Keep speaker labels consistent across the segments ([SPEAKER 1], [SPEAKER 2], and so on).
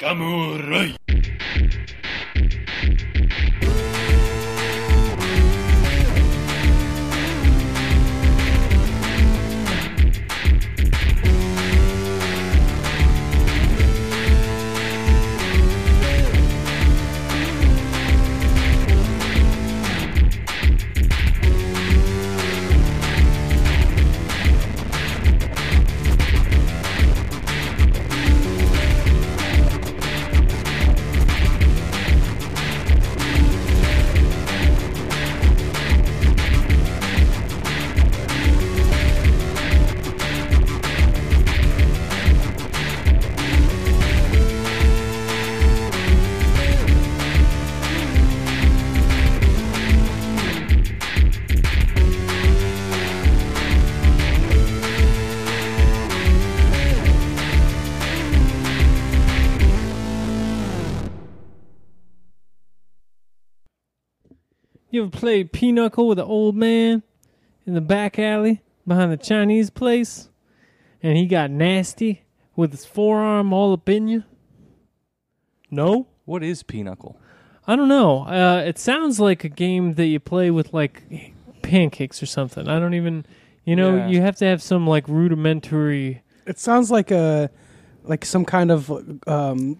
[SPEAKER 1] Kamuroy.
[SPEAKER 2] You ever played pinochle with an old man in the back alley behind the Chinese place? And he got nasty with his forearm all up in you? No?
[SPEAKER 3] What is Pinochle?
[SPEAKER 2] I don't know. Uh, it sounds like a game that you play with like pancakes or something. I don't even, you know,
[SPEAKER 3] Yeah.
[SPEAKER 2] you have to have some like rudimentary.
[SPEAKER 4] It sounds like a like some kind of um,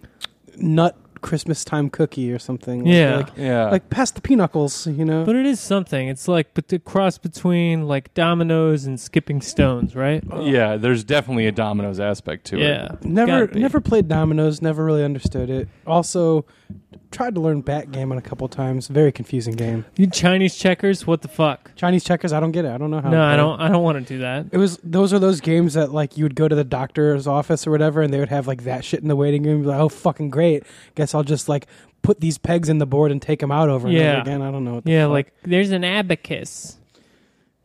[SPEAKER 4] nut Christmas time cookie or something. Like-
[SPEAKER 2] Yeah.
[SPEAKER 4] like,
[SPEAKER 3] Yeah.
[SPEAKER 4] like past the pinnacles, you know.
[SPEAKER 2] But it is something. It's like but the cross between like dominoes and skipping stones, right?
[SPEAKER 3] yeah, there's definitely a dominoes aspect to
[SPEAKER 2] Yeah.
[SPEAKER 3] it.
[SPEAKER 2] Gotta
[SPEAKER 4] Never,
[SPEAKER 2] be.
[SPEAKER 4] never played dominoes. Never really understood it. Also, tried to learn backgammon a couple times. Very confusing game.
[SPEAKER 2] You Chinese checkers, what the fuck?
[SPEAKER 4] Chinese checkers. I don't get it. I don't
[SPEAKER 3] Oh,
[SPEAKER 4] know how. to
[SPEAKER 2] No, I
[SPEAKER 4] play.
[SPEAKER 2] don't. I don't want to do that.
[SPEAKER 4] It was those are those games that like you would go to the doctor's office or whatever, and they would have like that shit in the waiting room. You'd be Like, oh fucking great! Guess I'll just like put these pegs in the board and take them out over and
[SPEAKER 2] Yeah.
[SPEAKER 4] over again. I don't know. What the
[SPEAKER 2] Yeah,
[SPEAKER 4] fuck.
[SPEAKER 2] like there's an abacus.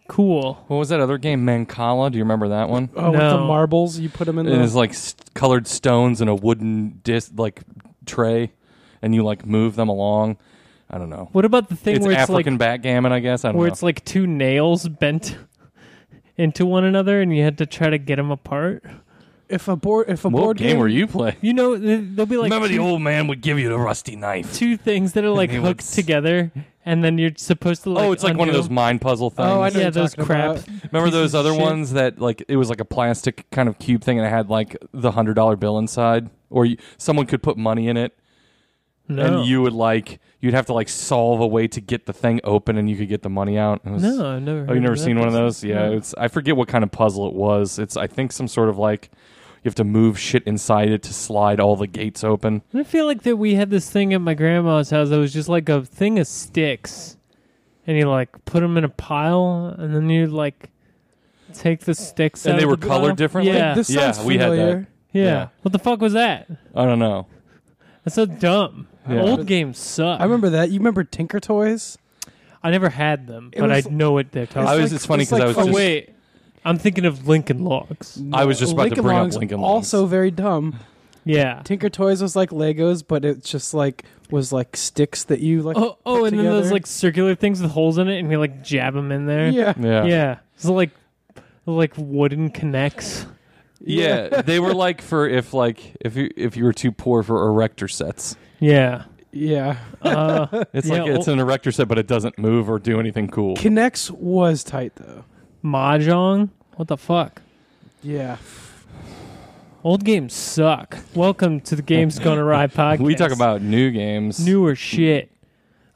[SPEAKER 2] Cool.
[SPEAKER 3] What was that other game, Mancala? Do you remember that one?
[SPEAKER 4] oh, with the
[SPEAKER 2] no.
[SPEAKER 4] marbles you put them in.
[SPEAKER 3] It
[SPEAKER 4] The,
[SPEAKER 3] is like st- colored stones in a wooden disc, like tray, and you like move them along. I don't know.
[SPEAKER 2] What about the thing
[SPEAKER 3] It's
[SPEAKER 2] where it's
[SPEAKER 3] African
[SPEAKER 2] like
[SPEAKER 3] backgammon, I guess. I don't
[SPEAKER 2] where
[SPEAKER 3] know.
[SPEAKER 2] it's like two nails bent into one another, and you had to try to get them apart?
[SPEAKER 4] if a board, if a
[SPEAKER 3] what
[SPEAKER 4] board
[SPEAKER 3] game,
[SPEAKER 4] game,
[SPEAKER 3] were you playing?
[SPEAKER 2] You know, th- there'll be like
[SPEAKER 3] Remember the
[SPEAKER 2] two,
[SPEAKER 3] old man would give you the rusty knife.
[SPEAKER 2] two things that are like
[SPEAKER 3] they
[SPEAKER 2] hooked
[SPEAKER 3] would s-
[SPEAKER 2] together, and then you're supposed to like.
[SPEAKER 3] oh, it's like one of
[SPEAKER 2] undo
[SPEAKER 3] those mind puzzle things.
[SPEAKER 4] Oh, I know what
[SPEAKER 2] Yeah,
[SPEAKER 4] you're
[SPEAKER 2] those
[SPEAKER 4] talking
[SPEAKER 2] crap.
[SPEAKER 4] about.
[SPEAKER 3] Remember
[SPEAKER 2] pieces
[SPEAKER 3] those
[SPEAKER 2] of
[SPEAKER 3] other
[SPEAKER 2] shit.
[SPEAKER 3] ones that like it was like a plastic kind of cube thing and it had like the hundred dollar bill inside, or you, someone could put money in it,
[SPEAKER 2] No,
[SPEAKER 3] and you would like you'd have to like solve a way to get the thing open and you could get the money out. It was-
[SPEAKER 2] no, I've never.
[SPEAKER 3] Oh,
[SPEAKER 2] heard
[SPEAKER 3] you've never
[SPEAKER 2] of that
[SPEAKER 3] seen one of
[SPEAKER 2] person.
[SPEAKER 3] those? Yeah,
[SPEAKER 2] No.
[SPEAKER 3] it's I forget what kind of puzzle it was. It's I think some sort of like you have to move shit inside it to slide all the gates open.
[SPEAKER 2] I feel like that we had this thing at my grandma's house that was just like a thing of sticks, and you like put them in a pile, and then you like take the sticks.
[SPEAKER 3] And
[SPEAKER 2] out
[SPEAKER 3] they
[SPEAKER 2] of
[SPEAKER 3] were
[SPEAKER 2] the pile.
[SPEAKER 3] colored differently?
[SPEAKER 2] Yeah,
[SPEAKER 4] This
[SPEAKER 3] Yeah,
[SPEAKER 4] sounds
[SPEAKER 3] we had that.
[SPEAKER 4] familiar.
[SPEAKER 2] yeah.
[SPEAKER 3] yeah.
[SPEAKER 2] What the fuck was that?
[SPEAKER 3] I don't know.
[SPEAKER 2] That's so dumb.
[SPEAKER 3] Yeah.
[SPEAKER 2] Old games suck.
[SPEAKER 4] I remember that. You remember Tinker Toys?
[SPEAKER 2] I never had them,
[SPEAKER 4] It
[SPEAKER 2] but
[SPEAKER 4] was-
[SPEAKER 2] I know what they're talking.
[SPEAKER 3] I was-
[SPEAKER 4] like-
[SPEAKER 3] it's funny 'cause
[SPEAKER 4] like-
[SPEAKER 3] I was
[SPEAKER 2] Oh
[SPEAKER 3] just-
[SPEAKER 2] wait, I'm thinking of Lincoln Logs.
[SPEAKER 3] I was just about to
[SPEAKER 4] Lincoln
[SPEAKER 3] bring up
[SPEAKER 4] Logs
[SPEAKER 3] Lincoln Logs.
[SPEAKER 4] Also very dumb.
[SPEAKER 2] Yeah.
[SPEAKER 4] Tinker Toys was like Legos, but it just like was like sticks that you like.
[SPEAKER 2] Oh, oh,
[SPEAKER 4] put
[SPEAKER 2] and then those
[SPEAKER 4] together.
[SPEAKER 2] like circular things with holes in it, and you like jab them in there.
[SPEAKER 4] yeah.
[SPEAKER 3] Yeah.
[SPEAKER 2] yeah. So like, like wooden connects.
[SPEAKER 3] Yeah, they were like for if like if you if you were too poor for erector sets.
[SPEAKER 2] Yeah.
[SPEAKER 4] Yeah.
[SPEAKER 2] Uh,
[SPEAKER 3] It's
[SPEAKER 2] Yeah,
[SPEAKER 3] like it's
[SPEAKER 2] well-
[SPEAKER 3] an erector set, but it doesn't move or do anything cool.
[SPEAKER 4] Kinex was tight though.
[SPEAKER 2] mahjong. What the fuck?
[SPEAKER 4] Yeah.
[SPEAKER 2] Old games suck. Welcome to the Games Gone Awry podcast.
[SPEAKER 3] We talk about new games.
[SPEAKER 2] newer shit.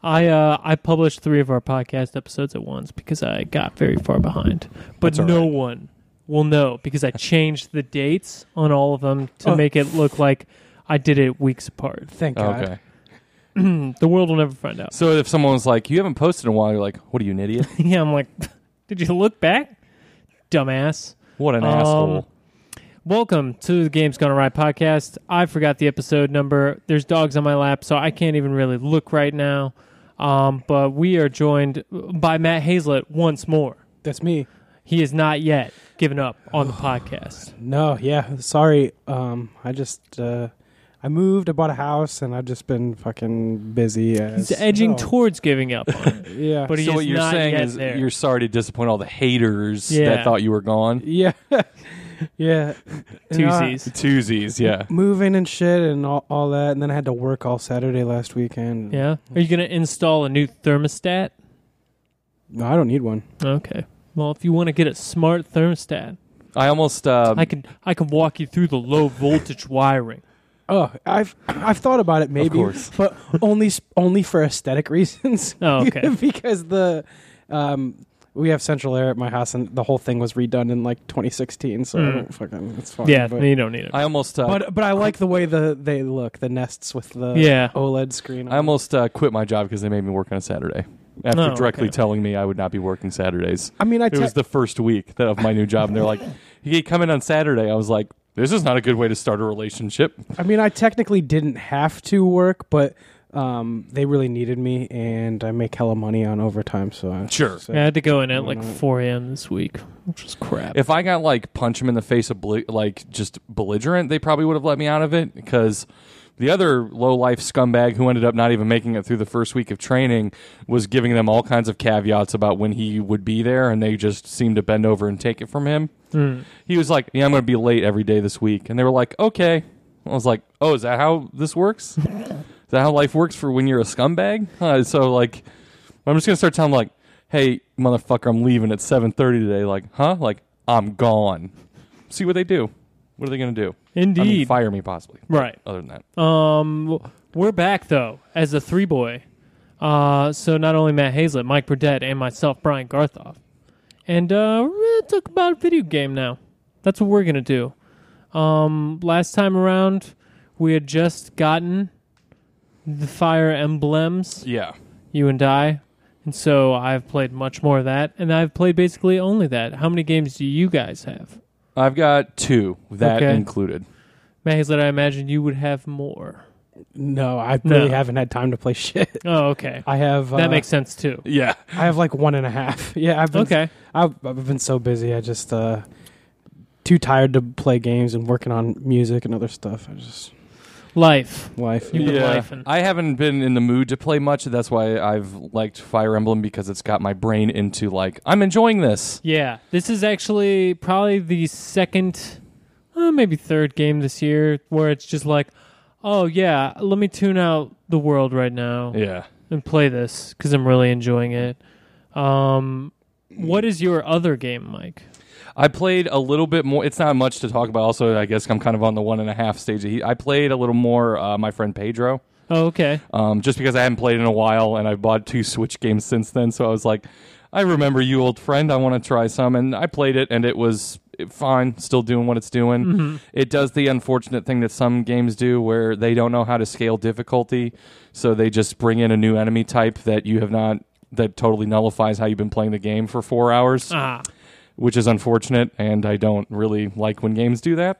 [SPEAKER 2] I uh I published three of our podcast episodes at once because I got very far behind. But
[SPEAKER 3] That's all
[SPEAKER 2] no one will know because I changed the dates on all of them to
[SPEAKER 3] Uh.
[SPEAKER 4] Oh.
[SPEAKER 2] make it look like I did it weeks apart.
[SPEAKER 4] Thank God.
[SPEAKER 3] Oh, Okay.
[SPEAKER 2] The world will never find out.
[SPEAKER 3] So if someone was like, "You haven't posted in a while," you're like, "What are you, an idiot?
[SPEAKER 2] yeah, I'm like, did you look back? Dumbass.
[SPEAKER 3] What an
[SPEAKER 2] Um,
[SPEAKER 3] asshole!"
[SPEAKER 2] Welcome to the Games Gone Awry podcast. I forgot the episode number. There's dogs on my lap, so I can't even really look right now. Um, but we are joined by Matt Hazlett once more.
[SPEAKER 4] That's me.
[SPEAKER 2] He is not yet given up on the podcast.
[SPEAKER 4] No, yeah. Sorry. Um I just uh I moved, I bought a house and I've just been fucking busy as
[SPEAKER 2] He's edging
[SPEAKER 4] hell.
[SPEAKER 2] towards giving up on it,
[SPEAKER 4] Yeah.
[SPEAKER 2] but he
[SPEAKER 3] so
[SPEAKER 2] is
[SPEAKER 3] what you're
[SPEAKER 2] not
[SPEAKER 3] saying
[SPEAKER 2] yet
[SPEAKER 3] is
[SPEAKER 2] there.
[SPEAKER 3] you're sorry to disappoint all the haters
[SPEAKER 2] Yeah.
[SPEAKER 3] that thought you were gone.
[SPEAKER 4] yeah. yeah, And, uh,
[SPEAKER 2] Two C's.
[SPEAKER 3] Two Z's, yeah.
[SPEAKER 4] moving and shit and all, all that, and then I had to work all Saturday last weekend.
[SPEAKER 2] Yeah. Are you going to install a new thermostat?
[SPEAKER 4] no, I don't need one.
[SPEAKER 2] Okay. Well, if you want to get a smart thermostat,
[SPEAKER 3] I almost uh,
[SPEAKER 2] I can I can walk you through the low voltage wiring.
[SPEAKER 4] Oh, I've I've thought about it maybe,
[SPEAKER 3] course.
[SPEAKER 4] but only s- only for aesthetic reasons.
[SPEAKER 2] Oh, okay.
[SPEAKER 4] because the um, we have central air at my house, and the whole thing was redone in like 2016. So I
[SPEAKER 2] Mm.
[SPEAKER 4] don't fucking it's fine.
[SPEAKER 2] yeah,
[SPEAKER 4] but,
[SPEAKER 2] you don't need it.
[SPEAKER 3] I almost uh,
[SPEAKER 4] but but I like the way the they look, the nests with the
[SPEAKER 2] Yeah.
[SPEAKER 4] OLED screen. on
[SPEAKER 3] I almost uh, quit my job because they made me work on a Saturday after
[SPEAKER 2] Oh,
[SPEAKER 3] directly
[SPEAKER 2] okay.
[SPEAKER 3] telling me I would not be working Saturdays.
[SPEAKER 4] it. I mean, I
[SPEAKER 3] It
[SPEAKER 4] te-
[SPEAKER 3] was the first week that of my new job, and they're like, "You come in on Saturday." I was like, "This is not a good way to start a relationship."
[SPEAKER 4] I mean, I technically didn't have to work, but um, they really needed me, and I make hella money on overtime. So I,
[SPEAKER 3] Sure.
[SPEAKER 4] so-
[SPEAKER 2] I had to go in at like
[SPEAKER 4] Mm.
[SPEAKER 2] 4 a.m. this week, which is crap.
[SPEAKER 3] If I got like punch him in the face, obli- like just belligerent, they probably would have let me out of it because the other low life scumbag who ended up not even making it through the first week of training was giving them all kinds of caveats about when he would be there, and they just seemed to bend over and take it from him.
[SPEAKER 2] Mm.
[SPEAKER 3] He was like, "Yeah, I'm going to be late every day this week," and they were like, "Okay." I was like, "Oh, is that how this works? is that how life works for when you're a scumbag?" Uh, so like, I'm just going to start telling them, like, "Hey, motherfucker, I'm leaving at 7:30 today." Like, huh? Like, I'm gone. See what they do. What are they going to do? I mean,
[SPEAKER 2] Indeed.
[SPEAKER 3] fire me possibly.
[SPEAKER 2] right.
[SPEAKER 3] Other than that,
[SPEAKER 2] Um, we're back though as a three boy. Uh, so not only Matt Hazlett, Mike Burdett, and myself, Brian Garthoff, and uh, we're gonna talk about a video game now. That's what we're gonna do. Um, last time around, we had just gotten the Fire Emblems,
[SPEAKER 3] yeah.
[SPEAKER 2] you and I, and so I've played much more of that, and I've played basically only that. How many games do you guys have?
[SPEAKER 3] I've got two that
[SPEAKER 2] Okay.
[SPEAKER 3] included.
[SPEAKER 2] Matt Hazlett, I imagine you would have more.
[SPEAKER 4] no, I
[SPEAKER 2] No.
[SPEAKER 4] really haven't had time to play shit.
[SPEAKER 2] Oh, okay,
[SPEAKER 4] I have uh,
[SPEAKER 2] that makes sense too.
[SPEAKER 3] Yeah.
[SPEAKER 4] I have like one and a half. Yeah, I've been
[SPEAKER 2] Okay.
[SPEAKER 4] I've, I've been so busy. I just uh, too tired to play games and working on music and other stuff. I just
[SPEAKER 2] Life.
[SPEAKER 4] life.
[SPEAKER 2] You- You've been lifing.
[SPEAKER 3] I haven't been in the mood to play much. That's why I've liked Fire Emblem because it's got my brain into like I'm enjoying this.
[SPEAKER 2] Yeah, this is actually probably the second, uh, maybe third game this year where it's just like, oh yeah, let me tune out the world right now
[SPEAKER 3] Yeah.
[SPEAKER 2] and play this because I'm really enjoying it. Um, what is your other game, Mike?
[SPEAKER 3] I played a little bit more. It's not much to talk about. Also, I guess I'm kind of on the one and a half stage. He- I played a little more. Uh, my friend Pedro,
[SPEAKER 2] Oh, okay.
[SPEAKER 3] um, just because I hadn't played in a while, and I bought two Switch games since then. So I was like, I remember you, old friend. I want to try some, and I played it, and it was fine. Still doing what it's doing. It does the unfortunate thing that some games do, where they don't know how to scale difficulty, so they just bring in a new enemy type that you have not. That totally nullifies how you've been playing the game for four hours
[SPEAKER 2] Ah,
[SPEAKER 3] which is unfortunate, and I don't really like when games do that.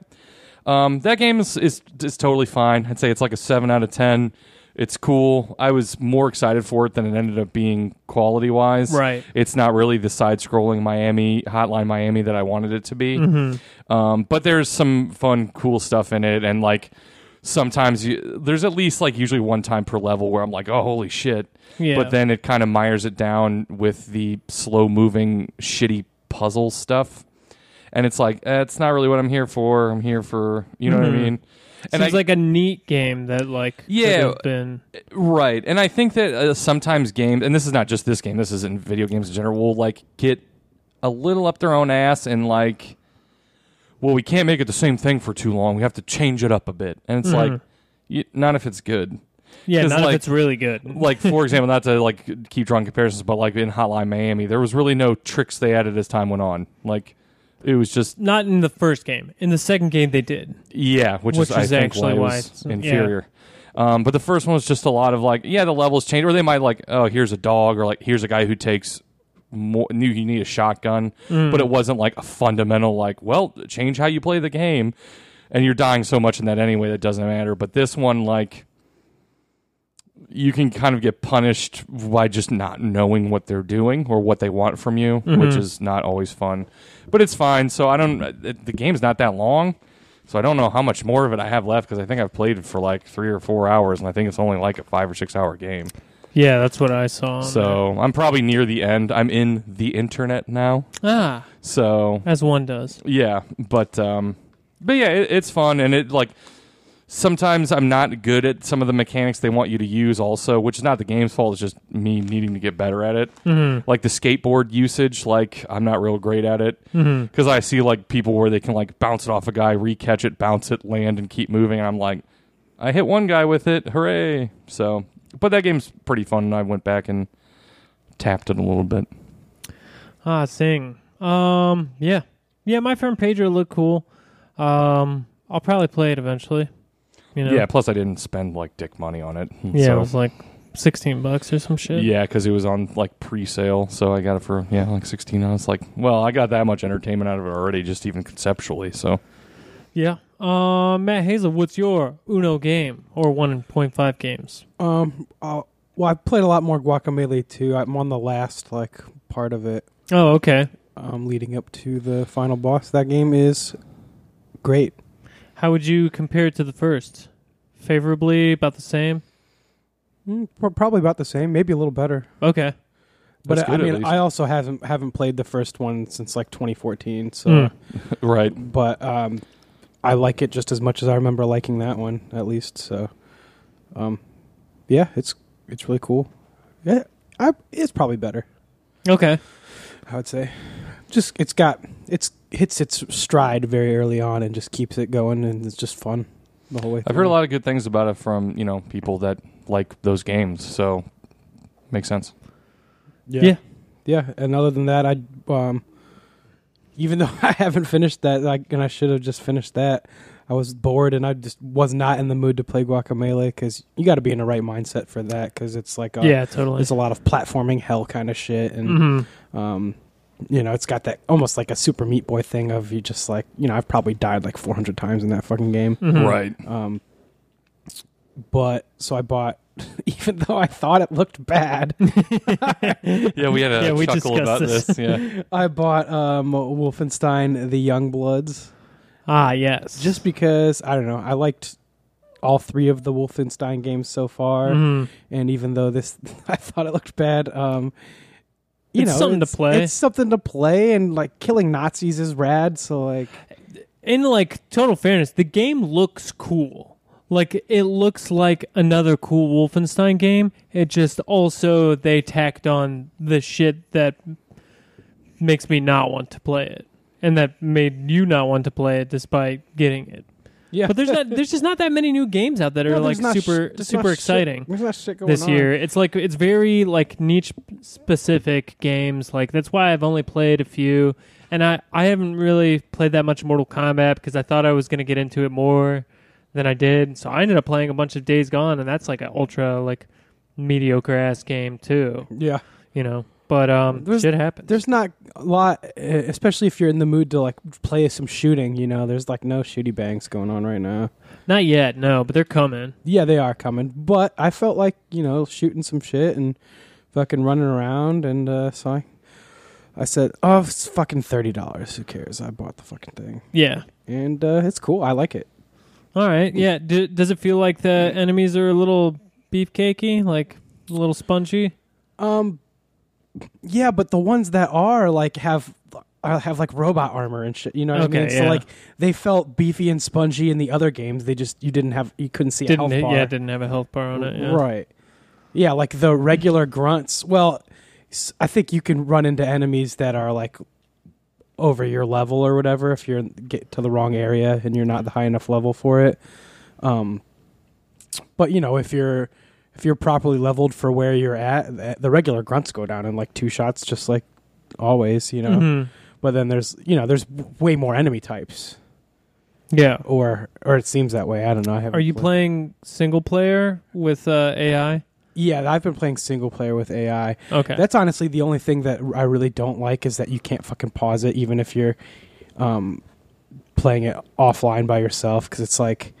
[SPEAKER 3] Um, that game is, is is totally fine. I'd say it's like a seven out of ten. It's cool. I was more excited for it than it ended up being quality wise.
[SPEAKER 2] Right.
[SPEAKER 3] It's not really the side scrolling Miami Hotline Miami that I wanted it to be.
[SPEAKER 2] Mm-hmm.
[SPEAKER 3] Um, but there's some fun, cool stuff in it, and like sometimes you, there's at least like usually one time per level where I'm like, oh holy shit.
[SPEAKER 2] Yeah.
[SPEAKER 3] But then it kind of mires it down with the slow moving, shitty puzzle stuff. And it's like, eh, it's not really what I'm here for. I'm here for, you know what I mean? And
[SPEAKER 2] Mm-hmm. seems
[SPEAKER 3] I,
[SPEAKER 2] like a neat game that like could
[SPEAKER 3] Yeah.
[SPEAKER 2] have been
[SPEAKER 3] right. And I think that uh, sometimes games, and this is not just this game, this is in video games in general, will like get a little up their own ass and like, well, we can't make it the same thing for too long. We have to change it up a bit. And it's
[SPEAKER 2] Mm-hmm.
[SPEAKER 3] like, you, not if it's good.
[SPEAKER 2] yeah,
[SPEAKER 3] 'Cause,
[SPEAKER 2] not if
[SPEAKER 3] like-
[SPEAKER 2] it's really good.
[SPEAKER 3] like for example, not to like keep drawing comparisons, but like in Hotline Miami, there was really no tricks they added as time went on. Like it was just
[SPEAKER 2] Not in the first game. In the second game, they did.
[SPEAKER 3] yeah, which,
[SPEAKER 2] Which
[SPEAKER 3] is, I
[SPEAKER 2] is
[SPEAKER 3] think
[SPEAKER 2] actually
[SPEAKER 3] why,
[SPEAKER 2] why
[SPEAKER 3] it was
[SPEAKER 2] it's- yeah.
[SPEAKER 3] inferior. Um, but the first one was just a lot of like yeah, the levels change, or they might like oh here's a dog, or like here's a guy who takes more knew you need a shotgun,
[SPEAKER 2] Mm.
[SPEAKER 3] but it wasn't like a fundamental like well change how you play the game, and you're dying so much in that anyway that doesn't matter. But this one like you can kind of get punished by just not knowing what they're doing or what they want from you, which is not always fun. But it's fine. So I don't. it- The game's not that long, so I don't know how much more of it I have left because I think I've played it for like three or four hours, and I think it's only like a five or six hour game.
[SPEAKER 2] Yeah, that's what I saw. on there.
[SPEAKER 3] So I'm probably near the end. I'm in the internet now.
[SPEAKER 2] ah,
[SPEAKER 3] So
[SPEAKER 2] as one does.
[SPEAKER 3] yeah, but um, but yeah, it, it's fun and it like sometimes I'm not good at some of the mechanics they want you to use also, which is not the game's fault. It's just me needing to get better at it.
[SPEAKER 2] Mm-hmm.
[SPEAKER 3] Like the skateboard usage, like I'm not real great at it
[SPEAKER 2] Mm-hmm.
[SPEAKER 3] because I see like people where they can like bounce it off a guy, re-catch it, bounce it, land, and keep moving. And I'm like, I hit one guy with it, hooray! So, but that game's pretty fun, and I went back and tapped it a little bit.
[SPEAKER 2] Ah, sing. Um, yeah, yeah. My friend Pedro looked cool. Um, I'll probably play it eventually. You know.
[SPEAKER 3] Yeah. plus I didn't spend like dick money on it.
[SPEAKER 2] Yeah, it
[SPEAKER 3] so,
[SPEAKER 2] was like sixteen bucks or some shit.
[SPEAKER 3] yeah, because it was on like pre-sale, so I got it for yeah like sixteen. I was like, well, I got that much entertainment out of it already, just even conceptually. So
[SPEAKER 2] Yeah. Uh, Matt Hazel, what's your Uno game or one point five games?
[SPEAKER 4] Um, uh, well, I played a lot more Guacamelee too. I'm on the last like part of it,
[SPEAKER 2] Oh, okay.
[SPEAKER 4] um, leading up to the final boss. That game is great.
[SPEAKER 2] How would you compare it to the first? Favorably, about the same.
[SPEAKER 4] Mm, pro- probably about the same, maybe a little better.
[SPEAKER 2] Okay.
[SPEAKER 4] But
[SPEAKER 3] That's
[SPEAKER 4] I
[SPEAKER 3] good, at
[SPEAKER 4] mean,
[SPEAKER 3] least.
[SPEAKER 4] I also haven't haven't played the first one since like 2014. So,
[SPEAKER 2] Mm.
[SPEAKER 3] right,
[SPEAKER 4] but um, I like it just as much as I remember liking that one, at least. So, um, yeah, it's it's really cool. Yeah, I, it's probably better.
[SPEAKER 2] Okay.
[SPEAKER 4] I would say. Just it's got it's hits its stride very early on and just keeps it going and it's just fun the whole way.
[SPEAKER 3] I've
[SPEAKER 4] through.
[SPEAKER 3] heard a lot of good things about it from you know people that like those games. So makes sense.
[SPEAKER 4] Yeah.
[SPEAKER 2] Yeah.
[SPEAKER 4] yeah, And other than that, I um, even though I haven't finished that, like, and I should have just finished that. I was bored and I just was not in the mood to play Guacamole because you got to be in the right mindset for that because it's like a,
[SPEAKER 2] yeah, totally.
[SPEAKER 4] it's a lot of platforming hell kind of shit and
[SPEAKER 2] hmm
[SPEAKER 4] um you know it's got that almost like a super meat boy thing of you just like you know i've probably died like 400 times in that fucking game
[SPEAKER 2] Mm-hmm.
[SPEAKER 3] Right.
[SPEAKER 4] um but so i bought even though i thought it looked bad
[SPEAKER 3] Yeah, we had a
[SPEAKER 2] Yeah, we
[SPEAKER 3] chuckle
[SPEAKER 2] discussed
[SPEAKER 3] about
[SPEAKER 2] this.
[SPEAKER 3] this. Yeah.
[SPEAKER 4] i bought um wolfenstein the young bloods
[SPEAKER 2] Ah, yes.
[SPEAKER 4] just because i don't know i liked all three of the wolfenstein games so far
[SPEAKER 2] Mhm.
[SPEAKER 4] and even though this I thought it looked bad, um, you
[SPEAKER 2] It's
[SPEAKER 4] know,
[SPEAKER 2] something to
[SPEAKER 4] it's-
[SPEAKER 2] play.
[SPEAKER 4] It's something to play, and like killing Nazis is rad. So like,
[SPEAKER 2] in like total fairness, the game looks cool. Like it looks like another cool Wolfenstein game. It just also they tacked on the shit that makes me not want to play it, and that made you not want to play it despite getting it.
[SPEAKER 4] yeah,
[SPEAKER 2] But there's not there's just not that many new games out that
[SPEAKER 4] No,
[SPEAKER 2] are like
[SPEAKER 4] there's not sh-
[SPEAKER 2] super
[SPEAKER 4] there's not
[SPEAKER 2] super
[SPEAKER 4] shit-
[SPEAKER 2] exciting
[SPEAKER 4] there's not shit going
[SPEAKER 2] this
[SPEAKER 4] on.
[SPEAKER 2] year. It's like it's very like niche specific games. Like that's why I've only played a few, and I I haven't really played that much Mortal Kombat because I thought I was going to get into it more than I did. So I ended up playing a bunch of Days Gone, and that's like an ultra like mediocre ass game too.
[SPEAKER 4] Yeah,
[SPEAKER 2] You know, but um,
[SPEAKER 4] There's-
[SPEAKER 2] shit happens.
[SPEAKER 4] there's not a lot, uh, especially if you're in the mood to like play some shooting. You know, there's like no shooty bangs going on right now.
[SPEAKER 2] Not yet, no, but they're coming.
[SPEAKER 4] Yeah, they are coming, but I felt like you know shooting some shit and fucking running around, and uh, so I, I said, oh, it's fucking thirty dollars. Who cares? I bought the fucking thing.
[SPEAKER 2] Yeah.
[SPEAKER 4] and uh, it's cool. I like it.
[SPEAKER 2] All right. Yeah. D- does it feel like the enemies are a little beefcakey, like a little spongy?
[SPEAKER 4] Um, yeah, but the ones that are like have uh, have like robot armor and shit. You know what
[SPEAKER 2] Okay,
[SPEAKER 4] I mean? So
[SPEAKER 2] yeah.
[SPEAKER 4] like they felt beefy and spongy in the other games. They just you didn't have you couldn't see
[SPEAKER 2] Didn't
[SPEAKER 4] a health
[SPEAKER 2] it-
[SPEAKER 4] bar.
[SPEAKER 2] yeah, didn't have a health bar on it. Yeah.
[SPEAKER 4] Right. Yeah, like the regular grunts. Well, s- I think you can run into enemies that are like over your level or whatever if you're get to the wrong area and you're not the high enough level for it. Um but you know, if you're if you're properly leveled for where you're at, th- the regular grunts go down in like two shots just like always, you know.
[SPEAKER 2] Mhm.
[SPEAKER 4] But then there's, you know, there's w- way more enemy types
[SPEAKER 2] Yeah.
[SPEAKER 4] or or it seems that way. I don't know. I haven't
[SPEAKER 2] Are you
[SPEAKER 4] played-
[SPEAKER 2] playing single player with uh, AI?
[SPEAKER 4] Yeah, I've been playing single player with AI.
[SPEAKER 2] Okay.
[SPEAKER 4] That's honestly the only thing that I really don't like is that you can't fucking pause it, even if you're um, playing it offline by yourself. Because it's like,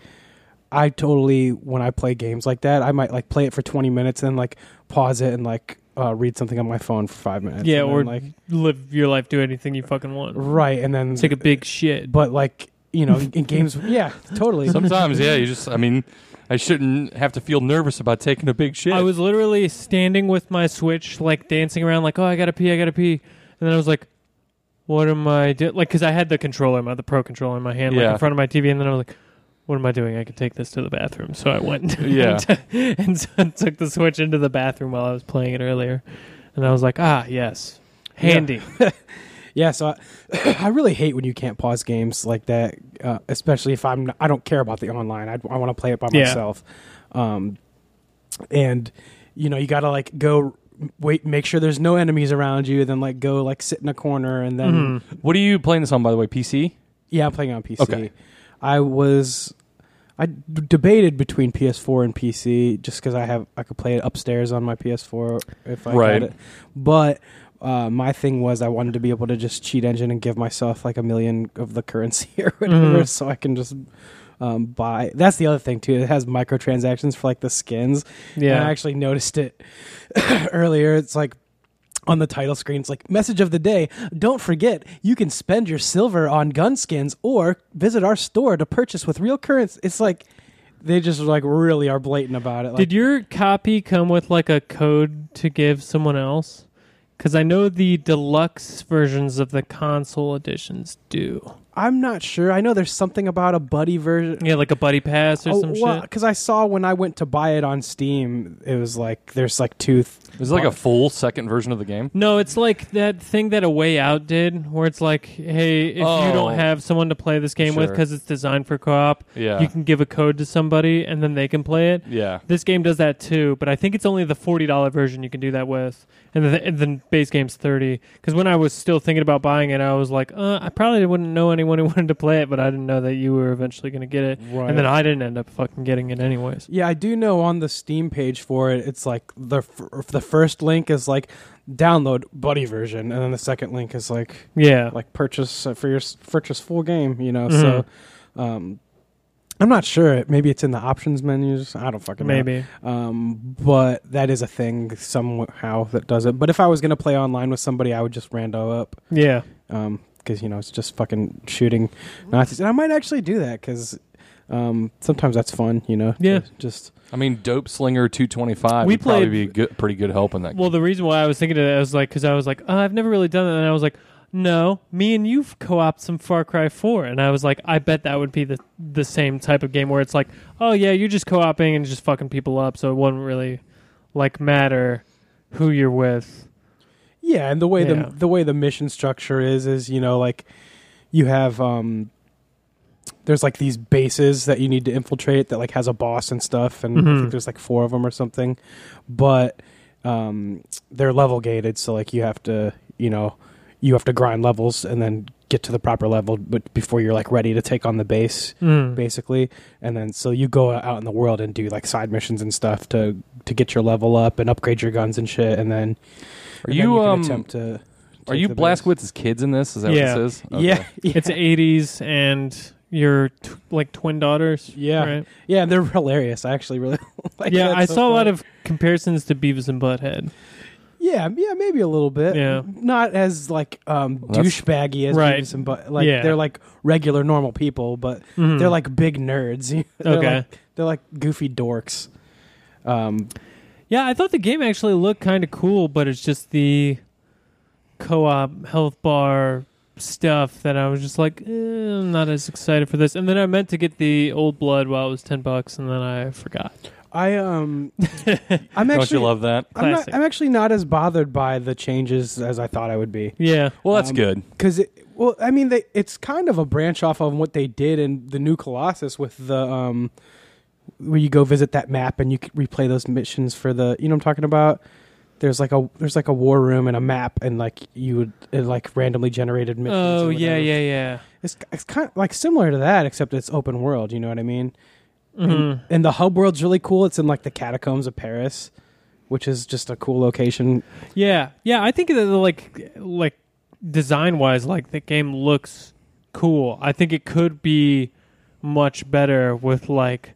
[SPEAKER 4] I totally when I play games like that, I might like play it for twenty minutes and like pause it and like uh, read something on my phone for five minutes.
[SPEAKER 2] yeah,
[SPEAKER 4] and then,
[SPEAKER 2] or
[SPEAKER 4] like
[SPEAKER 2] live your life, do anything you fucking want.
[SPEAKER 4] right, and then
[SPEAKER 2] Take a big shit.
[SPEAKER 4] but like you know, in, in games. Yeah, totally.
[SPEAKER 3] Sometimes, yeah, you just. I mean, I shouldn't have to feel nervous about taking a big shit.
[SPEAKER 2] I was literally standing with my Switch, like dancing around, like, oh, I gotta pee, I gotta pee. And then I was like, what am I doing? Like, because I had the controller, my, the pro controller in my hand, like
[SPEAKER 3] Yeah.
[SPEAKER 2] in front of my TV. And then I was like, what am I doing? I could take this to the bathroom. So I went
[SPEAKER 3] Yeah.
[SPEAKER 2] and, so I took the Switch into the bathroom while I was playing it earlier. And I was like, ah, yes. Handy.
[SPEAKER 4] Yeah, so I, I really hate when you can't pause games like that, uh, especially if I'm I don't care about the online. I, I want to play it by
[SPEAKER 2] Yeah.
[SPEAKER 4] myself, um, and you know you got to like go wait, make sure there's no enemies around you, then like go like sit in a corner, and then
[SPEAKER 2] Mhm.
[SPEAKER 3] what are you playing this on, by the way? PC.
[SPEAKER 4] yeah, I'm playing on PC.
[SPEAKER 3] Okay.
[SPEAKER 4] I was I d- debated between PS4 and PC just because I have I could play it upstairs on my PS4 if I
[SPEAKER 3] Right.
[SPEAKER 4] had it, but. Uh, my thing was I wanted to be able to just cheat engine and give myself like a million of the currency or
[SPEAKER 3] Mm-hmm.
[SPEAKER 4] whatever,
[SPEAKER 2] Mhm.
[SPEAKER 4] so I can just um, buy. That's the other thing too. It has microtransactions for like the skins. And I
[SPEAKER 2] Yeah.
[SPEAKER 4] actually noticed it earlier. It's like on the title screen, it's like message of the day. Don't forget, you can spend your silver on gun skins or visit our store to purchase with real currency. It's like they just like really are blatant about it. Like,
[SPEAKER 2] Did your copy come with like a code to give someone else? Because I know the deluxe versions of the console editions do.
[SPEAKER 4] I'm not sure. I know there's something about a buddy version.
[SPEAKER 2] Yeah, like a buddy pass or some shit.
[SPEAKER 4] Because I saw when I went to buy it on Steam, it was like there's like two. th-
[SPEAKER 3] Is it
[SPEAKER 2] Uh,
[SPEAKER 3] like a full second version of the game?
[SPEAKER 2] No, it's like that thing that A Way Out did, where it's like, hey, if you
[SPEAKER 3] Oh.
[SPEAKER 2] don't have someone to play this game with
[SPEAKER 3] Sure.
[SPEAKER 2] because it's designed for co-op,
[SPEAKER 3] Yeah.
[SPEAKER 2] you can give a code to somebody and then they can play it.
[SPEAKER 3] yeah.
[SPEAKER 2] This game does that too, but I think it's only the forty dollar version you can do that with, and the, and the base game's thirty. Because when I was still thinking about buying it, I was like, uh, I probably wouldn't know anyone who wanted to play it, but I didn't know that you were eventually going to get it,
[SPEAKER 4] Right.
[SPEAKER 2] and then I didn't end up fucking getting it anyways.
[SPEAKER 4] Yeah, I do know on the Steam page for it, it's like the f- the first link is like download buddy version, and then the second link is like
[SPEAKER 2] Yeah,
[SPEAKER 4] like purchase uh, for your s- purchase full game. You know,
[SPEAKER 2] Mm-hmm.
[SPEAKER 4] so um, I'm not sure. Maybe it's in the options menus. I don't fucking know.
[SPEAKER 2] maybe.
[SPEAKER 4] Um, but that is a thing somehow that does it. But if I was gonna play online with somebody, I would just rando up.
[SPEAKER 2] Yeah,
[SPEAKER 4] Um 'cause because you know it's just fucking shooting Nazis, and I might actually do that because um, sometimes that's fun. You know,
[SPEAKER 2] Yeah.
[SPEAKER 4] to Just
[SPEAKER 3] I mean, Dope Slinger 225
[SPEAKER 2] We
[SPEAKER 3] would probably
[SPEAKER 2] played-
[SPEAKER 3] be a good, pretty good help in that.
[SPEAKER 2] Well, the reason why I was thinking of that was like because I was like, oh, I've never really done that, and I was like, no, me and you've co-opted some Far Cry Four, and I was like, I bet that would be the the same type of game where it's like, oh yeah, you're just co-oping and just fucking people up, so it wouldn't really like matter who you're with.
[SPEAKER 4] Yeah, and the way
[SPEAKER 2] Yeah.
[SPEAKER 4] the the way the mission structure is is you know like you have um there's like these bases that you need to infiltrate that like has a boss and stuff and I
[SPEAKER 2] Mhm.
[SPEAKER 4] think there's like four of them or something but um they're level gated so like you have to you know you have to grind levels and then get to the proper level but before you're like ready to take on the base basically and then so you go out in the world and do like side missions and stuff to to get your level up and upgrade your guns and shit and then
[SPEAKER 3] Are
[SPEAKER 4] and then
[SPEAKER 3] you,
[SPEAKER 4] can
[SPEAKER 3] um,
[SPEAKER 4] attempt to
[SPEAKER 3] Are
[SPEAKER 4] take
[SPEAKER 3] you
[SPEAKER 4] the
[SPEAKER 3] Blaskowitz's kids in this? Is that
[SPEAKER 2] Yeah.
[SPEAKER 3] what this is?
[SPEAKER 4] base. Yeah, yeah,
[SPEAKER 2] It's '80s, and your t- like twin daughters.
[SPEAKER 4] Yeah.
[SPEAKER 2] right?
[SPEAKER 4] yeah. They're hilarious. I actually really like.
[SPEAKER 2] yeah.
[SPEAKER 4] that
[SPEAKER 2] I
[SPEAKER 4] so
[SPEAKER 2] saw a lot
[SPEAKER 4] far.
[SPEAKER 2] of comparisons to Beavis and Butthead.
[SPEAKER 4] Yeah, yeah, maybe a little bit.
[SPEAKER 2] Yeah.
[SPEAKER 4] not as like um,
[SPEAKER 3] Well, that's-
[SPEAKER 4] douchebaggy as
[SPEAKER 2] Right.
[SPEAKER 4] Beavis and Butt. Like
[SPEAKER 2] Yeah.
[SPEAKER 4] they're like regular normal people, but
[SPEAKER 2] Mhm.
[SPEAKER 4] they're like big nerds. they're
[SPEAKER 2] Okay.
[SPEAKER 4] like, they're like goofy dorks. Um,
[SPEAKER 2] Yeah, I thought the game actually looked kind of cool, but it's just the co-op health bar stuff that I was just like, eh, I'm not as excited for this. And then I meant to get the old blood while it was ten bucks, and then I forgot.
[SPEAKER 4] I um, I'm
[SPEAKER 3] Don't
[SPEAKER 4] actually
[SPEAKER 3] you love that?
[SPEAKER 4] I'm, not,
[SPEAKER 2] Classic.
[SPEAKER 4] I'm actually not as bothered by the changes as I thought I would be.
[SPEAKER 2] Yeah,
[SPEAKER 3] Well, that's
[SPEAKER 4] Um,
[SPEAKER 3] good.
[SPEAKER 4] because it well i mean they, it's kind of a branch off of what they did in the new colossus with the um where you go visit that map and you can replay those missions for the you know what i'm talking about there's like a there's like a war room and a map and like you would it like randomly generated missions or
[SPEAKER 2] oh yeah,
[SPEAKER 4] whatever.
[SPEAKER 2] yeah, yeah.
[SPEAKER 4] it's, it's kind of like similar to that except it's open world you know what i mean
[SPEAKER 2] Mhm.
[SPEAKER 4] and the hub world's really cool it's in like the catacombs of paris which is just a cool location
[SPEAKER 2] Yeah, yeah. I think that the, like like design wise, like the game looks cool. I think it could be much better with like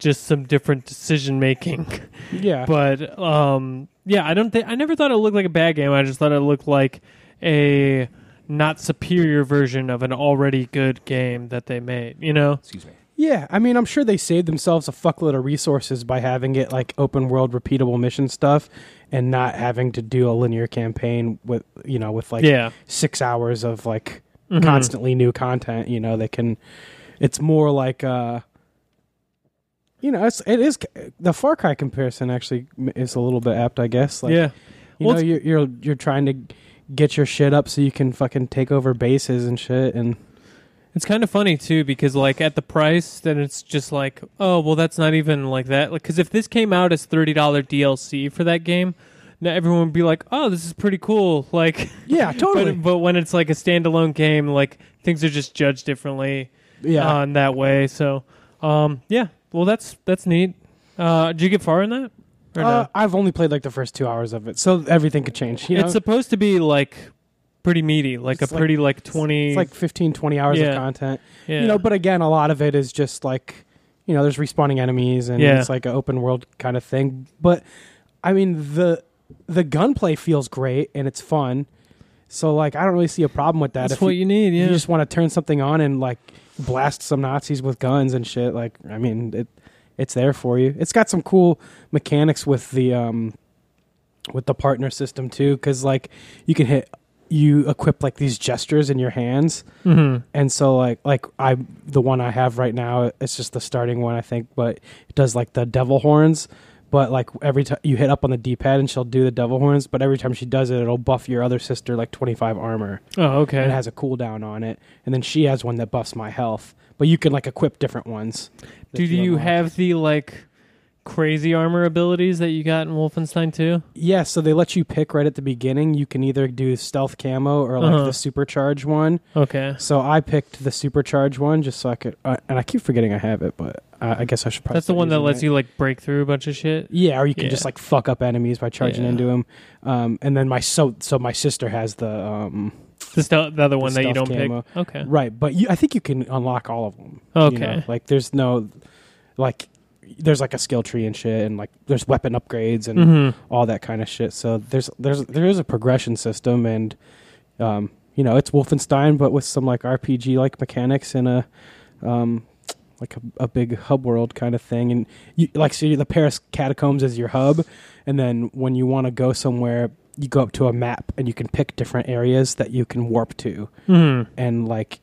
[SPEAKER 2] just some different decision making.
[SPEAKER 4] yeah
[SPEAKER 2] but um yeah i don't think i never thought it looked like a bad game i just thought it looked like a not superior version of an already good game that they made. You know,
[SPEAKER 3] Excuse me.
[SPEAKER 4] Yeah, I mean, I'm sure they saved themselves a fuckload of resources by having it like open world, repeatable mission stuff, and not having to do a linear campaign with you know with like
[SPEAKER 2] yeah, Mm-hmm.
[SPEAKER 4] six hours of like constantly new content. You know, they can. It's more like uh, you know, it's it is the Far Cry comparison actually is a little bit apt, I guess. Like,
[SPEAKER 2] yeah.
[SPEAKER 4] you
[SPEAKER 2] Well,
[SPEAKER 4] know,
[SPEAKER 2] it's-
[SPEAKER 4] you're, you're you're trying to get your shit up so you can fucking take over bases and shit and
[SPEAKER 2] It's kind of funny too because like at the price, then it's just like, oh well, that's not even like that. Like, because if this came out as thirty dollar DLC for that game, now everyone would be like, oh, this is pretty cool. Like,
[SPEAKER 4] yeah,
[SPEAKER 2] but, um, but when it's like a standalone game, like things are just judged differently
[SPEAKER 4] yeah.
[SPEAKER 2] on that way. So, um, yeah. Well, that's that's neat. Uh, did you get far in that? Or no?
[SPEAKER 4] Uh, I've only played like the first two hours of it, so everything could change. You know?
[SPEAKER 2] it's supposed to be like pretty meaty, like
[SPEAKER 4] It's
[SPEAKER 2] a
[SPEAKER 4] like-
[SPEAKER 2] pretty like twenty.
[SPEAKER 4] it's like 15, 20 hours
[SPEAKER 2] Yeah.
[SPEAKER 4] of content.
[SPEAKER 2] yeah.
[SPEAKER 4] You know, but again, a lot of it is just like, you know, there's respawning enemies and
[SPEAKER 2] Yeah.
[SPEAKER 4] it's like an open world kind of thing. But I mean, the the gunplay feels great and it's fun. So like, I don't really see a problem with that.
[SPEAKER 2] that's what you, need.
[SPEAKER 4] you
[SPEAKER 2] Yeah,
[SPEAKER 4] just want to turn something on and like blast some Nazis with guns and shit. Like, I mean, it it's there for you. It's got some cool mechanics with the um with the partner system too, because like you can hit you equip like these gestures in your hands,
[SPEAKER 2] Mhm.
[SPEAKER 4] and so like like I the one I have right now, it's just the starting one I think, but it does like the devil horns. But like every time you hit up on the D pad and she'll do the devil horns, but every time she does it, it'll buff your other sister like twenty five armor
[SPEAKER 2] Oh, okay.
[SPEAKER 4] and it has a cooldown on it, and then she has one that buffs my health. But you can like equip different ones. that
[SPEAKER 2] Do you
[SPEAKER 4] unlock.
[SPEAKER 2] have the like crazy armor abilities that you got in Wolfenstein 2?
[SPEAKER 4] Yeah, so they let you pick right at the beginning. You can either do stealth camo or like
[SPEAKER 2] Uh-huh.
[SPEAKER 4] the supercharge one.
[SPEAKER 2] Okay.
[SPEAKER 4] So I picked the supercharge one just so I could, uh, and I keep forgetting I have it, but uh, I guess I should probably.
[SPEAKER 2] That's the
[SPEAKER 4] start
[SPEAKER 2] one that
[SPEAKER 4] using
[SPEAKER 2] lets you like break through a bunch of shit.
[SPEAKER 4] Yeah, or you can
[SPEAKER 2] Yeah.
[SPEAKER 4] just like fuck up enemies by charging
[SPEAKER 2] Yeah.
[SPEAKER 4] into 'em. into them. Um, and then my so so my sister has the um,
[SPEAKER 2] The, stel- the other one that you
[SPEAKER 4] stealth
[SPEAKER 2] don't pick. Okay.
[SPEAKER 4] Right, but you, I think you can unlock all of them. you
[SPEAKER 2] Okay.
[SPEAKER 4] know? Like there's no, like there's like a skill tree and shit, and like there's weapon upgrades and
[SPEAKER 2] Mhm.
[SPEAKER 4] all that kind of shit. So there's there's there is a progression system, and um, you know it's Wolfenstein, but with some like RPG like mechanics and a um, like a, a big hub world kind of thing. And you, like so the Paris catacombs is your hub, and then when you want to go somewhere. You go up to a map and you can pick different areas that you can warp to
[SPEAKER 2] Mhm.
[SPEAKER 4] and like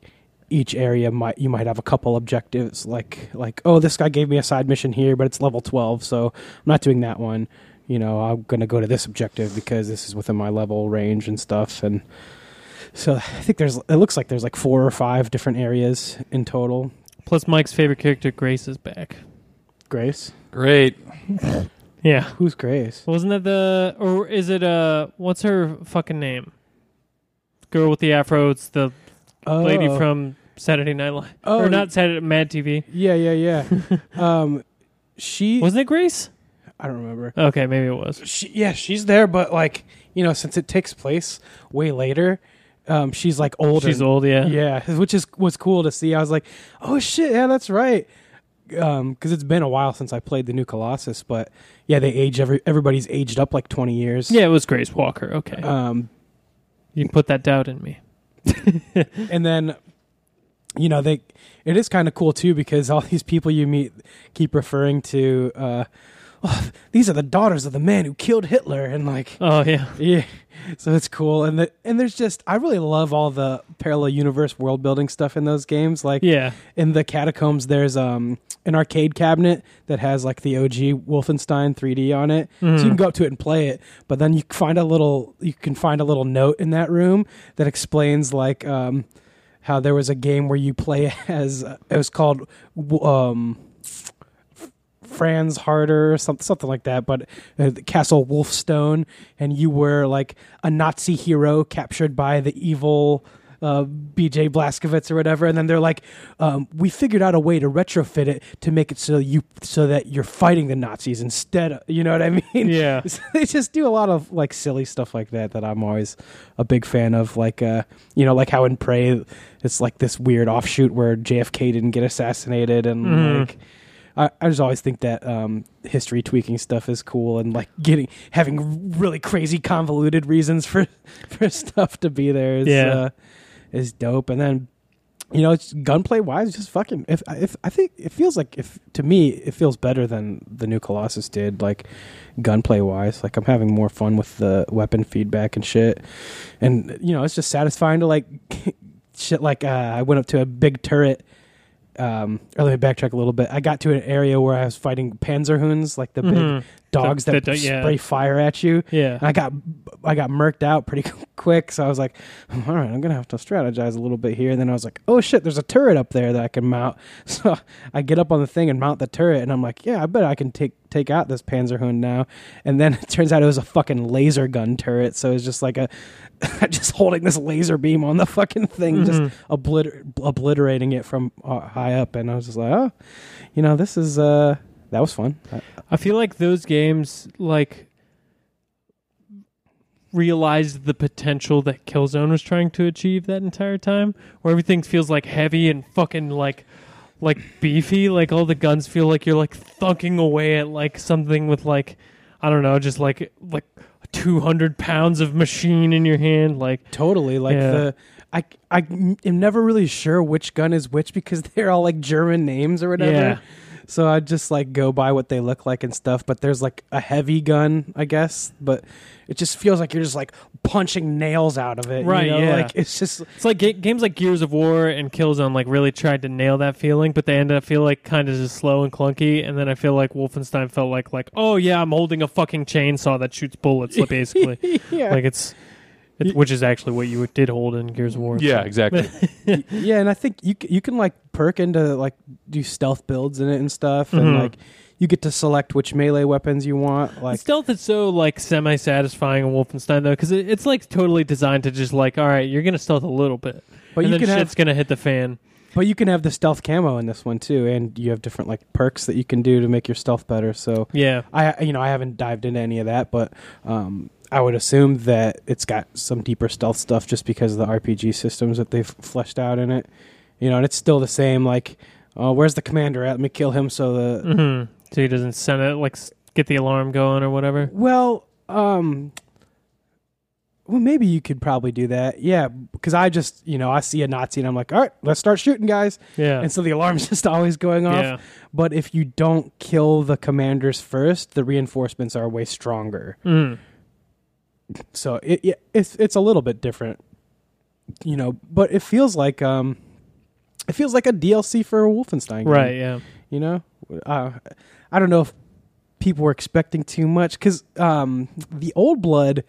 [SPEAKER 4] each area might you might have a couple objectives like like oh this guy gave me a side mission here but it's level 12 so i'm not doing that one you know i'm going to go to this objective because this is within my level range and stuff and so i think there's it looks like there's like four or five different areas in total
[SPEAKER 2] Plus Mike's favorite character Grace is back.
[SPEAKER 4] grace
[SPEAKER 3] Great.
[SPEAKER 2] Yeah.
[SPEAKER 4] who's grace
[SPEAKER 2] Wasn't that the or is it uh what's her fucking name? Girl with the afro, it's the
[SPEAKER 4] oh.
[SPEAKER 2] lady from Saturday Night Live.
[SPEAKER 4] Oh,
[SPEAKER 2] or not Saturday Mad TV.
[SPEAKER 4] yeah yeah yeah um she
[SPEAKER 2] Wasn't it Grace?
[SPEAKER 4] i don't remember
[SPEAKER 2] Okay, maybe it was.
[SPEAKER 4] she, yeah, she's there, but like you know, since it takes place way later, um, she's like older.
[SPEAKER 2] She's old, yeah.
[SPEAKER 4] yeah, which is was cool to see. I was like, oh shit, yeah, that's right, because it's been a while since I played the new Colossus, but yeah, they age every everybody's aged up like twenty years.
[SPEAKER 2] Yeah, it was Grace Walker. Okay.
[SPEAKER 4] Um,
[SPEAKER 2] you put that doubt in me.
[SPEAKER 4] and then you know they it is kind of cool too because all these people you meet keep referring to uh, oh, these are the daughters of the man who killed Hitler, and like
[SPEAKER 2] Oh yeah.
[SPEAKER 4] Yeah, so it's cool, and the, and there's just I really love all the parallel universe world building stuff in those games. Like
[SPEAKER 2] Yeah.
[SPEAKER 4] in the catacombs, there's um an arcade cabinet that has like the OG Wolfenstein 3D on it, so you
[SPEAKER 2] Mm-hmm.
[SPEAKER 4] can go up to it and play it. But then you find a little you can find a little note in that room that explains like um how there was a game where you play as it was called um Franz Harder or something, something like that, but uh, the Castle Wolfstone, and you were like a Nazi hero captured by the evil uh, BJ Blazkowicz or whatever, and then they're like, um, we figured out a way to retrofit it to make it so you so that you're fighting the Nazis instead. Of, you know what I mean?
[SPEAKER 2] Yeah.
[SPEAKER 4] they just do a lot of like silly stuff like that that I'm always a big fan of. Like uh, you know, like how in Prey it's like this weird offshoot where JFK didn't get assassinated and
[SPEAKER 2] Mhm.
[SPEAKER 4] like I, I just always think that um, history tweaking stuff is cool and like getting having really crazy convoluted reasons for for stuff to be there is
[SPEAKER 2] Yeah.
[SPEAKER 4] uh, is dope. And then you know, it's gunplay wise, just fucking. If if I think it feels like if to me it feels better than the new Colossus did, like gunplay wise. Like I'm having more fun with the weapon feedback and shit, and you know, it's just satisfying to like shit. Like uh, I went up to a big turret. Um, or let me backtrack a little bit. I got to an area where I was fighting Panzerhounds, like the
[SPEAKER 2] Mhm.
[SPEAKER 4] big dogs
[SPEAKER 2] The-
[SPEAKER 4] that
[SPEAKER 2] the- yeah.
[SPEAKER 4] spray fire at you.
[SPEAKER 2] Yeah.
[SPEAKER 4] And I got I got murked out pretty quick, so I was like, "Hmm, all right, I'm gonna have to strategize a little bit here. And then I was like, oh shit, there's a turret up there that I can mount. So I get up on the thing and mount the turret, and I'm like, yeah, I bet I can take take out this Panzerhund now. And then it turns out it was a fucking laser gun turret, so it's just like a just holding this laser beam on the fucking thing, just obliter- obliterating it from uh, high up. And I was just like, oh, you know, this is uh, that was fun. I-
[SPEAKER 2] I feel like those games like realized the potential that Killzone was trying to achieve that entire time, where everything feels like heavy and fucking like like beefy, like all the guns feel like you're like thunking away at like something with like I don't know, just like like 200 pounds of machine in your hand, like
[SPEAKER 4] Totally, like
[SPEAKER 2] Yeah.
[SPEAKER 4] the I I am never really sure which gun is which because they're all like German names or whatever.
[SPEAKER 2] Yeah.
[SPEAKER 4] So I just like go by what they look like and stuff. But there's like a heavy gun, I guess. But it just feels like you're just like punching nails out of it, you
[SPEAKER 2] Right,
[SPEAKER 4] know?
[SPEAKER 2] yeah.
[SPEAKER 4] Like it's just
[SPEAKER 2] It's like ga- games like Gears of War and Killzone like really tried to nail that feeling, but they ended up feel like kind of just slow and clunky. And then I feel like Wolfenstein felt like like oh yeah, I'm holding a fucking chainsaw that shoots bullets, like, basically.
[SPEAKER 4] yeah,
[SPEAKER 2] Like it's, it, which is actually what you did hold in Gears of War.
[SPEAKER 3] Yeah, exactly.
[SPEAKER 4] yeah. And I think you c- you can like perk into like do stealth builds in it and stuff, and
[SPEAKER 2] Mhm.
[SPEAKER 4] like you get to select which melee weapons you want. Like
[SPEAKER 2] stealth is so like semi-satisfying in Wolfenstein though, because it, it's like totally designed to just like all right, you're gonna stealth a little bit,
[SPEAKER 4] But
[SPEAKER 2] and
[SPEAKER 4] you
[SPEAKER 2] then
[SPEAKER 4] can have-
[SPEAKER 2] shit's gonna hit the fan.
[SPEAKER 4] But you can have the stealth camo in this one too, and you have different like perks that you can do to make your stealth better. So
[SPEAKER 2] Yeah,
[SPEAKER 4] I, you know, I haven't dived into any of that, but um, I would assume that it's got some deeper stealth stuff just because of the RPG systems that they've fleshed out in it. You know, and it's still the same. Like, oh, where's the commander at? Let me kill him. So the
[SPEAKER 2] hmm so he doesn't send it like s- get the alarm going or whatever.
[SPEAKER 4] Well, um, well, maybe you could probably do that. Yeah, because I just, you know, I see a Nazi and I'm like, all right, let's start shooting, guys.
[SPEAKER 2] Yeah.
[SPEAKER 4] And so the alarm's just always going off.
[SPEAKER 2] Uh, Yeah.
[SPEAKER 4] But if you don't kill the commanders first, the reinforcements are way stronger.
[SPEAKER 2] Mm.
[SPEAKER 4] So it, yeah, it's it's a little bit different, you know. But it feels like um, it feels like a DLC for a Wolfenstein, game,
[SPEAKER 2] Right. Yeah.
[SPEAKER 4] you know uh, i don't know if people were expecting too much because um, the old blood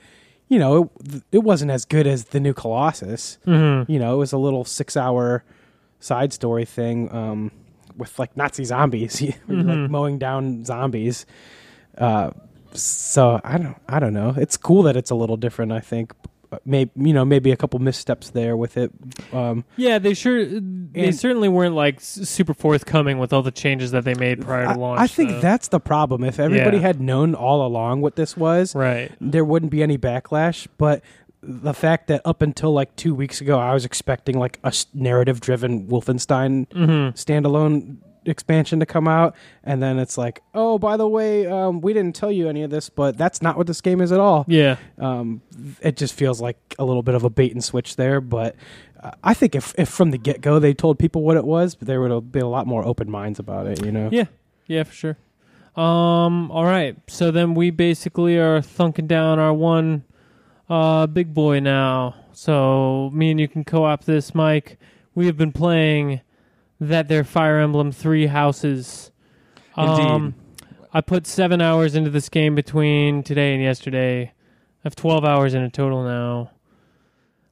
[SPEAKER 4] you know it, it wasn't as good as the new colossus
[SPEAKER 2] Mm-hmm.
[SPEAKER 4] you know it was a little six hour side story thing um, with like nazi zombies you were, like
[SPEAKER 2] Mm-hmm.
[SPEAKER 4] mowing down zombies uh, so i don't i don't know it's cool that it's a little different i think maybe you know maybe a couple missteps there with it um,
[SPEAKER 2] Yeah, they sure they
[SPEAKER 4] And-
[SPEAKER 2] certainly weren't like s- super forthcoming with all the changes that they made prior
[SPEAKER 4] I,
[SPEAKER 2] to launch.
[SPEAKER 4] I think
[SPEAKER 2] though.
[SPEAKER 4] that's the problem if everybody
[SPEAKER 2] Yeah.
[SPEAKER 4] had known all along what this was
[SPEAKER 2] right.
[SPEAKER 4] there wouldn't be any backlash but the fact that up until like two weeks ago i was expecting like a narrative driven wolfenstein standalone expansion to come out and then it's like oh by the way um, we didn't tell you any of this but that's not what this game is at all
[SPEAKER 2] Yeah,
[SPEAKER 4] um, it just feels like a little bit of a bait and switch there but uh, i think if, if from the get-go they told people what it was there would be a lot more open minds about it you know
[SPEAKER 2] yeah, yeah, for sure. Um, all right. So then we basically are thunking down our one uh, big boy now. So me and you can co-op this, Mike. We have been playing that their Fire Emblem Three Houses. Um, I put seven hours into this game between today and yesterday. I have 12 hours in a total now.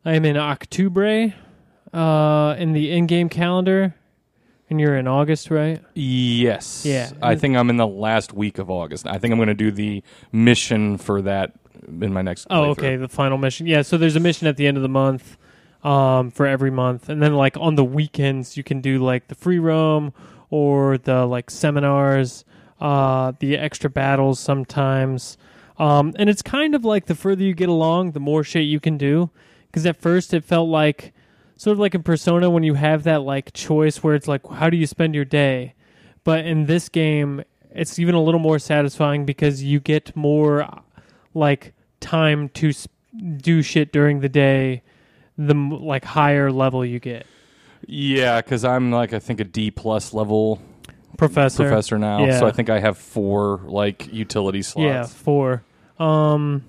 [SPEAKER 2] I am in Octubre uh, in the in game calendar, and you're in August, right?
[SPEAKER 3] Yes.
[SPEAKER 2] Yeah.
[SPEAKER 3] I think I'm in the last week of August. I think I'm going to do the mission for that in my next.
[SPEAKER 2] Oh,
[SPEAKER 3] playthrough.
[SPEAKER 2] okay. The final mission. Yeah. So there's a mission at the end of the month um, for every month, and then like on the weekends you can do like the free roam or the like seminars, uh, the extra battles sometimes, um, and it's kind of like the further you get along, the more shit you can do. Because at first it felt like sort of like in Persona when you have that like choice where it's like how do you spend your day, But in this game, it's even a little more satisfying because you get more like time to s do shit during the day. The m- like higher level you get,
[SPEAKER 3] Yeah, because I'm like I think a D plus level
[SPEAKER 2] professor.
[SPEAKER 3] professor now,
[SPEAKER 2] Yeah.
[SPEAKER 3] so I think I have four like utility
[SPEAKER 2] Yeah,
[SPEAKER 3] slots.
[SPEAKER 2] four. Um,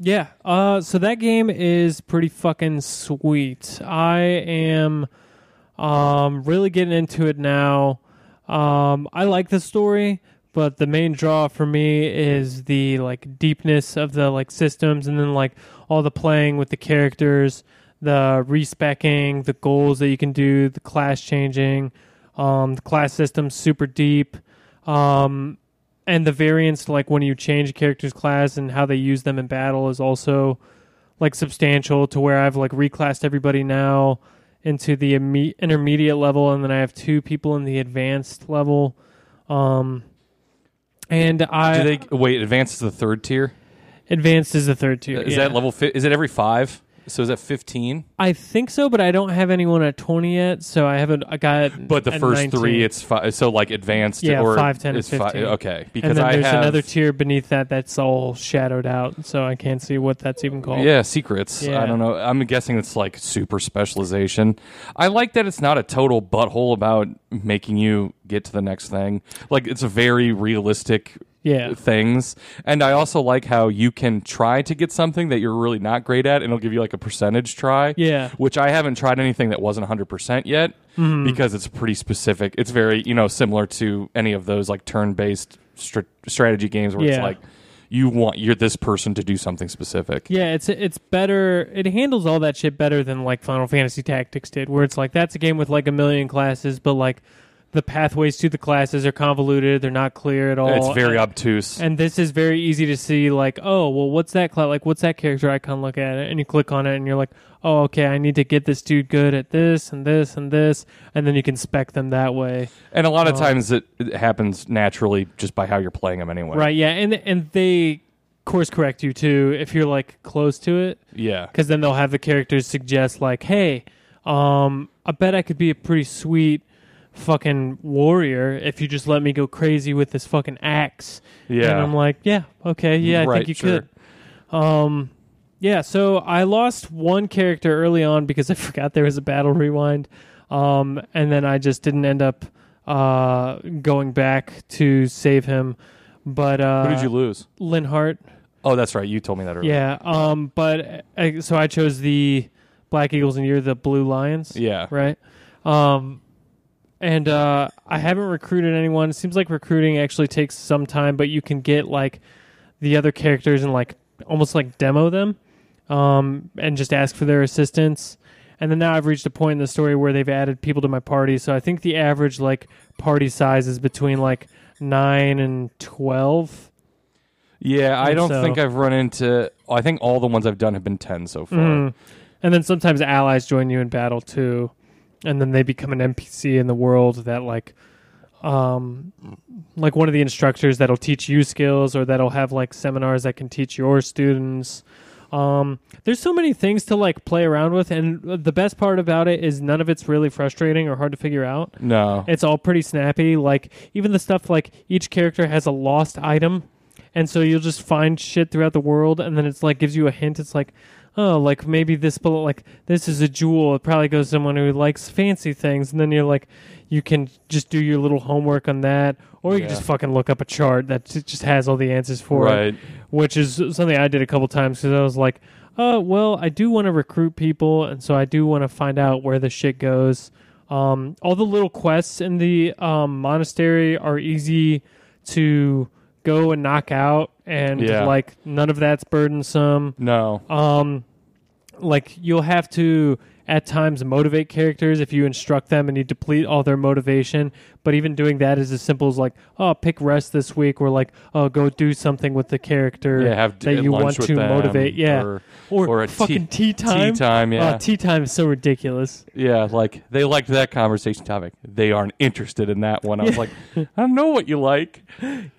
[SPEAKER 2] yeah. Uh, so that game is pretty fucking sweet. I am, um, really getting into it now. Um, I like the story, but the main draw for me is the like deepness of the like systems, and then like all the playing with the characters, the respecking, the goals that you can do, the class changing. Um, the class system's super deep. Um, and the variance like when you change a character's class and how they use them in battle is also like substantial to where I've like reclassed everybody now into the imme- intermediate level and then I have two people in the advanced level um and I
[SPEAKER 3] Do they wait? Advance is the third tier.
[SPEAKER 2] advanced is the third tier
[SPEAKER 3] Is
[SPEAKER 2] yeah.
[SPEAKER 3] that level? Fi- is it every five? So is that fifteen?
[SPEAKER 2] I think so but I don't have anyone at 20 yet so I haven't I got
[SPEAKER 3] But the
[SPEAKER 2] at
[SPEAKER 3] first
[SPEAKER 2] 19.
[SPEAKER 3] three, it's five. So like advanced,
[SPEAKER 2] Yeah,
[SPEAKER 3] or
[SPEAKER 2] five, 10, and
[SPEAKER 3] it's fi-
[SPEAKER 2] 15.
[SPEAKER 3] okay, because
[SPEAKER 2] and then
[SPEAKER 3] I
[SPEAKER 2] there's
[SPEAKER 3] have
[SPEAKER 2] another tier beneath that that's all shadowed out so I can't see what that's even called
[SPEAKER 3] Yeah, secrets.
[SPEAKER 2] Yeah.
[SPEAKER 3] I don't know. I'm guessing it's like super specialization. I like that it's not a total butthole about making you get to the next thing. Like it's a very realistic
[SPEAKER 2] Yeah.
[SPEAKER 3] things. And I also like how you can try to get something that you're really not great at and it'll give you like a percentage try.
[SPEAKER 2] Yeah.
[SPEAKER 3] Which I haven't tried anything that wasn't 100% yet
[SPEAKER 2] Mm-hmm.
[SPEAKER 3] because it's pretty specific. It's very, you know, similar to any of those like turn-based str- strategy games where it's
[SPEAKER 2] Yeah.
[SPEAKER 3] like you want you're this person to do something specific.
[SPEAKER 2] Yeah, it's it's better. It handles all that shit better than like Final Fantasy Tactics did, where it's like that's a game with like a million classes, but like the pathways to the classes are convoluted. They're not clear at all.
[SPEAKER 3] It's very
[SPEAKER 2] and,
[SPEAKER 3] obtuse.
[SPEAKER 2] And this is very easy to see. Like, oh, well, what's that? Cla- like, what's that character icon? Look at it, and you click on it, and you're like, oh, okay, I need to get this dude good at this and this and this, and then you can spec them that way.
[SPEAKER 3] And a lot
[SPEAKER 2] uh,
[SPEAKER 3] of times it, it happens naturally just by how you're playing them anyway.
[SPEAKER 2] Right? Yeah, and and they course correct you too if you're like close to it.
[SPEAKER 3] Yeah.
[SPEAKER 2] because then they'll have the characters suggest like, "Hey, um, I bet I could be a pretty sweet fucking warrior if you just let me go crazy with this fucking axe."
[SPEAKER 3] Yeah.
[SPEAKER 2] and I'm like, "Yeah, okay, yeah, I
[SPEAKER 3] Right,
[SPEAKER 2] think you
[SPEAKER 3] sure.
[SPEAKER 2] could." Um, yeah. So I lost one character early on because I forgot there was a battle rewind, um, and then I just didn't end up uh going back to save him. But uh,
[SPEAKER 3] Who did you lose?
[SPEAKER 2] Lynn Hart.
[SPEAKER 3] Oh, that's right. You told me that earlier.
[SPEAKER 2] Yeah. Um. But uh, so I chose the Black Eagles, and you're the Blue Lions.
[SPEAKER 3] Yeah.
[SPEAKER 2] Right. Um. And uh, I haven't recruited anyone. It seems like recruiting actually takes some time, but you can get like the other characters and like almost like demo them, um, and just ask for their assistance. And then now I've reached a point in the story where they've added people to my party. So I think the average like party size is between like nine and twelve.
[SPEAKER 3] Yeah, I don't
[SPEAKER 2] So-
[SPEAKER 3] think I've run into. I think all the ones I've done have been 10 so far.
[SPEAKER 2] Mm. And then sometimes allies join you in battle too, and then they become an NPC in the world that like, um, like one of the instructors that'll teach you skills or that'll have like seminars that can teach your students. Um, there's so many things to like play around with, and the best part about it is none of it's really frustrating or hard to figure out.
[SPEAKER 3] No.
[SPEAKER 2] It's all pretty snappy. Like even the stuff like each character has a lost item, and so you'll just find shit throughout the world, and then it's like gives you a hint. It's like, oh, like maybe this bullet, like this is a jewel. It probably goes to someone who likes fancy things, and then you're like, you can just do your little homework on that, or you
[SPEAKER 3] Yeah.
[SPEAKER 2] can just fucking look up a chart that j- just has all the answers for it
[SPEAKER 3] right.
[SPEAKER 2] which is something I did a couple times because I was like, "Oh, well, I do want to recruit people, and so I do want to find out where the shit goes." Um, all the little quests in the um, monastery are easy to go and knock out, and
[SPEAKER 3] Yeah.
[SPEAKER 2] like none of that's burdensome.
[SPEAKER 3] No.
[SPEAKER 2] Um, like you'll have to at times motivate characters if you instruct them and you deplete all their motivation. But even doing that is as simple as like, oh, pick rest this week, or like, oh, go do something with the character
[SPEAKER 3] Yeah, have d-
[SPEAKER 2] that you
[SPEAKER 3] lunch
[SPEAKER 2] want
[SPEAKER 3] with
[SPEAKER 2] to
[SPEAKER 3] them,
[SPEAKER 2] motivate. Yeah,
[SPEAKER 3] or-
[SPEAKER 2] or,
[SPEAKER 3] or a tea-
[SPEAKER 2] fucking tea, time.
[SPEAKER 3] Tea time, yeah.
[SPEAKER 2] Oh, tea time is so ridiculous.
[SPEAKER 3] yeah, like they liked that conversation topic. They aren't interested in that one. I was like, I don't know what you like.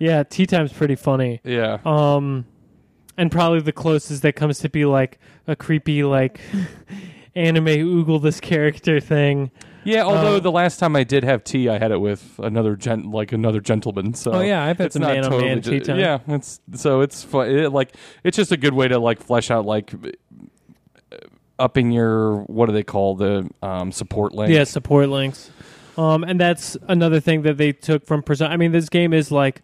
[SPEAKER 2] Yeah, tea time's pretty funny.
[SPEAKER 3] Yeah.
[SPEAKER 2] Um, and probably the closest that comes to be like a creepy like anime oogle this character thing.
[SPEAKER 3] Yeah,
[SPEAKER 2] uh,
[SPEAKER 3] although the last time I did have tea, I had it with another gent, like another gentleman. So
[SPEAKER 2] Oh, yeah, I've had
[SPEAKER 3] it's
[SPEAKER 2] some
[SPEAKER 3] not
[SPEAKER 2] man on man
[SPEAKER 3] ju-
[SPEAKER 2] tea time.
[SPEAKER 3] Yeah, it's so it's fun. It, like it's just a good way to like flesh out like uh, upping your what do they call the um, support link?
[SPEAKER 2] Yeah, support links. Um, and that's another thing that they took from Persona. I mean, this game is like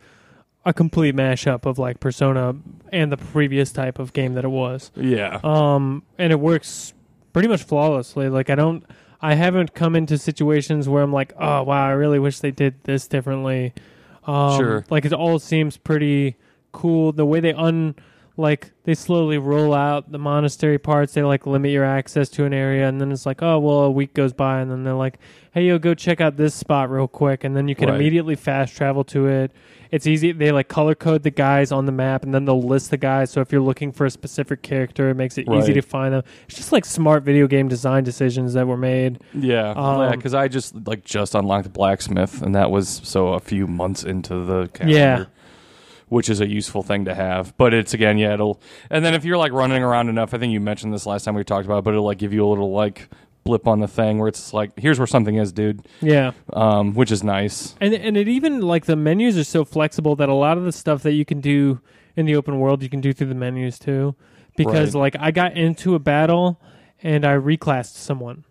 [SPEAKER 2] a complete mashup of like Persona and the previous type of game that it was.
[SPEAKER 3] yeah.
[SPEAKER 2] Um, and it works pretty much flawlessly. Like I don't, I haven't come into situations where I'm like, oh wow, I really wish they did this differently. Um,
[SPEAKER 3] Sure.
[SPEAKER 2] Like it all seems pretty cool. The way they un, like they slowly roll out the monastery parts. They like limit your access to an area, and then it's like, oh well, a week goes by, and then they're like, hey yo, go check out this spot real quick, and then you can
[SPEAKER 3] Right.
[SPEAKER 2] immediately fast travel to it. It's easy. They like color code the guys on the map, and then they'll list the guys. So if you're looking for a specific character, it makes it easy
[SPEAKER 3] Right.
[SPEAKER 2] to find them. It's just like smart video game design decisions that were made.
[SPEAKER 3] Yeah, Yeah, 'cause
[SPEAKER 2] Um,
[SPEAKER 3] because I just like just unlocked blacksmith, and that was so a few months into the calendar.
[SPEAKER 2] Yeah.
[SPEAKER 3] Which is a useful thing to have, but it's again, yeah, it'll. And then if you're like running around enough, I think you mentioned this last time we talked about, it, but it'll like give you a little like blip on the thing where it's like, here's where something is, dude,
[SPEAKER 2] Yeah.
[SPEAKER 3] um, which is nice.
[SPEAKER 2] And and it even like the menus are so flexible that a lot of the stuff that you can do in the open world you can do through the menus too. Because like I got into a battle and I reclassed someone.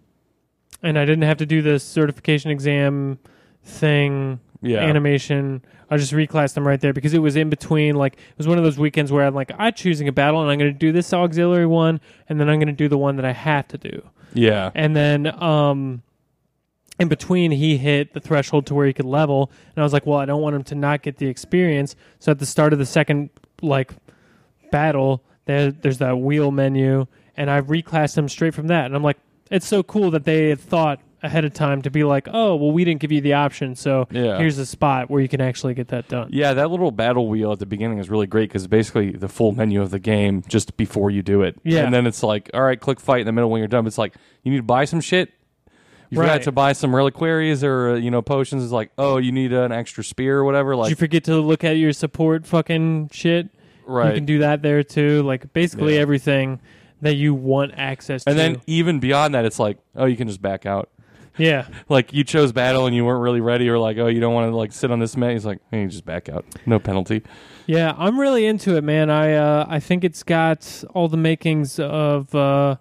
[SPEAKER 2] And I didn't have to do this certification exam thing
[SPEAKER 3] Yeah,
[SPEAKER 2] animation. I just reclassed them right there because it was in between. Like it was one of those weekends where I'm like, I'm choosing a battle, and I'm going to do this auxiliary one, and then I'm going to do the one that I have to do.
[SPEAKER 3] yeah,
[SPEAKER 2] And then um, in between, he hit the threshold to where he could level, and I was like, well, I don't want him to not get the experience. So at the start of the second like battle, there there's that wheel menu, and I reclassed him straight from that. And I'm like, it's so cool that they had thought ahead of time to be like, oh, well, we didn't give you the option, so
[SPEAKER 3] Yeah.
[SPEAKER 2] here's a spot where you can actually get that done.
[SPEAKER 3] yeah. That little battle wheel at the beginning is really great because basically the full menu of the game just before you do it.
[SPEAKER 2] Yeah.
[SPEAKER 3] and then it's like, all right, click fight in the middle when you're done. But it's like you need to buy some shit. You
[SPEAKER 2] Right.
[SPEAKER 3] forgot to buy some reliquaries or uh, you know potions. It's like, oh, you need an extra spear or whatever.
[SPEAKER 2] Did you
[SPEAKER 3] Like,
[SPEAKER 2] forget to look at your support fucking shit? You
[SPEAKER 3] right.
[SPEAKER 2] can do that there too. Like basically
[SPEAKER 3] Yeah.
[SPEAKER 2] everything that you want access
[SPEAKER 3] and
[SPEAKER 2] to.
[SPEAKER 3] then even beyond that, it's like, oh, you can just back out.
[SPEAKER 2] yeah.
[SPEAKER 3] Like you chose battle and you weren't really ready, or like, oh, you don't want to like sit on this mat. He's like, hey, you just back out, no penalty.
[SPEAKER 2] Yeah, I'm really into it, man. I uh, I think it's got all the makings of uh,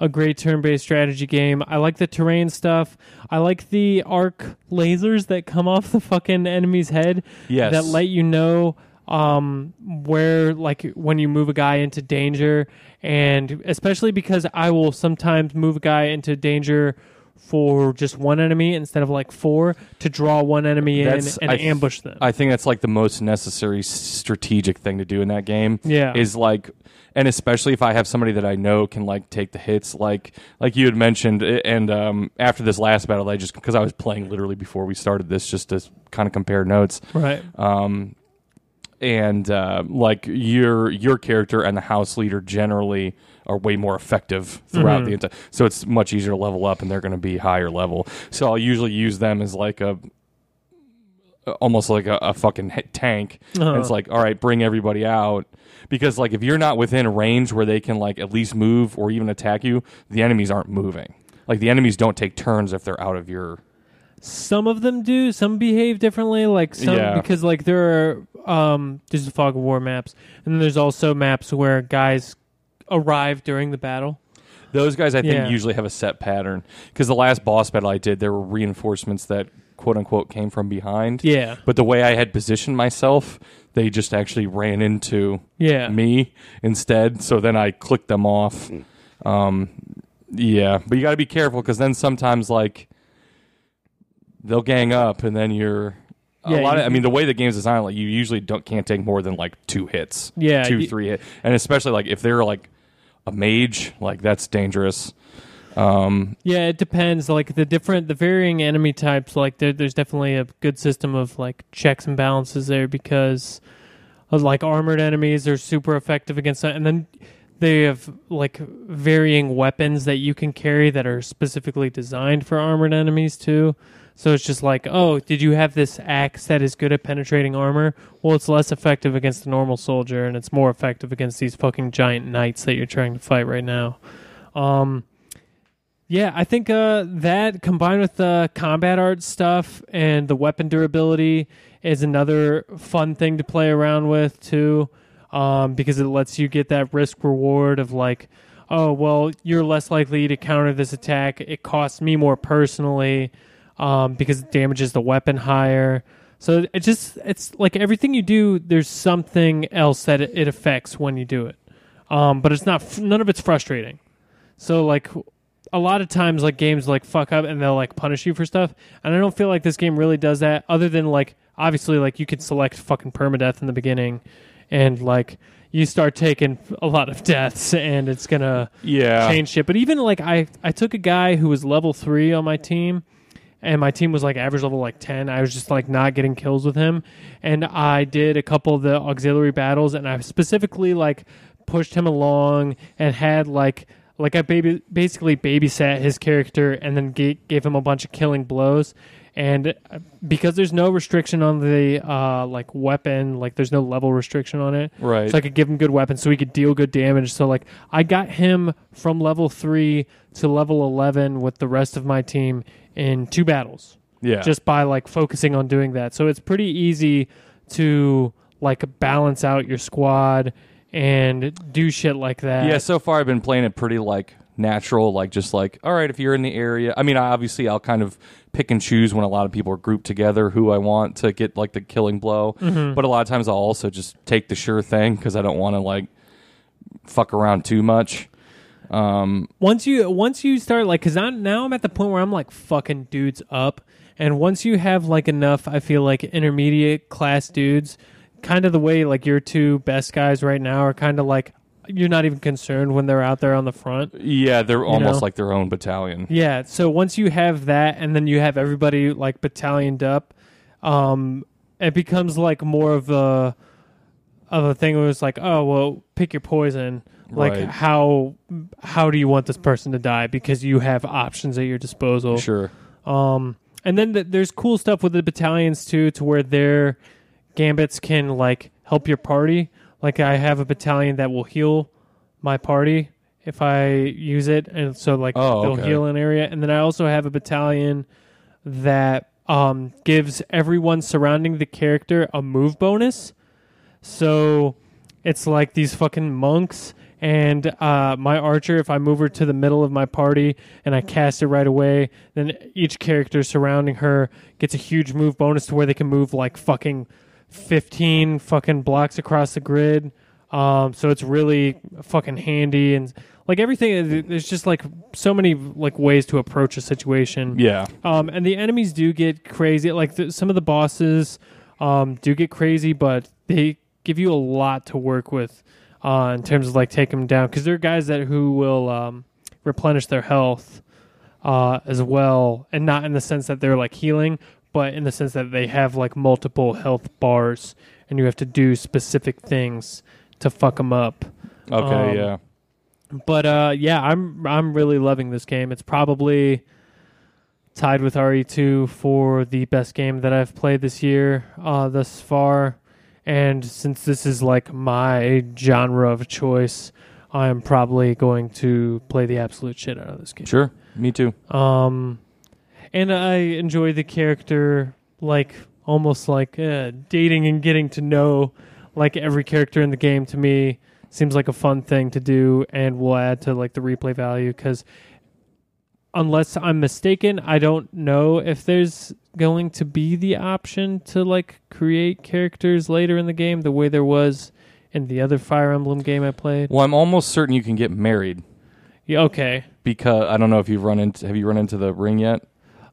[SPEAKER 2] a great turn-based strategy game. I like the terrain stuff. I like the arc lasers that come off the fucking enemy's head
[SPEAKER 3] Yes.
[SPEAKER 2] that let you know um, where like when you move a guy into danger, and especially because I will sometimes move a guy into danger. For just one enemy instead of like four to draw one enemy in
[SPEAKER 3] That's-
[SPEAKER 2] and
[SPEAKER 3] I th-
[SPEAKER 2] ambush them.
[SPEAKER 3] I think that's like the most necessary s- strategic thing to do in that game.
[SPEAKER 2] Yeah.
[SPEAKER 3] Is like, and especially if I have somebody that I know can like take the hits, like like you had mentioned. i- And um, after this last battle, I just because I was playing literally before we started this, just to kind of compare notes.
[SPEAKER 2] right.
[SPEAKER 3] Um, and uh, like your your character and the house leader generally are way more effective throughout the entire. So it's much easier to level up, and they're going to be higher level. So I'll usually use them as like a almost like a, a fucking hit tank. And it's
[SPEAKER 2] Uh-huh.
[SPEAKER 3] like, all right, bring everybody out because like if you're not within range where they can like at least move or even attack you, the enemies aren't moving. Like the enemies don't take turns if they're out of your
[SPEAKER 2] some of them do some behave differently like some
[SPEAKER 3] Yeah.
[SPEAKER 2] because like there are um there's the fog of war maps and then there's also maps where guys arrive during the battle
[SPEAKER 3] Those guys, I think,
[SPEAKER 2] Yeah.
[SPEAKER 3] usually have a set pattern because the last boss battle I did, there were reinforcements that quote unquote came from behind.
[SPEAKER 2] yeah
[SPEAKER 3] But the way I had positioned myself, they just actually ran into
[SPEAKER 2] yeah
[SPEAKER 3] me instead. So then I clicked them off. Um, yeah, but you got to be careful because then sometimes like they'll gang up, and then you're a
[SPEAKER 2] Yeah,
[SPEAKER 3] lot.
[SPEAKER 2] you-
[SPEAKER 3] of, I mean, the way the game's designed, like you usually don't can't take more than like two hits.
[SPEAKER 2] Yeah,
[SPEAKER 3] two
[SPEAKER 2] you-
[SPEAKER 3] three hit, and especially like if they're like a mage, like that's dangerous. Um,
[SPEAKER 2] yeah it depends like the different the varying enemy types like there, there's definitely a good system of like checks and balances there because uh, like armored enemies are super effective against that and then they have like varying weapons that you can carry that are specifically designed for armored enemies too. So it's just like, oh, did you have this axe that is good at penetrating armor? Well, it's less effective against a normal soldier, and it's more effective against these fucking giant knights that you're trying to fight right now. Um, Yeah, I think uh, that combined with the combat art stuff and the weapon durability is another fun thing to play around with too, um, because it lets you get that risk reward of like, oh well, you're less likely to counter this attack. It costs me more personally um, because it damages the weapon higher. So it just it's like everything you do, there's something else that it, it affects when you do it, um, but it's not none of it's frustrating. So like a lot of times like games like fuck up and they'll like punish you for stuff. And I don't feel like this game really does that other than like obviously like you could select fucking permadeath in the beginning and like you start taking a lot of deaths and it's going to
[SPEAKER 3] Yeah.
[SPEAKER 2] change shit. But even like I I took a guy who was level 3 on my team and my team was like average level like 10. I was just like not getting kills with him and I did a couple of the auxiliary battles and I specifically like pushed him along and had like like I baby basically babysat his character and then ga- gave him a bunch of killing blows and uh, because there's no restriction on the uh like weapon like there's no level restriction on it
[SPEAKER 3] Right.
[SPEAKER 2] so I could give him good weapons so he could deal good damage. So like I got him from level three to level eleven with the rest of my team in two battles.
[SPEAKER 3] yeah.
[SPEAKER 2] Just by like focusing on doing that. So it's pretty easy to like balance out your squad and do shit like that.
[SPEAKER 3] yeah. So far, I've been playing it pretty like natural, like just like all right. If you're in the area, I mean, I obviously I'll kind of pick and choose when a lot of people are grouped together who I want to get like the killing blow.
[SPEAKER 2] Mm-hmm.
[SPEAKER 3] But a lot of times I'll also just take the sure thing because I don't want to like fuck around too much. Um,
[SPEAKER 2] once you once you start like because I'm now I'm at the point where I'm like fucking dudes up, and once you have like enough, I feel like intermediate class dudes, kind of the way like your two best guys right now are kind of like you're not even concerned when they're out there on the front.
[SPEAKER 3] yeah, they're almost
[SPEAKER 2] know?
[SPEAKER 3] like their own battalion.
[SPEAKER 2] Yeah. So once you have that, and then you have everybody like battalioned up, um, it becomes like more of a of a thing where it's like, oh well, pick your poison. Like
[SPEAKER 3] Right.
[SPEAKER 2] how how do you want this person to die? Because you have options at your disposal.
[SPEAKER 3] Sure.
[SPEAKER 2] Um, and then th there's cool stuff with the battalions too, to where their gambits can like help your party. Like I have a battalion that will heal my party if I use it, and so like
[SPEAKER 3] Oh,
[SPEAKER 2] they'll
[SPEAKER 3] okay.
[SPEAKER 2] heal an area. And then I also have a battalion that um, gives everyone surrounding the character a move bonus. So it's like these fucking monks and uh, my archer. If I move her to the middle of my party and I cast it right away, then each character surrounding her gets a huge move bonus to where they can move like fucking fifteen fucking blocks across the grid. Um, so it's really fucking handy and like everything. There's just like so many like ways to approach a situation.
[SPEAKER 3] Yeah.
[SPEAKER 2] Um, and the enemies do get crazy. Like th- some of the bosses um, do get crazy, but they give you a lot to work with uh, in terms of like taking them down because there are guys that who will um, replenish their health uh, as well, and not in the sense that they're like healing, but in the sense that they have like multiple health bars, and you have to do specific things to fuck them up.
[SPEAKER 3] Okay.
[SPEAKER 2] Um,
[SPEAKER 3] yeah.
[SPEAKER 2] But uh, yeah, I'm I'm really loving this game. It's probably tied with RE2 for the best game that I've played this year uh, thus far. And since this is like my genre of choice, I am probably going to play the absolute shit out of this game.
[SPEAKER 3] Sure. Me too.
[SPEAKER 2] Um, and I enjoy the character like almost like uh, dating and getting to know like every character in the game to me seems like a fun thing to do and will add to like the replay value because unless I'm mistaken, I don't know if there's going to be the option to like create characters later in the game the way there was in the other Fire Emblem game I played.
[SPEAKER 3] Well, I'm almost certain you can get married
[SPEAKER 2] Yeah, okay.
[SPEAKER 3] because I don't know if you've run into have you run into the ring yet?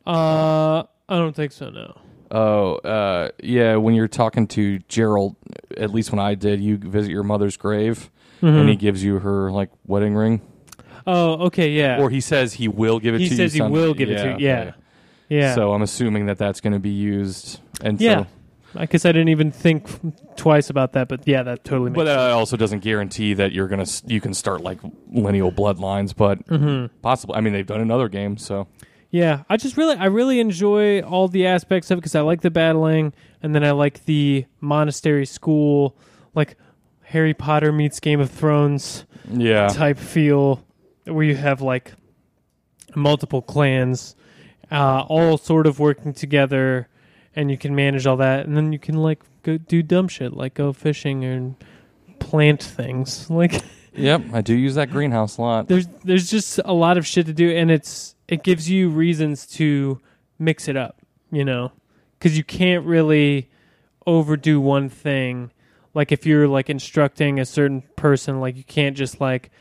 [SPEAKER 2] Uh, I don't think so. No.
[SPEAKER 3] Oh, uh, yeah. When you're talking to Gerald, at least when I did, you visit your mother's grave, and he
[SPEAKER 2] Hmm.
[SPEAKER 3] gives you her like wedding ring,
[SPEAKER 2] Oh, okay, yeah.
[SPEAKER 3] or he says he will give it
[SPEAKER 2] he
[SPEAKER 3] to you.
[SPEAKER 2] says he
[SPEAKER 3] some-
[SPEAKER 2] will give it to you. Yeah,
[SPEAKER 3] okay.
[SPEAKER 2] yeah.
[SPEAKER 3] So I'm assuming that that's going to be used, and
[SPEAKER 2] yeah.
[SPEAKER 3] So,
[SPEAKER 2] I guess I didn't even think twice about that, but yeah, that totally makes.
[SPEAKER 3] but that also doesn't guarantee that you're gonna s- you can start like lineal bloodlines, but uh, possible. I mean, they've done another game, so
[SPEAKER 2] Mm-hmm. yeah, I just really, I really enjoy all the aspects of it because I like the battling, and then I like the monastery school, like Harry Potter meets Game of Thrones
[SPEAKER 3] yeah,
[SPEAKER 2] type feel, where you have like multiple clans, uh, all sort of working together, and you can manage all that. And then you can like go do dumb shit, like go fishing and plant things. Like
[SPEAKER 3] Yep, I do use that greenhouse a lot.
[SPEAKER 2] there's there's just a lot of shit to do, and it's it gives you reasons to mix it up, you know, because you can't really overdo one thing. Like if you're like instructing a certain person, like you can't just like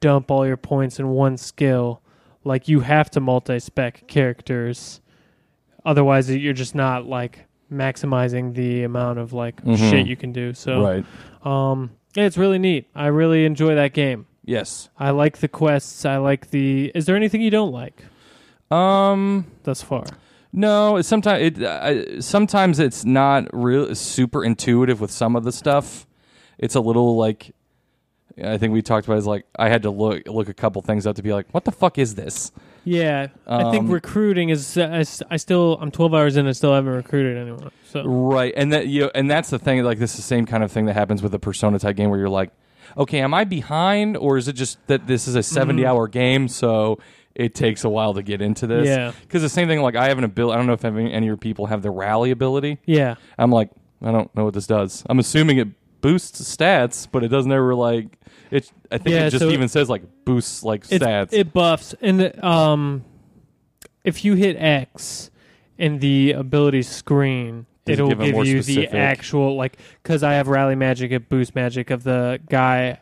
[SPEAKER 2] dump all your points in one skill. Like you have to multi-spec characters, otherwise you're just not like maximizing the amount of like
[SPEAKER 3] Mhm.
[SPEAKER 2] shit you can do. So,
[SPEAKER 3] Right.
[SPEAKER 2] um, yeah, it's really neat. I really enjoy that game.
[SPEAKER 3] Yes.
[SPEAKER 2] I like the quests. I like the. Is there anything you don't like
[SPEAKER 3] Um.
[SPEAKER 2] thus far?
[SPEAKER 3] No. It's sometimes it. I, sometimes it's not real super intuitive with some of the stuff. It's a little like. I think we talked about is like I had to look look a couple things up to be like, what the fuck is this?
[SPEAKER 2] Yeah, I think
[SPEAKER 3] Um,
[SPEAKER 2] recruiting is. I, s- I still. I'm 12 hours in. I still haven't recruited anyone. So
[SPEAKER 3] Right, and that you know, and that's the thing. Like this is the same kind of thing that happens with a Persona type game where you're like, okay, am I behind, or is it just that this is a 70 hour game, so it takes a while to get into this?
[SPEAKER 2] Yeah.
[SPEAKER 3] because the same thing. Like I have an ability. I don't know if any any of your people have the rally ability.
[SPEAKER 2] yeah,
[SPEAKER 3] I'm like, I don't know what this does. I'm assuming it boosts stats, but it doesn't ever like it. I think
[SPEAKER 2] Yeah,
[SPEAKER 3] it just
[SPEAKER 2] so-
[SPEAKER 3] even says like boosts like
[SPEAKER 2] it,
[SPEAKER 3] stats.
[SPEAKER 2] it buffs and um, if you hit X in the ability screen,
[SPEAKER 3] Does it
[SPEAKER 2] it'll
[SPEAKER 3] give it
[SPEAKER 2] give,
[SPEAKER 3] more
[SPEAKER 2] you
[SPEAKER 3] specific?
[SPEAKER 2] the actual like because I have rally magic and boost magic of the guy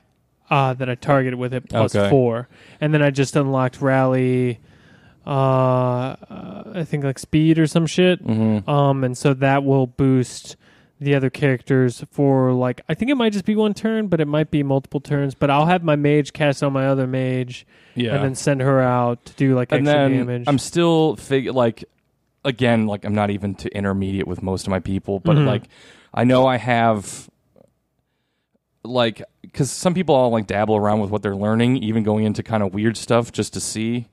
[SPEAKER 2] uh, that I targeted with it plus
[SPEAKER 3] Okay.
[SPEAKER 2] four, and then I just unlocked rally. Uh, I think like speed or some shit.
[SPEAKER 3] hmm
[SPEAKER 2] Um, and so that will boost the other characters for like I think it might just be one turn, but it might be multiple turns. But I'll have my mage cast on my other mage
[SPEAKER 3] Yeah,
[SPEAKER 2] and then send her out to do like
[SPEAKER 3] and
[SPEAKER 2] extra
[SPEAKER 3] then
[SPEAKER 2] damage.
[SPEAKER 3] I'm still fig- like again like I'm not even to intermediate with most of my people, but
[SPEAKER 2] Mhm.
[SPEAKER 3] like I know I have like because some people all like dabble around with what they're learning, even going into kind of weird stuff just to see.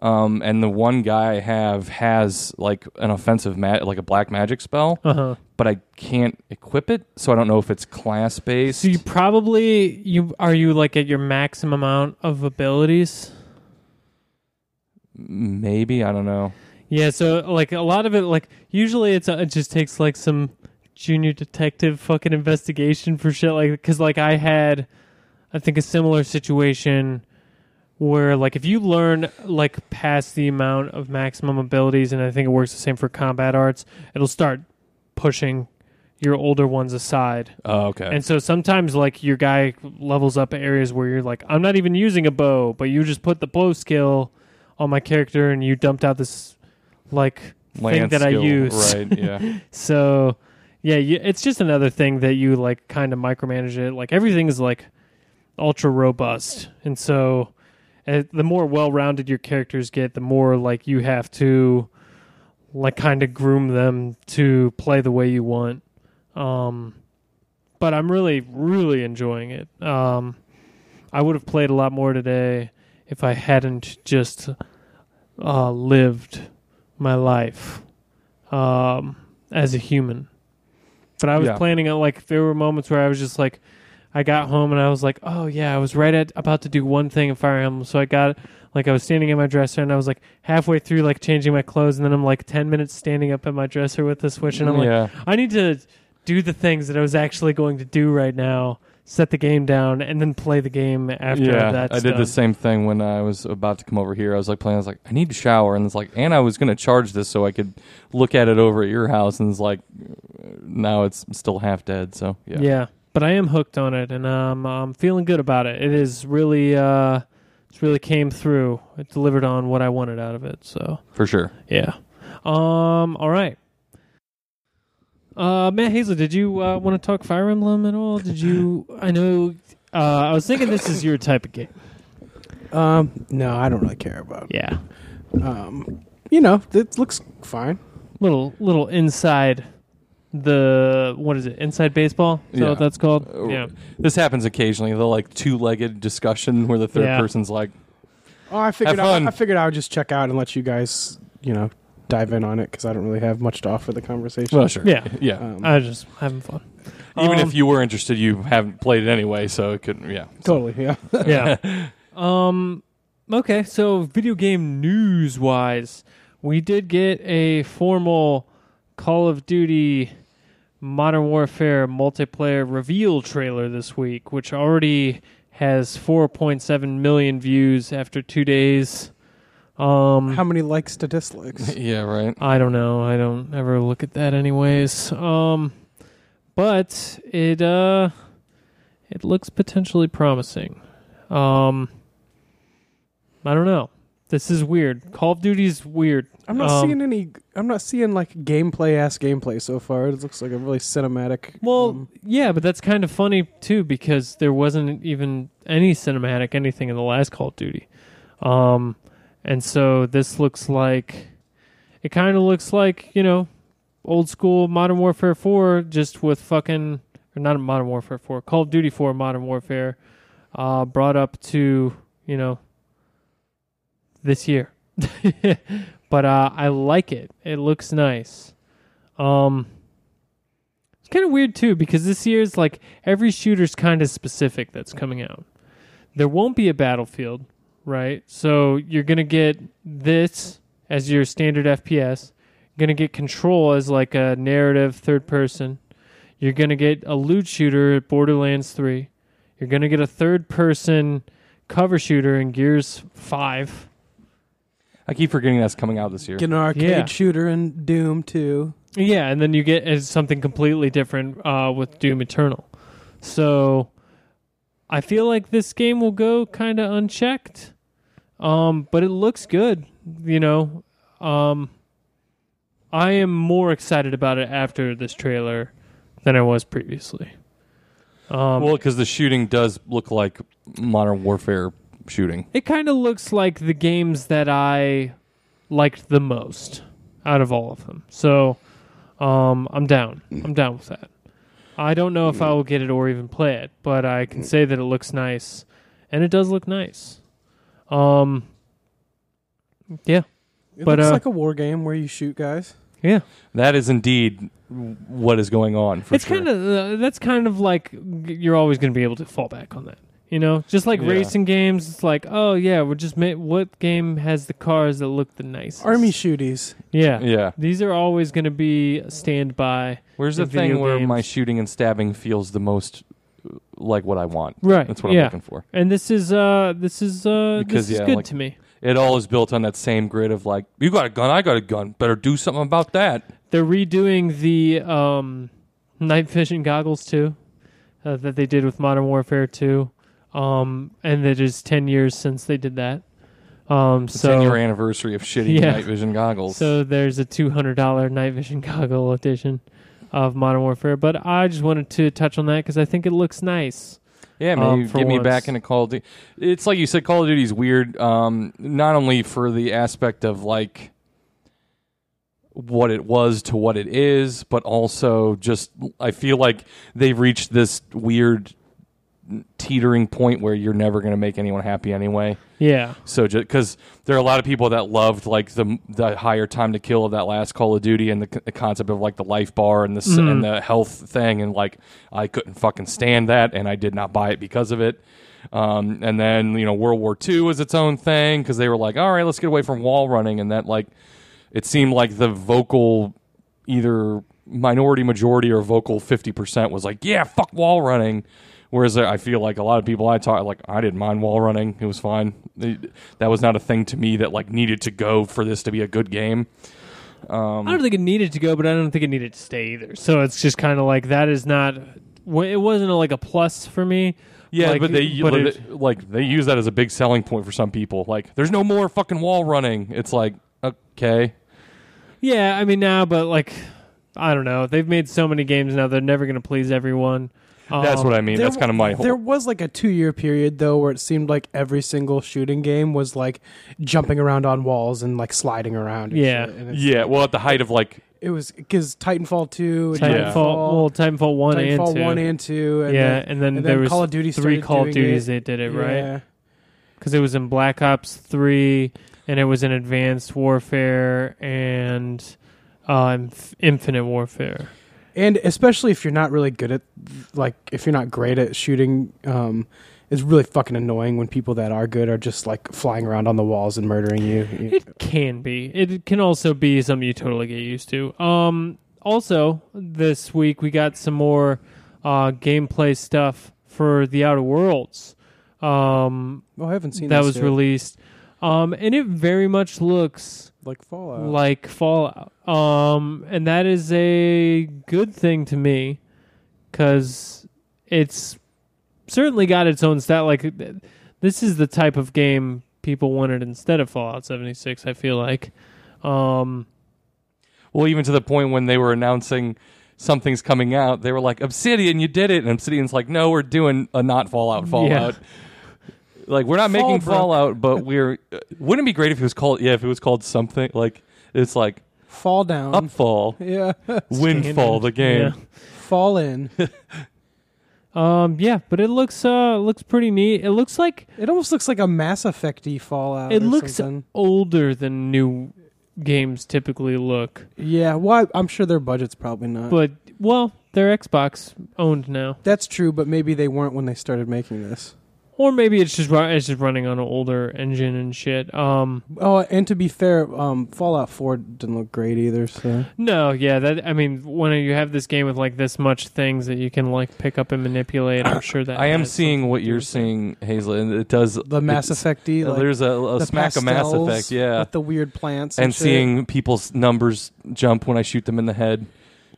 [SPEAKER 3] Um, and the one guy I have has like an offensive ma- like a black magic spell,
[SPEAKER 2] uh huh.
[SPEAKER 3] but I can't equip it, so I don't know if it's class based.
[SPEAKER 2] So you probably you are you like at your maximum amount of abilities?
[SPEAKER 3] Maybe I don't know.
[SPEAKER 2] Yeah, so like a lot of it, like usually it's uh, it just takes like some junior detective fucking investigation for shit like because like I had, I think a similar situation where like if you learn like past the amount of maximum abilities, and I think it works the same for combat arts, it'll start pushing your older ones aside.
[SPEAKER 3] Oh, okay.
[SPEAKER 2] And so sometimes, like, your guy levels up areas where you're like, I'm not even using a bow, but you just put the bow skill on my character and you dumped out this, like, thing
[SPEAKER 3] Lance
[SPEAKER 2] that
[SPEAKER 3] skill,
[SPEAKER 2] I use.
[SPEAKER 3] Right. Yeah.
[SPEAKER 2] So, yeah, you, it's just another thing that you, like, kind of micromanage it. Like, everything is, like, ultra robust. And so uh, the more well rounded your characters get, the more, like, you have to, like, kind of groom them to play the way you want. Um, but I'm really, really enjoying it. Um, I would have played a lot more today if I hadn't just uh, lived my life um, as a human. But I was
[SPEAKER 3] Yeah.
[SPEAKER 2] planning it like there were moments where I was just like, I got home and I was like, oh yeah, I was right at about to do one thing in Fire Emblem, so I got like I was standing in my dresser and I was like halfway through like changing my clothes, and then I'm like ten minutes standing up at my dresser with the switch, and I'm like.
[SPEAKER 3] yeah.
[SPEAKER 2] I need to do the things that I was actually going to do right now, set the game down, and then play the game after
[SPEAKER 3] yeah,
[SPEAKER 2] that's
[SPEAKER 3] I did
[SPEAKER 2] done.
[SPEAKER 3] the same thing when I was about to come over here. I was like playing. I was like, I need to shower, and it's like, and I was gonna charge this so I could look at it over at your house, and it's like, now it's still half dead. So yeah,
[SPEAKER 2] Yeah. But I am hooked on it and um, I'm feeling good about it. It is really uh it's really came through. It delivered on what I wanted out of it, so
[SPEAKER 3] for sure.
[SPEAKER 2] yeah. Um all right. Uh Matt Hazel, did you uh, want to talk Fire Emblem at all? Did you I know uh, I was thinking this is your type of game.
[SPEAKER 4] Um, no, I don't really care about.
[SPEAKER 2] Yeah.
[SPEAKER 4] It. Um, you know, it looks fine.
[SPEAKER 2] little little inside the what is it inside baseball is that
[SPEAKER 3] Yeah.
[SPEAKER 2] what that's called
[SPEAKER 3] Uh,
[SPEAKER 2] yeah
[SPEAKER 3] This happens occasionally. The like two-legged discussion where the third
[SPEAKER 2] Yeah.
[SPEAKER 3] person's like,
[SPEAKER 4] Oh, I figured
[SPEAKER 3] Have
[SPEAKER 4] I,
[SPEAKER 3] fun.
[SPEAKER 4] I figured I would just check out and let you guys, you know, dive in on it because I don't really have much to offer the conversation.
[SPEAKER 3] well, sure,
[SPEAKER 2] Yeah.
[SPEAKER 3] yeah.
[SPEAKER 4] Um,
[SPEAKER 2] i was just having fun
[SPEAKER 3] Even
[SPEAKER 2] Um,
[SPEAKER 3] if you were interested, you haven't played it anyway, so it couldn't. Yeah,
[SPEAKER 4] totally. Yeah.
[SPEAKER 2] yeah um Okay, so video game news wise, we did get a formal Call of Duty Modern Warfare multiplayer reveal trailer this week, which already has 4.7 million views after two days. Um,
[SPEAKER 4] How many likes to dislikes?
[SPEAKER 3] yeah, right.
[SPEAKER 2] I don't know. I don't ever look at that anyways. Um but it uh it looks potentially promising. Um I don't know. This is weird. Call of Duty's weird.
[SPEAKER 4] I'm not
[SPEAKER 2] Um,
[SPEAKER 4] seeing any. I'm not seeing like gameplay ass gameplay so far. It looks like a really cinematic.
[SPEAKER 2] Well,
[SPEAKER 4] um,
[SPEAKER 2] yeah, but that's kind of funny too because there wasn't even any cinematic anything in the last Call of Duty. Um and so this looks like it kind of looks like, you know, old school Modern Warfare 4 just with fucking or not Modern Warfare 4, Call of Duty 4 Modern Warfare uh brought up to, you know, this year. but uh I like it. It looks nice. Um it's kind of weird too because this year's like every shooter's kind of specific that's coming out. There won't be a Battlefield, right? So you're going to get this as your standard FPS. You're going to get Control as like a narrative third person. You're going to get a loot shooter at Borderlands 3. You're going to get a third person cover shooter in Gears 5.
[SPEAKER 3] I keep forgetting that's coming out this year.
[SPEAKER 4] get an arcade
[SPEAKER 2] Yeah.
[SPEAKER 4] shooter in Doom too.
[SPEAKER 2] Yeah, and then you get uh, something completely different uh, with Doom Eternal. So I feel like this game will go kind of unchecked, um, but it looks good. You know, um, I am more excited about it after this trailer than I was previously. Um,
[SPEAKER 3] well, because the shooting does look like Modern Warfare shooting.
[SPEAKER 2] It kind of looks like the games that I liked the most out of all of them. So um, I'm down. I'm down with that. I don't know if I will get it or even play it, but I can say that it looks nice, and it does look nice. Um, yeah,
[SPEAKER 4] It
[SPEAKER 2] But,
[SPEAKER 4] looks
[SPEAKER 2] uh,
[SPEAKER 4] like a war game where you shoot guys.
[SPEAKER 2] yeah.
[SPEAKER 3] That is indeed what is going on. For
[SPEAKER 2] it's
[SPEAKER 3] sure.
[SPEAKER 2] kind of uh, that's kind of like g- you're always going to be able to fall back on that you know just like
[SPEAKER 3] Yeah.
[SPEAKER 2] racing games it's like oh yeah we're just ma- what game has the cars that look the nicest
[SPEAKER 4] Army shooties.
[SPEAKER 2] yeah
[SPEAKER 3] Yeah.
[SPEAKER 2] these are always going to be standby
[SPEAKER 3] Where's the
[SPEAKER 2] in video
[SPEAKER 3] thing where my
[SPEAKER 2] games.
[SPEAKER 3] shooting and stabbing feels the most uh, like what I want?
[SPEAKER 2] right
[SPEAKER 3] That's what
[SPEAKER 2] yeah.
[SPEAKER 3] I'm looking for.
[SPEAKER 2] and this is uh this is uh
[SPEAKER 3] Because,
[SPEAKER 2] this is
[SPEAKER 3] yeah,
[SPEAKER 2] good
[SPEAKER 3] like-
[SPEAKER 2] to me
[SPEAKER 3] It all is built on that same grid of like, you got a gun, I got a gun. Better do something about that.
[SPEAKER 2] they're redoing the um night vision goggles too uh, that they did with modern warfare 2 um and it is 10 years since they did that um
[SPEAKER 3] It's
[SPEAKER 2] so
[SPEAKER 3] ten year anniversary of shitty
[SPEAKER 2] Yeah.
[SPEAKER 3] night vision goggles.
[SPEAKER 2] So there's a two hundred dollar night vision goggle edition of Modern Warfare, but I just wanted to touch on that because I think it looks nice.
[SPEAKER 3] yeah,
[SPEAKER 2] um,
[SPEAKER 3] man, you
[SPEAKER 2] for
[SPEAKER 3] get me
[SPEAKER 2] once.
[SPEAKER 3] back into Call of Duty. It's like you said, Call of Duty's weird. Um, not only for the aspect of like what it was to what it is, but also just I feel like they've reached this weird teetering point where you're never going to make anyone happy anyway.
[SPEAKER 2] Yeah,
[SPEAKER 3] So just because there are a lot of people that loved like the the higher time to kill of that last Call of Duty and the, c- the concept of like the life bar and the s and the health thing and like I couldn't fucking stand that and I did not buy it because of it. Um, and then you know World War II was its own thing because they were like, all right, let's get away from wall running and that like it seemed like the vocal either minority majority or vocal 50% was like yeah fuck wall running whereas uh, i feel like a lot of people i talk like i didn't mind wall running it was fine It- that was not a thing to me that like needed to go for this to be a good game
[SPEAKER 2] I don't think it needed to go, but I don't think it needed to stay either. So it's just kind of like that is not. wa- It wasn't like a plus for me.
[SPEAKER 3] yeah
[SPEAKER 2] Like,
[SPEAKER 3] but they
[SPEAKER 2] but
[SPEAKER 3] like,
[SPEAKER 2] it-
[SPEAKER 3] like they use that as a big selling point for some people like there's no more fucking wall running it's like okay
[SPEAKER 2] yeah, I mean now, but like I don't know. They've made so many games now; they're never going to please everyone. Um,
[SPEAKER 3] that's what i mean
[SPEAKER 4] There
[SPEAKER 3] that's kind of my
[SPEAKER 4] w- There
[SPEAKER 3] whole
[SPEAKER 4] was like a two year period though where it seemed like every single shooting game was like jumping around on walls and like sliding around. and
[SPEAKER 2] Yeah.
[SPEAKER 4] shit. And it's-
[SPEAKER 3] yeah well at the height of like
[SPEAKER 4] It was because Titanfall two, and
[SPEAKER 2] Titanfall, well, Titanfall one
[SPEAKER 4] Titanfall
[SPEAKER 2] and two,
[SPEAKER 4] one and two, and
[SPEAKER 2] yeah,
[SPEAKER 4] then,
[SPEAKER 2] and then
[SPEAKER 4] and
[SPEAKER 2] there
[SPEAKER 4] then
[SPEAKER 2] was
[SPEAKER 4] Call of Duty
[SPEAKER 2] three
[SPEAKER 4] started
[SPEAKER 2] Call of
[SPEAKER 4] doing
[SPEAKER 2] Duties
[SPEAKER 4] it.
[SPEAKER 2] they did it right.
[SPEAKER 4] Yeah.
[SPEAKER 2] because it was in Black Ops Three, and it was in Advanced Warfare and uh, Inf- Infinite Warfare.
[SPEAKER 4] and especially if you're not really good at like if you're not great at shooting um is really fucking annoying when people that are good are just like flying around on the walls and murdering you. You-
[SPEAKER 2] It can be. It can also be something you totally get used to. Um, also, this week we got some more uh, gameplay stuff for The Outer Worlds um,
[SPEAKER 4] oh, I haven't seen
[SPEAKER 2] that
[SPEAKER 4] this
[SPEAKER 2] was
[SPEAKER 4] yet.
[SPEAKER 2] released. Um, and it very much looks
[SPEAKER 4] like Fallout.
[SPEAKER 2] like Fallout. Um, and that is a good thing to me because it's certainly got its own stat. Like, th- this is the type of game people wanted instead of Fallout 76, I feel like. Um,
[SPEAKER 3] Well, even to the point when they were announcing something's coming out, they were like, Obsidian, you did it. And Obsidian's like, no, we're doing a not Fallout Fallout. Like, we're not making
[SPEAKER 4] Fallbrook.
[SPEAKER 3] Fallout, but we're. uh, Wouldn't it be great if it was called, yeah, if it was called something like, it's like
[SPEAKER 4] Fall down.
[SPEAKER 2] Oh.
[SPEAKER 3] Upfall,
[SPEAKER 4] Yeah.
[SPEAKER 3] Windfall, the game.
[SPEAKER 4] Fall in.
[SPEAKER 2] Um, yeah, but it looks uh looks pretty neat. It looks like
[SPEAKER 4] It almost looks like a Mass Effecty Fallout.
[SPEAKER 2] it
[SPEAKER 4] or
[SPEAKER 2] looks
[SPEAKER 4] something.
[SPEAKER 2] older than new games typically look.
[SPEAKER 4] Yeah. Well, I, I'm sure their budget's probably not.
[SPEAKER 2] But well, they're Xbox owned now.
[SPEAKER 4] That's true, but maybe they weren't when they started making this.
[SPEAKER 2] or maybe it's just ru- it's just running on an older engine and shit. Um,
[SPEAKER 4] Oh, and to be fair, um, Fallout 4 didn't look great either. So
[SPEAKER 2] no, yeah, that I mean, when you have this game with like this much things that you can like pick up and manipulate, I'm sure that
[SPEAKER 3] I am
[SPEAKER 2] has
[SPEAKER 3] seeing
[SPEAKER 2] something
[SPEAKER 3] what
[SPEAKER 2] to
[SPEAKER 3] you're
[SPEAKER 2] do with it.
[SPEAKER 3] seeing, Hazel, and it does.
[SPEAKER 4] the Mass
[SPEAKER 3] it's-
[SPEAKER 4] Effect D,
[SPEAKER 3] uh,
[SPEAKER 4] like
[SPEAKER 3] there's a, a
[SPEAKER 4] the
[SPEAKER 3] smack of Mass
[SPEAKER 4] pastels
[SPEAKER 3] Effect, yeah.
[SPEAKER 4] with the weird plants and,
[SPEAKER 3] and
[SPEAKER 4] shit.
[SPEAKER 3] seeing people's numbers jump when I shoot them in the head,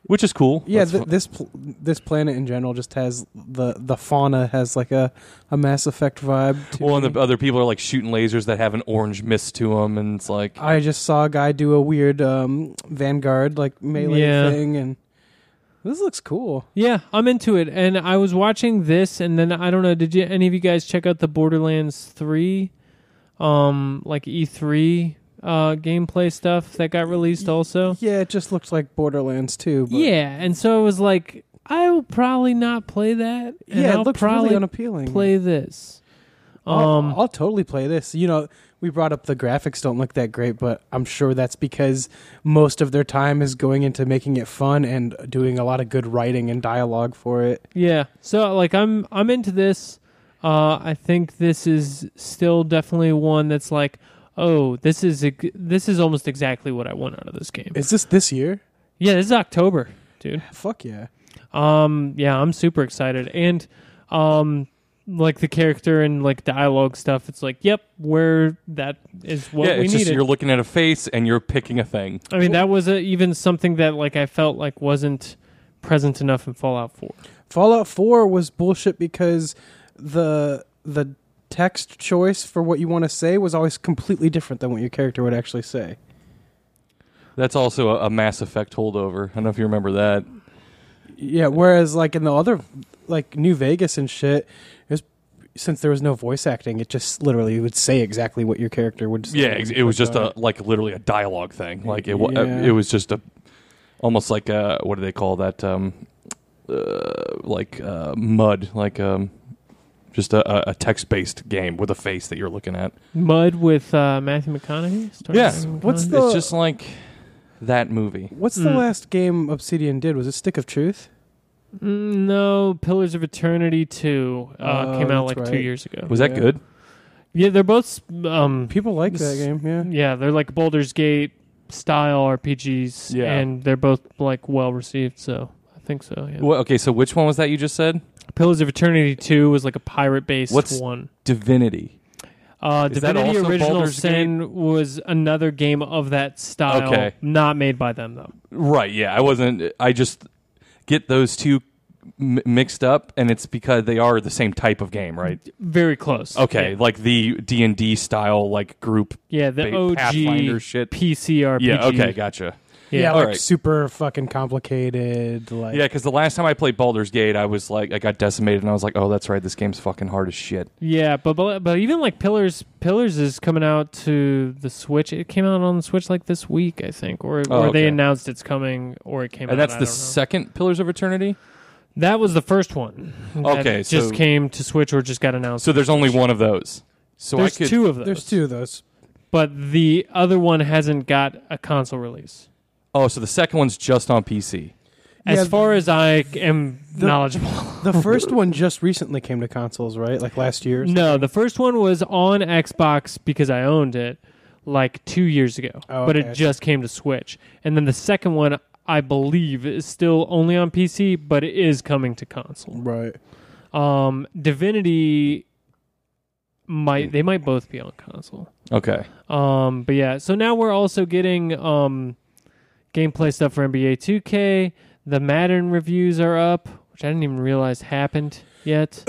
[SPEAKER 3] which is cool.
[SPEAKER 4] Yeah,
[SPEAKER 3] That's
[SPEAKER 4] th-
[SPEAKER 3] fu-
[SPEAKER 4] this pl- this planet in general just has the the fauna has like a, a Mass Effect vibe. To
[SPEAKER 3] well, and
[SPEAKER 4] it.
[SPEAKER 3] the uh, other people are like shooting lasers that have an orange mist to them, and it's like
[SPEAKER 4] I just saw a guy do a weird um, Vanguard like melee
[SPEAKER 2] Yeah.
[SPEAKER 4] thing, and this looks cool.
[SPEAKER 2] Yeah, I'm into it, and I was watching this, and then I don't know. Did you any of you guys check out the Borderlands three, um, like E3 uh gameplay stuff that got released also?
[SPEAKER 4] Yeah, it just looks like Borderlands too. But
[SPEAKER 2] Yeah, and so I was like, I will probably not play that. And
[SPEAKER 4] yeah,
[SPEAKER 2] I'll
[SPEAKER 4] it looks
[SPEAKER 2] probably
[SPEAKER 4] really unappealing.
[SPEAKER 2] play this. Um,
[SPEAKER 4] I'll, I'll totally play this. You know, we brought up the graphics don't look that great, but I'm sure that's because most of their time is going into making it fun and doing a lot of good writing and dialogue for it.
[SPEAKER 2] Yeah. So like I'm I'm into this. Uh I think this is still definitely one that's like, oh, this is ex- this is almost exactly what I want out of this game.
[SPEAKER 4] Is this this year?
[SPEAKER 2] Yeah, this is October, dude.
[SPEAKER 4] Fuck yeah.
[SPEAKER 2] Um yeah, I'm super excited. And um like the character and like dialogue stuff, it's like, yep, where that is what
[SPEAKER 3] yeah,
[SPEAKER 2] we
[SPEAKER 3] it's just
[SPEAKER 2] needed.
[SPEAKER 3] you're looking at a face and you're picking a thing.
[SPEAKER 2] I mean, that was a, even something that like I felt like wasn't present enough in Fallout 4.
[SPEAKER 4] Fallout 4 was bullshit because the the text choice for what you want to say was always completely different than what your character would actually say.
[SPEAKER 3] That's also a, a Mass Effect holdover. I don't know if you remember that.
[SPEAKER 4] Yeah, whereas like in the other like New Vegas and shit, it was, since there was no voice acting, it just literally would say exactly what your character would say.
[SPEAKER 3] Yeah, ex- it was just
[SPEAKER 4] on
[SPEAKER 3] a like literally a dialogue thing. Like it, wa- uh,
[SPEAKER 4] Yeah.
[SPEAKER 3] it was just a almost like a what do they call that? Um, uh, like uh, mud, like um, just a, a- a text based game with a face that you're looking at.
[SPEAKER 2] Mud with uh, Matthew McConaughey. Starring
[SPEAKER 3] Yeah.
[SPEAKER 2] Matthew McConaughey?
[SPEAKER 4] What's the-
[SPEAKER 3] It's just like that movie.
[SPEAKER 4] What's the
[SPEAKER 2] Mm.
[SPEAKER 4] last game Obsidian did? Was it Stick of Truth?
[SPEAKER 2] Mm, no Pillars of Eternity two uh,
[SPEAKER 4] Oh,
[SPEAKER 2] came out
[SPEAKER 4] that's
[SPEAKER 2] like two
[SPEAKER 4] right.
[SPEAKER 2] years ago.
[SPEAKER 3] Was that
[SPEAKER 4] Yeah.
[SPEAKER 3] good?
[SPEAKER 2] Yeah, they're both um
[SPEAKER 4] People like that
[SPEAKER 2] This-
[SPEAKER 4] game, yeah.
[SPEAKER 2] yeah they're like Baldur's Gate style RPGs.
[SPEAKER 3] Yeah.
[SPEAKER 2] and they're both like well received. So I think so. Yeah.
[SPEAKER 3] Well, okay, so which one was that you just said?
[SPEAKER 2] Pillars of Eternity two was like a pirate based
[SPEAKER 3] What's-
[SPEAKER 2] one.
[SPEAKER 3] Divinity.
[SPEAKER 2] Uh,
[SPEAKER 3] Is that
[SPEAKER 2] Divinity
[SPEAKER 3] also
[SPEAKER 2] Original
[SPEAKER 3] Baldur's
[SPEAKER 2] Sin was another game of that style,
[SPEAKER 3] Okay.
[SPEAKER 2] not made by them though.
[SPEAKER 3] Right. Yeah, I wasn't. I just get those two m- mixed up, and it's because they are the same type of game, right?
[SPEAKER 2] Very close.
[SPEAKER 3] Okay,
[SPEAKER 2] Yeah.
[SPEAKER 3] like the D and D style, like group
[SPEAKER 2] Yeah, the
[SPEAKER 3] ba-
[SPEAKER 2] OG
[SPEAKER 3] Pathfinder shit.
[SPEAKER 2] PC RPG.
[SPEAKER 3] Yeah. Okay, gotcha.
[SPEAKER 4] Yeah,
[SPEAKER 2] Yeah.
[SPEAKER 4] like
[SPEAKER 3] Alright.
[SPEAKER 4] super fucking complicated. Like,
[SPEAKER 3] Yeah, because the last time I played Baldur's Gate, I was like, I got decimated, and I was like, oh, that's right, this game's fucking hard as shit.
[SPEAKER 2] Yeah, but, but but even like Pillars Pillars is coming out to the Switch. It came out on the Switch like this week, I think, or
[SPEAKER 3] Oh,
[SPEAKER 2] or
[SPEAKER 3] okay.
[SPEAKER 2] they announced it's coming, or it came
[SPEAKER 3] And
[SPEAKER 2] out.
[SPEAKER 3] that's
[SPEAKER 2] I
[SPEAKER 3] the
[SPEAKER 2] don't know.
[SPEAKER 3] second Pillars of Eternity.
[SPEAKER 2] that was the first one. that
[SPEAKER 3] Okay,
[SPEAKER 2] just
[SPEAKER 3] so-
[SPEAKER 2] came to Switch or just got announced.
[SPEAKER 3] So there's only one of those. So
[SPEAKER 2] there's
[SPEAKER 3] I could,
[SPEAKER 2] two of those.
[SPEAKER 4] There's two of those.
[SPEAKER 2] but the other one hasn't got a console release.
[SPEAKER 3] Oh, so the second one's just on PC.
[SPEAKER 2] as
[SPEAKER 4] Yeah,
[SPEAKER 2] far as I am
[SPEAKER 4] the-
[SPEAKER 2] knowledgeable.
[SPEAKER 4] The first one just recently came to consoles, right? Like last year. or
[SPEAKER 2] No, the first one was on Xbox because I owned it like two years ago,
[SPEAKER 4] Oh,
[SPEAKER 2] but
[SPEAKER 4] okay.
[SPEAKER 2] it just came to Switch. And then the second one, I believe, is still only on PC, but it is coming to console.
[SPEAKER 4] something. Right.
[SPEAKER 2] Um, Divinity might they might both be on console.
[SPEAKER 3] Okay.
[SPEAKER 2] Um, but yeah, so now we're also getting um, gameplay stuff for NBA 2K. The Madden reviews are up, which I didn't even realize happened yet.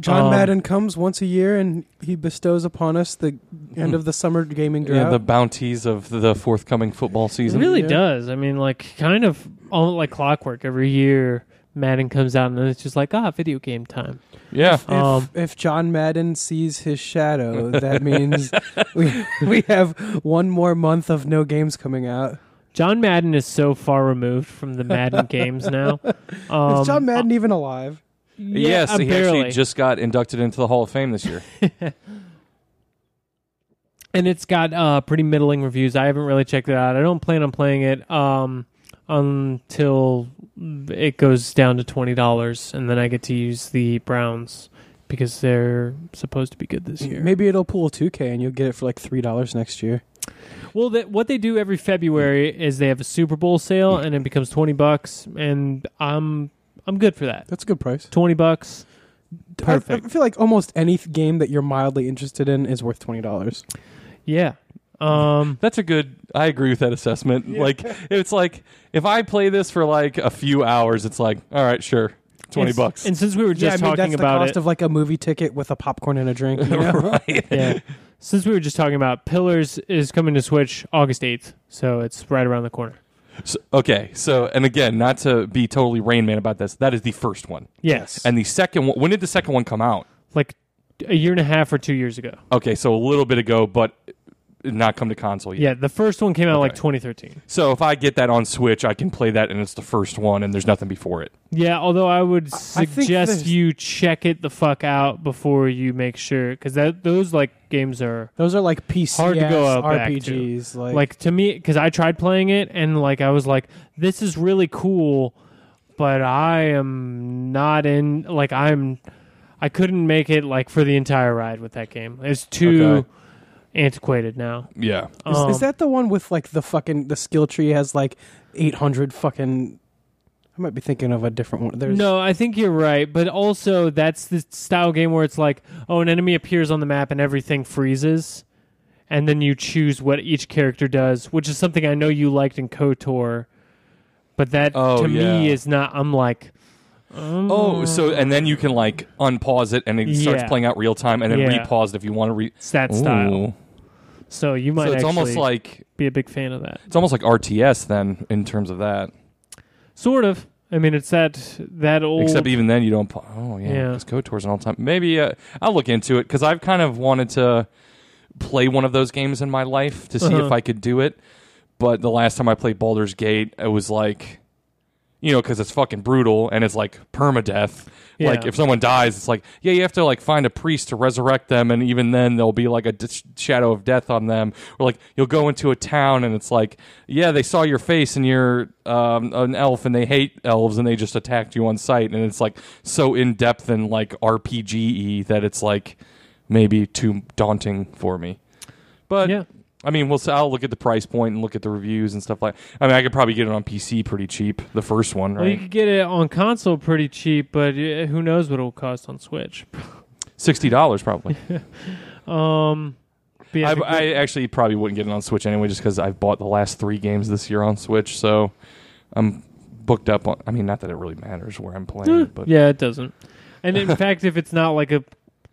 [SPEAKER 4] John
[SPEAKER 2] Um,
[SPEAKER 4] Madden comes once a year and he bestows upon us the end of the summer gaming drought.
[SPEAKER 3] Yeah, the bounties of the forthcoming football
[SPEAKER 2] It
[SPEAKER 3] season.
[SPEAKER 2] really
[SPEAKER 4] Yeah.
[SPEAKER 2] does. I mean, like kind of all like clockwork. Every year, Madden comes out, and then it's just like ah, video game time.
[SPEAKER 3] Yeah.
[SPEAKER 4] if,
[SPEAKER 2] um,
[SPEAKER 4] if John Madden sees his shadow, that means we, we have one more month of no games coming out.
[SPEAKER 2] John Madden is so far removed from the Madden games now. Um,
[SPEAKER 4] Is John Madden even alive?
[SPEAKER 2] yeah,
[SPEAKER 3] yes,
[SPEAKER 2] uh,
[SPEAKER 3] he
[SPEAKER 2] barely.
[SPEAKER 3] actually just got inducted into the Hall of Fame this year.
[SPEAKER 2] and it's got uh, pretty middling reviews. I haven't really checked it out. I don't plan on playing it um, until it goes down to twenty dollars, and then I get to use the Browns because they're supposed to be good this year.
[SPEAKER 4] Maybe it'll pull 2K and you'll get it for like $3 next year.
[SPEAKER 2] Well, that, what they do every February is they have a Super Bowl sale, and it becomes twenty bucks, and I'm I'm good for that.
[SPEAKER 4] That's a good price.
[SPEAKER 2] Twenty bucks.
[SPEAKER 4] I- I,
[SPEAKER 2] Perfect.
[SPEAKER 4] feel like almost any th- game that you're mildly interested in is worth $20.
[SPEAKER 2] Yeah. Um.
[SPEAKER 3] That's a good. I agree with that assessment. Like, it's like if I play this for like a few hours, it's like, all right, sure, twenty
[SPEAKER 2] and s-
[SPEAKER 3] bucks.
[SPEAKER 2] And since we were
[SPEAKER 4] yeah, I
[SPEAKER 2] just
[SPEAKER 4] mean,
[SPEAKER 2] talking
[SPEAKER 4] that's the
[SPEAKER 2] about
[SPEAKER 4] cost
[SPEAKER 2] it,
[SPEAKER 4] of like a movie ticket with a popcorn and a drink. You know?
[SPEAKER 3] right.
[SPEAKER 2] yeah. Since we were just talking about Pillars is coming to Switch August eighth, so it's right around the corner.
[SPEAKER 3] So, okay. So, and again, not to be totally Rain Man about this. That is the first one,
[SPEAKER 2] Yes.
[SPEAKER 3] and the second one. When did the second one come out?
[SPEAKER 2] like a year and a half or two years ago.
[SPEAKER 3] Okay, so a little bit ago, but not come to console yet.
[SPEAKER 2] Yeah. The first one came out like
[SPEAKER 3] Okay.
[SPEAKER 2] 2013.
[SPEAKER 3] So if I get that on Switch, I can play that, and it's the first one, and there's nothing before it.
[SPEAKER 2] Yeah, although I would
[SPEAKER 4] I think
[SPEAKER 2] suggest
[SPEAKER 4] there's-
[SPEAKER 2] you check it the fuck out before you make sure, because that those like games are
[SPEAKER 4] Those are like PC
[SPEAKER 2] Hard to go out back to.
[SPEAKER 4] RPGs. Like,
[SPEAKER 2] like to me because I tried playing it and like I was like, this is really cool, but I am not in like I'm I couldn't make it like for the entire ride with that game. It's too
[SPEAKER 3] Okay.
[SPEAKER 2] antiquated now.
[SPEAKER 3] Yeah.
[SPEAKER 4] Is,
[SPEAKER 2] Um,
[SPEAKER 4] is that the one with like the fucking the skill tree has like eight hundred fucking? I might be thinking of a different one. There's
[SPEAKER 2] no, I think you're right, but also that's the style game where it's like, oh, an enemy appears on the map and everything freezes, and then you choose what each character does, which is something I know you liked in KOTOR, but that
[SPEAKER 3] Oh,
[SPEAKER 2] to
[SPEAKER 3] yeah.
[SPEAKER 2] me is not. I'm like, um,
[SPEAKER 3] Oh, so and then you can like unpause it, and it starts
[SPEAKER 2] Mm. Yeah.
[SPEAKER 3] playing out real time, and then
[SPEAKER 2] Yeah.
[SPEAKER 3] repause it if you want to re.
[SPEAKER 2] it's that style.
[SPEAKER 3] Ooh.
[SPEAKER 2] So you
[SPEAKER 3] So
[SPEAKER 2] might
[SPEAKER 3] it's
[SPEAKER 2] actually
[SPEAKER 3] almost like
[SPEAKER 2] be a big fan of that.
[SPEAKER 3] it's almost like RTS then in terms of that.
[SPEAKER 2] Sort of. I mean, it's that that old.
[SPEAKER 3] Except even then you don't. pa- Oh yeah,
[SPEAKER 2] Yeah.
[SPEAKER 3] because KOTOR's an all time. Maybe uh, I'll look into it because I've kind of wanted to play one of those games in my life to see
[SPEAKER 2] Uh-huh.
[SPEAKER 3] if I could do it. But the last time I played Baldur's Gate, it was like, you know, because it's fucking brutal and it's like permadeath. Like
[SPEAKER 2] Yeah.
[SPEAKER 3] if someone dies, it's like yeah, you have to like find a priest to resurrect them, and even then there'll be like a dis- shadow of death on them. Or like you'll go into a town and it's like yeah, they saw your face and you're um, an elf and they hate elves and they just attacked you on sight, and it's like so in depth and like RPG that it's like maybe too daunting for me. But
[SPEAKER 2] Yeah.
[SPEAKER 3] I mean, we'll s- I'll look at the price point and look at the reviews and stuff like. I mean, I could probably get it on PC pretty cheap, the first one,
[SPEAKER 2] Well, you
[SPEAKER 3] right?
[SPEAKER 2] could get it on console pretty cheap, but uh, who knows what it'll cost on Switch?
[SPEAKER 3] Sixty dollars probably.
[SPEAKER 2] Um, but yeah,
[SPEAKER 3] I,
[SPEAKER 2] the-
[SPEAKER 3] I actually probably wouldn't get it on Switch anyway, just because I've bought the last three games this year on Switch, so I'm booked up on. I mean, not that it really matters where I'm playing, but
[SPEAKER 2] yeah, it doesn't. And in fact, if it's not like a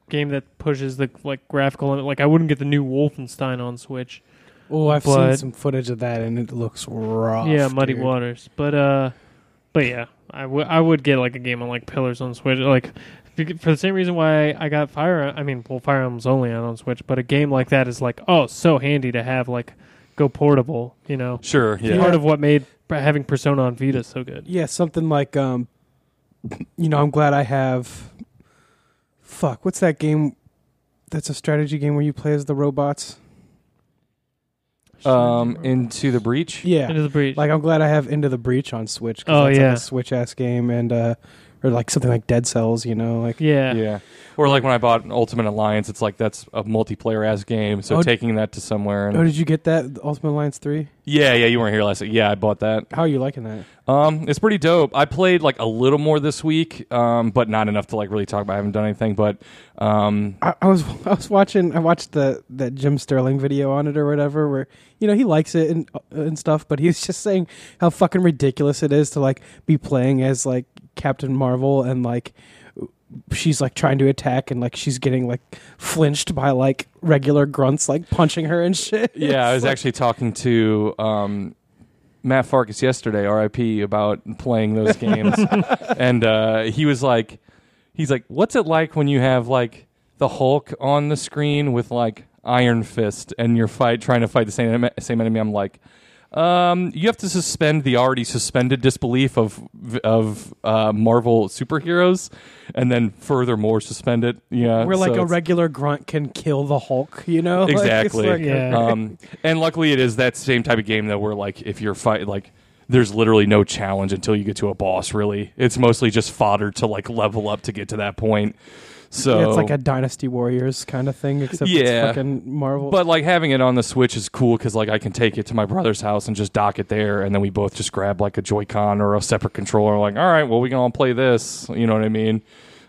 [SPEAKER 2] game that pushes the like graphical limit, like I wouldn't get the new Wolfenstein on Switch.
[SPEAKER 4] Oh, I've seen
[SPEAKER 2] But-
[SPEAKER 4] some footage of that and it looks rough.
[SPEAKER 2] yeah, Muddy
[SPEAKER 4] Oh, dude.
[SPEAKER 2] Waters. But uh, but yeah, I would I would get like a game on like Pillars on Switch, like bec- for the same reason why I got Fire. I mean, well, Fire Emblem's only out on Switch, but a game like that is like oh, so handy to have like go portable. You know,
[SPEAKER 3] sure, yeah.
[SPEAKER 2] part of what made having Persona on Vita so good.
[SPEAKER 4] Yeah, something like um, you know, I'm glad I have. Fuck, what's that game? That's a strategy game where you play as the robots.
[SPEAKER 3] um, into the breach.
[SPEAKER 4] Yeah.
[SPEAKER 2] Into the breach.
[SPEAKER 4] Like I'm glad I have Into the Breach on Switch.
[SPEAKER 2] Oh,
[SPEAKER 4] that's
[SPEAKER 2] yeah.
[SPEAKER 4] like a Switch ass game and uh, or like something like Dead Cells. You know, like
[SPEAKER 2] yeah.
[SPEAKER 3] Yeah. Or like when I bought Ultimate Alliance, it's like that's a multiplayer ass game. So
[SPEAKER 4] Oh, d-
[SPEAKER 3] taking that to somewhere. And,
[SPEAKER 4] oh, did you get that Ultimate Alliance three?
[SPEAKER 3] yeah, yeah, you weren't here last. Yeah, I bought that.
[SPEAKER 4] How are you liking that?
[SPEAKER 3] Um, it's pretty dope. I played like a little more this week, um, but not enough to like really talk about. I haven't done anything, but um,
[SPEAKER 4] I, I was I was watching I watched the that Jim Sterling video on it or whatever where you know he likes it and uh, and stuff but he's just saying how fucking ridiculous it is to like be playing as like Captain Marvel and like she's like trying to attack and like she's getting like flinched by like regular grunts like punching her and shit.
[SPEAKER 3] yeah, I was
[SPEAKER 4] It's like-
[SPEAKER 3] actually talking to um, Matt Farkas yesterday, RIP, about playing those games, and uh, he was like, he's like, what's it like when you have like the Hulk on the screen with like Iron Fist and you're fight trying to fight the same em- same enemy? I'm like. Um, you have to suspend the already suspended disbelief of of uh, Marvel superheroes, and then furthermore suspend it. Yeah,
[SPEAKER 4] where like
[SPEAKER 3] so
[SPEAKER 4] a
[SPEAKER 3] it's-
[SPEAKER 4] regular grunt can kill the Hulk, you know? Like, it's
[SPEAKER 3] Exactly.
[SPEAKER 4] like-
[SPEAKER 2] Yeah.
[SPEAKER 3] um, and luckily it is that same type of game though where like if you're fight like there's literally no challenge until you get to a boss really it's mostly just fodder to like level up to get to that point so
[SPEAKER 4] it's like a Dynasty Warriors kind of thing, except
[SPEAKER 3] Yeah.
[SPEAKER 4] it's fucking Marvel.
[SPEAKER 3] but like having it on the switch is cool because like i can take it to my brother's house and just dock it there and then we both just grab like a joy-con or a separate controller like all right well we can all play this you know what i mean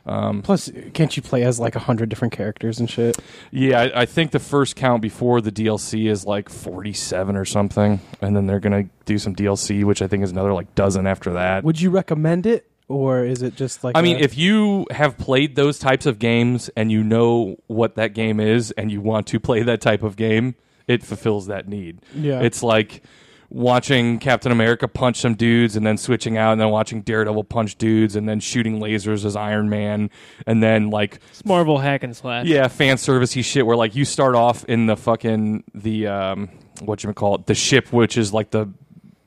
[SPEAKER 3] um,
[SPEAKER 4] Plus, can't you play as like a hundred different characters and shit?
[SPEAKER 3] yeah I, I think the first count before the dlc is like 47 or something and then they're gonna do some dlc which i think is another like dozen after that
[SPEAKER 4] Would you recommend it, or is it just like?
[SPEAKER 3] I mean,
[SPEAKER 4] a-
[SPEAKER 3] if you have played those types of games and you know what that game is and you want to play that type of game, it fulfills that need.
[SPEAKER 4] Yeah.
[SPEAKER 3] It's like watching Captain America punch some dudes and then switching out and then watching Daredevil punch dudes and then shooting lasers as Iron Man and then like
[SPEAKER 2] It's Marvel hack and slash.
[SPEAKER 3] yeah, fan servicey shit where like you start off in the fucking the um what you call it, the ship which is like the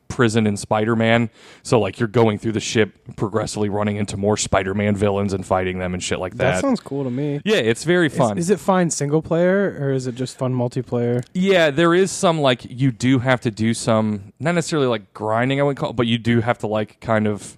[SPEAKER 3] prison in Spider-Man. So like you're going through the ship progressively running into more Spider-Man villains and fighting them and shit like
[SPEAKER 4] that,
[SPEAKER 3] that.
[SPEAKER 4] sounds cool to me.
[SPEAKER 3] yeah, it's very
[SPEAKER 4] Is-
[SPEAKER 3] fun.
[SPEAKER 4] Is, it fine single player, or is it just fun multiplayer?
[SPEAKER 3] yeah, there is some like you do have to do some not necessarily like grinding I would call, it, but you do have to like kind of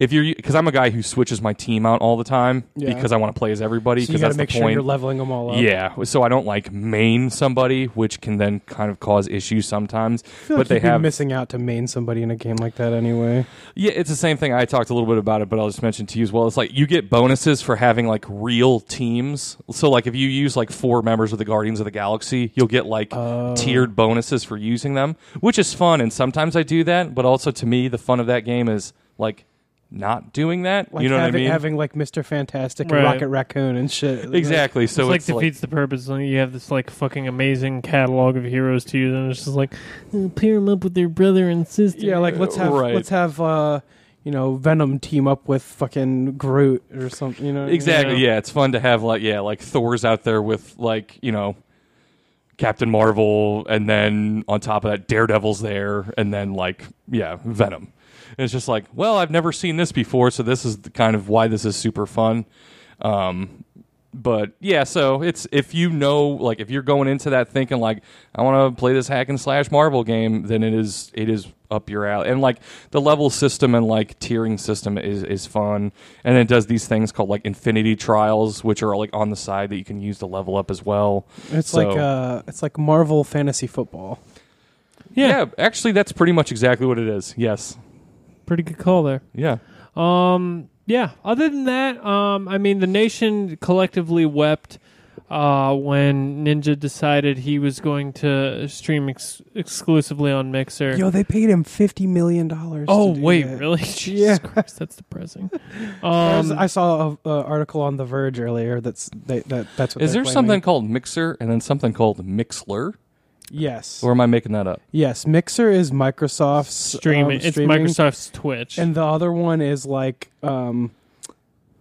[SPEAKER 3] if you're because I'm a guy who switches my team out all the time
[SPEAKER 4] Yeah.
[SPEAKER 3] because I want to play as everybody
[SPEAKER 4] So you
[SPEAKER 3] because
[SPEAKER 4] got to
[SPEAKER 3] that's
[SPEAKER 4] make
[SPEAKER 3] the
[SPEAKER 4] sure
[SPEAKER 3] point.
[SPEAKER 4] you're leveling them all up.
[SPEAKER 3] Yeah, so I don't like main somebody, which can then kind of cause issues sometimes.
[SPEAKER 4] I feel
[SPEAKER 3] But
[SPEAKER 4] like
[SPEAKER 3] they
[SPEAKER 4] you'd be
[SPEAKER 3] have,
[SPEAKER 4] missing out to main somebody in a game like that anyway.
[SPEAKER 3] yeah, it's the same thing. I talked a little bit about it, but I'll just mention to you as well. It's like you get bonuses for having like real teams. So like if you use like four members of the Guardians of the Galaxy, you'll get like
[SPEAKER 4] Oh.
[SPEAKER 3] tiered bonuses for using them, which is fun. And sometimes I do that, but also to me, the fun of that game is like not doing that.
[SPEAKER 4] Like
[SPEAKER 3] you know
[SPEAKER 4] having,
[SPEAKER 3] what I mean?
[SPEAKER 4] Having like Mister Fantastic and
[SPEAKER 2] Right.
[SPEAKER 4] Rocket Raccoon and shit.
[SPEAKER 3] exactly. So
[SPEAKER 2] it's like
[SPEAKER 3] it's like-
[SPEAKER 2] defeats the purpose. Like, you have this like fucking amazing catalog of heroes to use, and it's just like "Uh, pair them up with their brother and sister.
[SPEAKER 4] Yeah, like let's have
[SPEAKER 3] Right.
[SPEAKER 4] let's have uh, you know Venom team up with fucking Groot or something. You know what I mean?
[SPEAKER 3] Exactly.
[SPEAKER 2] Yeah.
[SPEAKER 3] Yeah. it's fun to have like yeah, like Thor's out there with like you know Captain Marvel, and then on top of that, Daredevil's there, and then like yeah, Venom. And it's just like, well, I've never seen this before, so this is the kind of why this is super fun. Um, but yeah, so it's if you know like if you're going into that thinking like I want to play this hack and slash Marvel game, then it is it is up your alley. And like the level system and like tiering system is is fun, and it does these things called like Infinity Trials, which are like on the side that you can use to level up as well.
[SPEAKER 4] It's
[SPEAKER 3] So-
[SPEAKER 4] like uh, it's like Marvel fantasy football.
[SPEAKER 3] Yeah. actually, that's pretty much exactly what it is. Yes.
[SPEAKER 2] pretty good call there.
[SPEAKER 3] Yeah.
[SPEAKER 2] Um, yeah. Other than that, um, I mean, the nation collectively wept uh, when Ninja decided he was going to stream ex- exclusively on Mixer.
[SPEAKER 4] Yo, they paid him fifty million dollars.
[SPEAKER 2] oh wait, really? Jesus
[SPEAKER 4] Yeah.
[SPEAKER 2] Christ, that's depressing.
[SPEAKER 4] There's-
[SPEAKER 2] Um,
[SPEAKER 4] I saw a, a article on The Verge earlier. That's they, that. That's what
[SPEAKER 3] Is
[SPEAKER 4] they're
[SPEAKER 3] there something
[SPEAKER 4] claiming.
[SPEAKER 3] called Mixer and then something called Mixler,
[SPEAKER 4] Yes.
[SPEAKER 3] or am I making that up?
[SPEAKER 4] yes. Mixer is Microsoft's um,
[SPEAKER 2] streaming. It's
[SPEAKER 4] streaming,
[SPEAKER 2] Microsoft's Twitch.
[SPEAKER 4] and the other one is like um,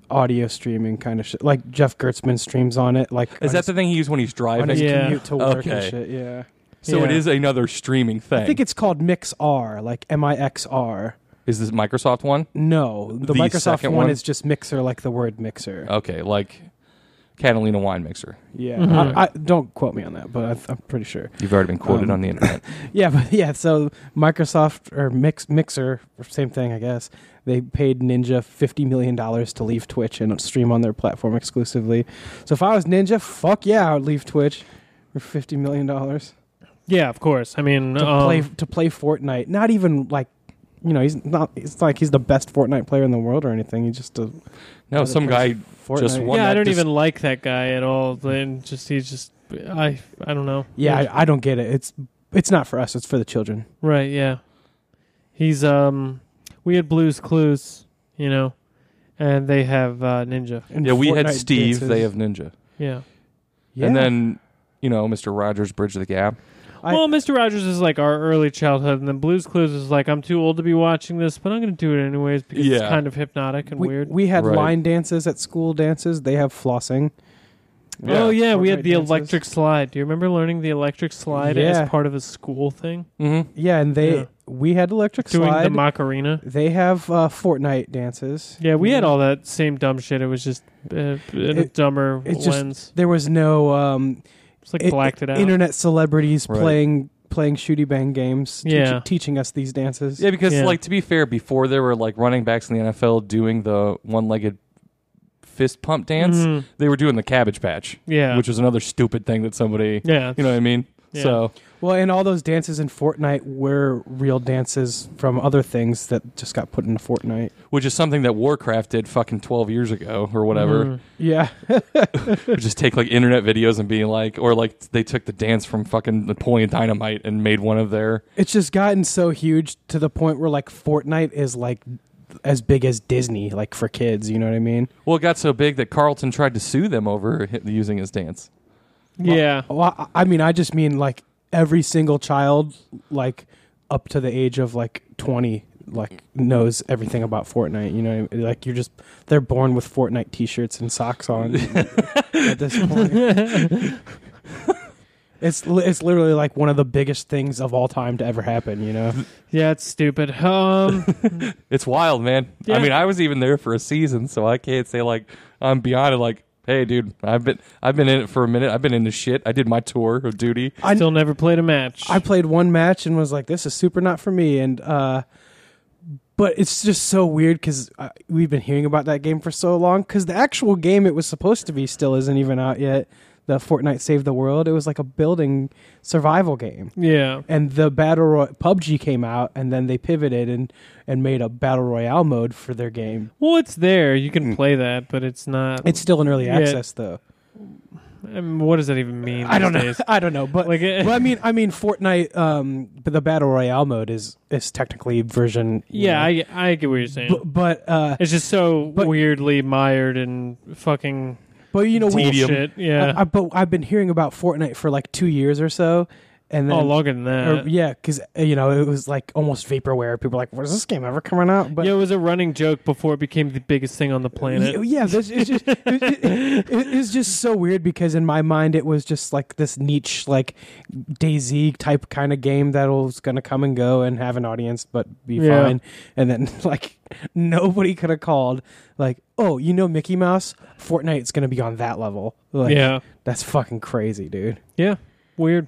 [SPEAKER 4] audio streaming kind of shit. Like Jeff Gertzman streams on it. Like
[SPEAKER 3] Is
[SPEAKER 4] on
[SPEAKER 3] that
[SPEAKER 4] his,
[SPEAKER 3] the thing he used when he's
[SPEAKER 4] on his
[SPEAKER 3] driving?
[SPEAKER 2] Yeah.
[SPEAKER 4] commute to work and
[SPEAKER 3] Okay.
[SPEAKER 4] shit? Yeah.
[SPEAKER 3] So it
[SPEAKER 2] Yeah.
[SPEAKER 3] is another streaming thing.
[SPEAKER 4] I think it's called MixR, like M I X R.
[SPEAKER 3] Is this Microsoft one?
[SPEAKER 4] No, the,
[SPEAKER 3] The
[SPEAKER 4] Microsoft
[SPEAKER 3] second
[SPEAKER 4] one,
[SPEAKER 3] one? Uh,
[SPEAKER 4] is just Mixer, like the word Mixer.
[SPEAKER 3] Okay, like Catalina wine mixer.
[SPEAKER 4] Yeah,
[SPEAKER 2] Mhm.
[SPEAKER 4] I, I, don't quote me on that, but I, I'm pretty sure.
[SPEAKER 3] You've already been quoted
[SPEAKER 4] Um,
[SPEAKER 3] on the internet.
[SPEAKER 4] Yeah, but yeah, so Microsoft or Mix Mixer, same thing, I guess. They paid Ninja fifty million dollars to leave Twitch and stream on their platform exclusively. So if I was Ninja, fuck yeah, I would leave Twitch for fifty million dollars
[SPEAKER 2] Yeah, of course. I mean,
[SPEAKER 4] to
[SPEAKER 2] um,
[SPEAKER 4] play to play Fortnite. Not even like, you know, he's not. It's like he's the best Fortnite player in the world or anything. He's just a
[SPEAKER 3] No, some guy.
[SPEAKER 4] Fortnite.
[SPEAKER 3] just one-
[SPEAKER 2] yeah, I
[SPEAKER 3] that
[SPEAKER 2] don't
[SPEAKER 3] dis-
[SPEAKER 2] even like that guy at all. Then just he's just I I don't know.
[SPEAKER 4] Yeah, I, I don't get it. It's it's not for us. It's for the children.
[SPEAKER 2] right. Yeah, he's um. We had Blues Clues, you know, and they have uh, Ninja.
[SPEAKER 4] And
[SPEAKER 3] Yeah, we had
[SPEAKER 4] Fortnite
[SPEAKER 3] Steve.
[SPEAKER 4] dances.
[SPEAKER 3] They have Ninja.
[SPEAKER 2] Yeah.
[SPEAKER 4] Yeah.
[SPEAKER 3] And then, you know, Mr. Rogers, Bridge the Gap.
[SPEAKER 4] I-
[SPEAKER 2] well, Mr. Rogers is like our early childhood, and then Blues Clues is like I'm too old to be watching this, but I'm going to do it anyways because it's
[SPEAKER 3] Yeah.
[SPEAKER 2] kind of hypnotic and
[SPEAKER 4] we,
[SPEAKER 2] weird.
[SPEAKER 4] we had
[SPEAKER 3] Right.
[SPEAKER 4] line dances at school dances. They have flossing.
[SPEAKER 3] Yeah.
[SPEAKER 2] Oh yeah, we had
[SPEAKER 4] Fortnite
[SPEAKER 2] the
[SPEAKER 4] dances.
[SPEAKER 2] electric slide. Do you remember learning the electric slide
[SPEAKER 4] Yeah.
[SPEAKER 2] as part of a school thing?
[SPEAKER 3] Mm-hmm.
[SPEAKER 4] Yeah, and they
[SPEAKER 2] Yeah.
[SPEAKER 4] we had electric
[SPEAKER 2] Doing
[SPEAKER 4] slide.
[SPEAKER 2] the Macarena.
[SPEAKER 4] they have uh, Fortnite dances.
[SPEAKER 2] Yeah, we had all that same dumb shit. It was just uh, in a
[SPEAKER 4] It-
[SPEAKER 2] dumber
[SPEAKER 4] it's just-
[SPEAKER 2] lens.
[SPEAKER 4] There was no um,
[SPEAKER 2] It's like
[SPEAKER 4] i-
[SPEAKER 2] blacked it out.
[SPEAKER 4] internet celebrities
[SPEAKER 3] Right.
[SPEAKER 4] playing playing shooty bang games. teach-
[SPEAKER 2] Yeah.
[SPEAKER 4] teaching us these dances.
[SPEAKER 3] Yeah, because
[SPEAKER 2] Yeah.
[SPEAKER 3] like to be fair, before there were like running backs in the NFL doing the one-legged fist pump dance,
[SPEAKER 2] Mhm.
[SPEAKER 3] they were doing the Cabbage Patch,
[SPEAKER 2] Yeah,
[SPEAKER 3] which was another stupid thing that somebody,
[SPEAKER 2] yeah,
[SPEAKER 3] you know what I mean?
[SPEAKER 2] Yeah.
[SPEAKER 3] So
[SPEAKER 4] Well, and all those dances in Fortnite were real dances from other things that just got put into Fortnite.
[SPEAKER 3] which is something that Warcraft did fucking 12 years ago or whatever.
[SPEAKER 2] Mhm.
[SPEAKER 4] Yeah,
[SPEAKER 3] Would Just take like internet videos and be like, or like they took the dance from fucking Napoleon Dynamite and made one of their.
[SPEAKER 4] it's just gotten so huge to the point where like Fortnite is like as big as Disney, like for kids. You know what I mean?
[SPEAKER 3] Well, it got so big that Carlton tried to sue them over hi- using his dance.
[SPEAKER 2] yeah.
[SPEAKER 4] Well, I- I mean, I just mean like every single child, like up to the age of like twenty, like knows everything about Fortnite. You know, like you're just they're born with Fortnite T-shirts and socks on at this point. It's li- it's literally like one of the biggest things of all time to ever happen. You know,
[SPEAKER 2] yeah, it's stupid. Um,
[SPEAKER 3] It's wild, man.
[SPEAKER 2] Yeah.
[SPEAKER 3] I mean, I was even there for a season, so I can't say like I'm beyond it. Like, hey, dude, I've been I've been in it for a minute. I've been in this shit. I did my tour of duty.
[SPEAKER 4] I-
[SPEAKER 2] still never played a match.
[SPEAKER 4] I played one match and was like, this is super not for me. And uh, but it's just so weird because we've been hearing about that game for so long. Because the actual game it was supposed to be still isn't even out yet. The Fortnite Save the World. It was like a building survival game.
[SPEAKER 2] yeah,
[SPEAKER 4] And the battle Roy- PUBG came out, and then they pivoted and and made a battle royale mode for their game.
[SPEAKER 2] well, it's there. You can play that, but it's not.
[SPEAKER 4] Hmm. It's still in early
[SPEAKER 2] Yeah.
[SPEAKER 4] access though.
[SPEAKER 2] I mean, what does that even mean?
[SPEAKER 4] I don't
[SPEAKER 2] these
[SPEAKER 4] know.
[SPEAKER 2] days?
[SPEAKER 4] I don't know, but
[SPEAKER 2] Like, it-
[SPEAKER 4] well, I mean, I mean, Fortnite, um, but the battle royale mode is is technically version. you know,
[SPEAKER 2] Yeah, I I get what you're saying.
[SPEAKER 4] but, but uh
[SPEAKER 2] it's just so
[SPEAKER 4] but-
[SPEAKER 2] weirdly mired in fucking
[SPEAKER 4] but you know
[SPEAKER 3] Tedium.
[SPEAKER 2] bullshit. Yeah,
[SPEAKER 4] I, I, but I've been hearing about Fortnite for like two years or so, and then
[SPEAKER 2] oh, longer than
[SPEAKER 4] or-
[SPEAKER 2] that.
[SPEAKER 4] yeah, because you know it was like almost vaporware. People were like, "Where's this game ever coming out?" But
[SPEAKER 2] yeah, it was a running joke before it became the biggest thing on the planet.
[SPEAKER 4] Y- yeah, this it's just it, it- it- it's just so weird because in my mind it was just like this niche like Daisy type kind of game that'll gonna come and go and have an audience but be
[SPEAKER 2] Yeah.
[SPEAKER 4] fine. And then like nobody could have called like, "Oh, you know Mickey Mouse? Fortnite's gonna be on that level." Like,
[SPEAKER 2] yeah,
[SPEAKER 4] that's fucking crazy, dude.
[SPEAKER 2] yeah, weird.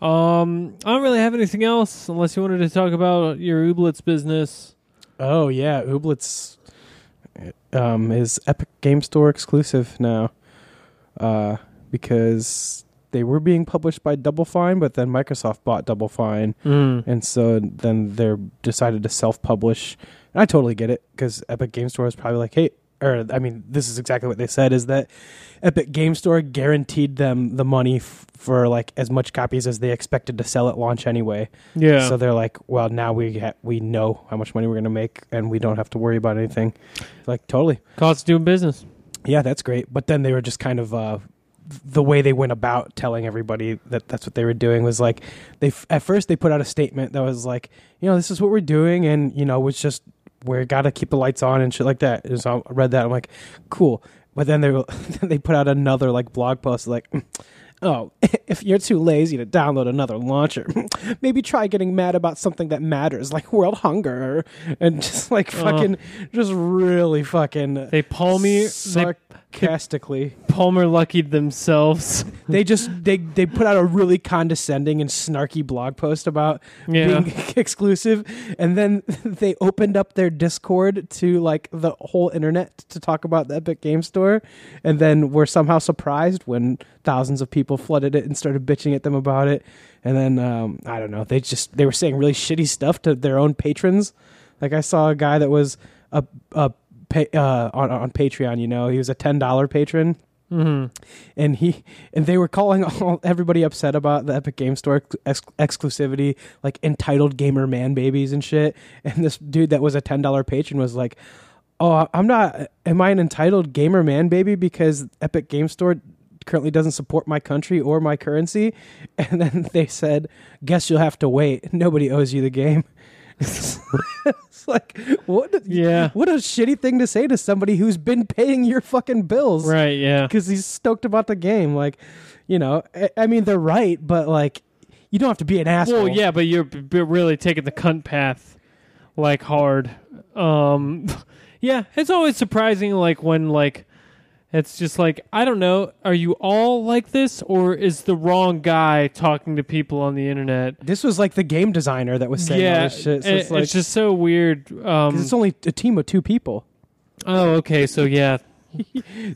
[SPEAKER 2] Um, I don't really have anything else unless you wanted to talk about your Ooblets business.
[SPEAKER 4] Oh yeah, Ooblets um, is Epic Game Store exclusive now, uh, because they were being published by Double Fine, but then Microsoft bought Double Fine, and so then they are decided to self-publish. And I totally get it because Epic Game Store is probably like, hey, or I mean, this is exactly what they said is that Epic Game Store guaranteed them the money f- for like as much copies as they expected to sell at launch anyway.
[SPEAKER 2] Yeah,
[SPEAKER 4] So they're like, well, now we ha- we know how much money we're gonna make, and we don't have to worry about anything. Like totally,
[SPEAKER 2] cost of doing business.
[SPEAKER 4] yeah, that's great. But then they were just kind of uh, the way they went about telling everybody that that's what they were doing was like they f- at first they put out a statement that was like, you know, this is what we're doing, and you know, it's just we're gotta keep the lights on and shit like that. And so I read that, I'm like, cool. But then they were, then they put out another like blog post like. Oh, if you're too lazy to download another launcher, maybe try getting mad about something that matters, like world hunger, and just like
[SPEAKER 2] Uh.
[SPEAKER 4] fucking, just really fucking
[SPEAKER 2] They palmy, they,
[SPEAKER 4] Sarc- sarcastically.
[SPEAKER 2] Palmer luckied themselves.
[SPEAKER 4] they just they they put out a really condescending and snarky blog post about
[SPEAKER 2] Yeah.
[SPEAKER 4] being exclusive, and then they opened up their Discord to like the whole internet to talk about the Epic Game Store, and then were somehow surprised when thousands of people flooded it and started bitching at them about it, and then um, I don't know they just they were saying really shitty stuff to their own patrons. Like I saw a guy that was a a pay, uh, on on Patreon, you know, he was a ten dollar patron
[SPEAKER 2] hmm
[SPEAKER 4] and he and they were calling all everybody upset about the Epic Game Store ex- exclusivity, like entitled gamer man babies and shit. And this dude that was a ten dollar patron was like, "Oh, I'm not. Am I an entitled gamer man baby because Epic Game Store currently doesn't support my country or my currency?" And then they said, "Guess you'll have to wait. Nobody owes you the game." it's like what?
[SPEAKER 2] Yeah.
[SPEAKER 4] What a shitty thing to say to somebody who's been paying your fucking bills
[SPEAKER 2] Right, yeah.
[SPEAKER 4] because he's stoked about the game. Like, you know, I, I mean, they're right, but like, you don't have to be an asshole.
[SPEAKER 2] Well, yeah, but you're b- b- really taking the cunt path like hard. Um, yeah, it's always surprising, like when like it's just like I don't know. Are you all like this, or is the wrong guy talking to people on the internet?
[SPEAKER 4] This was like the game designer that was saying all
[SPEAKER 2] yeah,
[SPEAKER 4] this shit. So
[SPEAKER 2] it-
[SPEAKER 4] it's like,
[SPEAKER 2] it's just so weird.
[SPEAKER 4] 'cause
[SPEAKER 2] Um,
[SPEAKER 4] it's only a team of two people.
[SPEAKER 2] oh, okay, so yeah,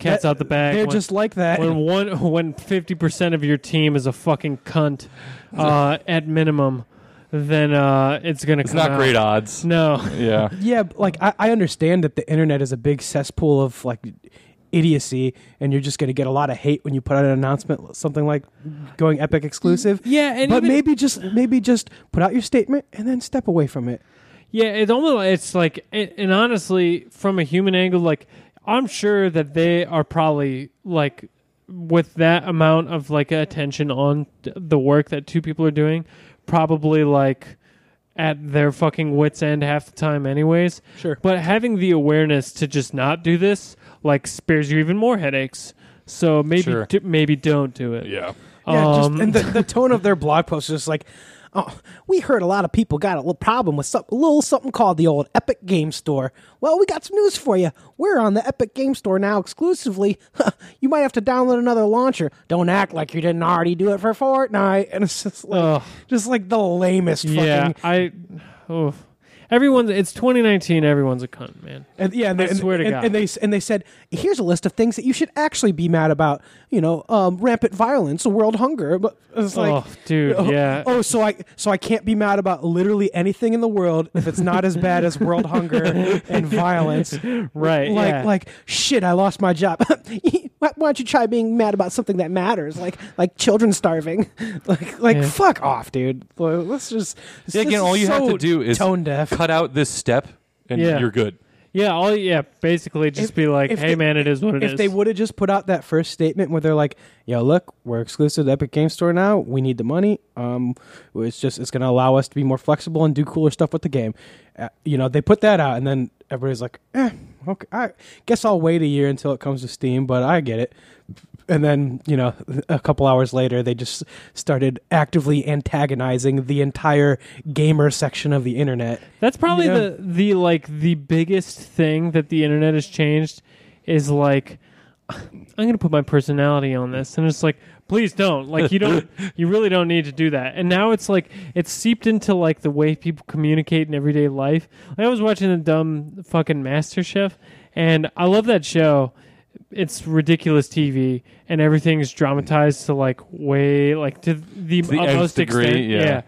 [SPEAKER 2] cats out the bag.
[SPEAKER 4] They're
[SPEAKER 2] when-
[SPEAKER 4] just like that.
[SPEAKER 2] when one when fifty percent of your team is a fucking cunt, uh, at minimum, then uh, it's gonna.
[SPEAKER 3] It's
[SPEAKER 2] come
[SPEAKER 3] not
[SPEAKER 2] out.
[SPEAKER 3] great odds.
[SPEAKER 2] No.
[SPEAKER 3] Yeah.
[SPEAKER 4] yeah, but, like I, I understand that the internet is a big cesspool of like idiocy, and you're just going to get a lot of hate when you put out an announcement, something like going Epic exclusive.
[SPEAKER 2] Yeah, and
[SPEAKER 4] but
[SPEAKER 2] even-
[SPEAKER 4] maybe just maybe just put out your statement and then step away from it.
[SPEAKER 2] yeah, it's almost it's like, and, and honestly, from a human angle, like I'm sure that they are probably like with that amount of like attention on th- the work that two people are doing, probably like at their fucking wits end half the time, anyways.
[SPEAKER 4] Sure.
[SPEAKER 2] But having the awareness to just not do this like spares you even more headaches. So maybe
[SPEAKER 3] Sure.
[SPEAKER 2] d- maybe don't do it.
[SPEAKER 3] Yeah.
[SPEAKER 4] Yeah,
[SPEAKER 2] Um,
[SPEAKER 4] just, and the, the tone of their blog post is just like, oh, we heard a lot of people got a little problem with some, a little something called the old Epic Game Store. Well, we got some news for you. We're on the Epic Game Store now exclusively. you might have to download another launcher. Don't act like you didn't already do it for Fortnite. And it's just like,
[SPEAKER 2] Ugh.
[SPEAKER 4] just like the lamest
[SPEAKER 2] yeah,
[SPEAKER 4] fucking.
[SPEAKER 2] I. Oh, everyone's. It's 2019. Everyone's a cunt, man.
[SPEAKER 4] And, yeah, and they,
[SPEAKER 2] I swear to
[SPEAKER 4] and,
[SPEAKER 2] God.
[SPEAKER 4] And they s- and they said, here's a list of things that you should actually be mad about. You know, um, rampant violence, world hunger. But it's like,
[SPEAKER 2] oh, dude,
[SPEAKER 4] Oh,
[SPEAKER 2] yeah.
[SPEAKER 4] Oh, so I so I can't be mad about literally anything in the world if it's not as bad as world hunger and violence.
[SPEAKER 2] right.
[SPEAKER 4] Like
[SPEAKER 2] yeah.
[SPEAKER 4] like shit, I lost my job. Why why don't you try being mad about something that matters, like like children starving? like like
[SPEAKER 2] Yeah.
[SPEAKER 4] fuck off, dude. Well, let's just
[SPEAKER 3] Yeah,
[SPEAKER 4] this
[SPEAKER 3] again, all
[SPEAKER 4] is
[SPEAKER 3] you have
[SPEAKER 4] so
[SPEAKER 3] to do is
[SPEAKER 4] tone deaf.
[SPEAKER 3] cut out this step and
[SPEAKER 2] Yeah.
[SPEAKER 3] you're good.
[SPEAKER 2] yeah, all yeah, basically just
[SPEAKER 4] If-
[SPEAKER 2] be like,
[SPEAKER 4] if
[SPEAKER 2] "Hey
[SPEAKER 4] they-
[SPEAKER 2] man, it is what it is."
[SPEAKER 4] if they would have just put out that first statement where they're like, "Yo, look, we're exclusive to Epic Game Store now. We need the money. Um, it's just it's gonna allow us to be more flexible and do cooler stuff with the game." Uh, you know, they put that out, and then everybody's like, "Eh, okay, I guess I'll wait a year until it comes to Steam." But I get it. And then you know, a couple hours later, they just started actively antagonizing the entire gamer section of the internet.
[SPEAKER 2] That's probably
[SPEAKER 4] you know?
[SPEAKER 2] the the like the biggest thing that the internet has changed is like I'm going to put my personality on this and it's like please don't like you don't you really don't need to do that. And now it's like it's seeped into like the way people communicate in everyday life. I was watching the dumb fucking MasterChef and I love that show. It's ridiculous TV and everything's dramatized to like way like to the,
[SPEAKER 3] the nth
[SPEAKER 2] utmost
[SPEAKER 3] degree,
[SPEAKER 2] extent.
[SPEAKER 3] yeah.
[SPEAKER 2] yeah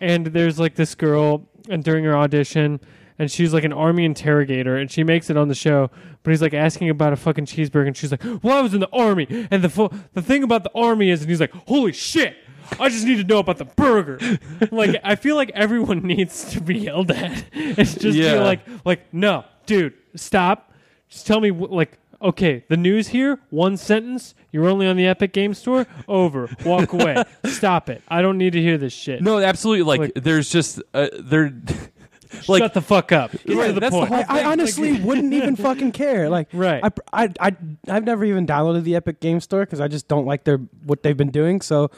[SPEAKER 2] and there's like this girl and during her audition and she's like an army interrogator and she makes it on the show but he's like asking about a fucking cheeseburger and she's like well i was in the army and the fu- the thing about the army is and he's like holy shit I just need to know about the burger. like I feel like everyone needs to be yelled at. It's just be
[SPEAKER 3] Yeah.
[SPEAKER 2] like like no, dude, stop. Just tell me wh- like okay, the news here, one sentence, you're only on the Epic Game Store, over. Walk away. stop it. I don't need to hear this shit.
[SPEAKER 3] No, absolutely. Like,
[SPEAKER 2] Like-
[SPEAKER 3] there's just uh, there, like
[SPEAKER 2] shut the fuck up. Get
[SPEAKER 3] Right,
[SPEAKER 2] to the
[SPEAKER 3] that's the
[SPEAKER 2] point.
[SPEAKER 3] whole-
[SPEAKER 4] I, I honestly wouldn't even fucking care. Like,
[SPEAKER 2] Right.
[SPEAKER 4] I, pr- I, I, I've never even downloaded the Epic Game Store because I just don't like their what they've been doing. So,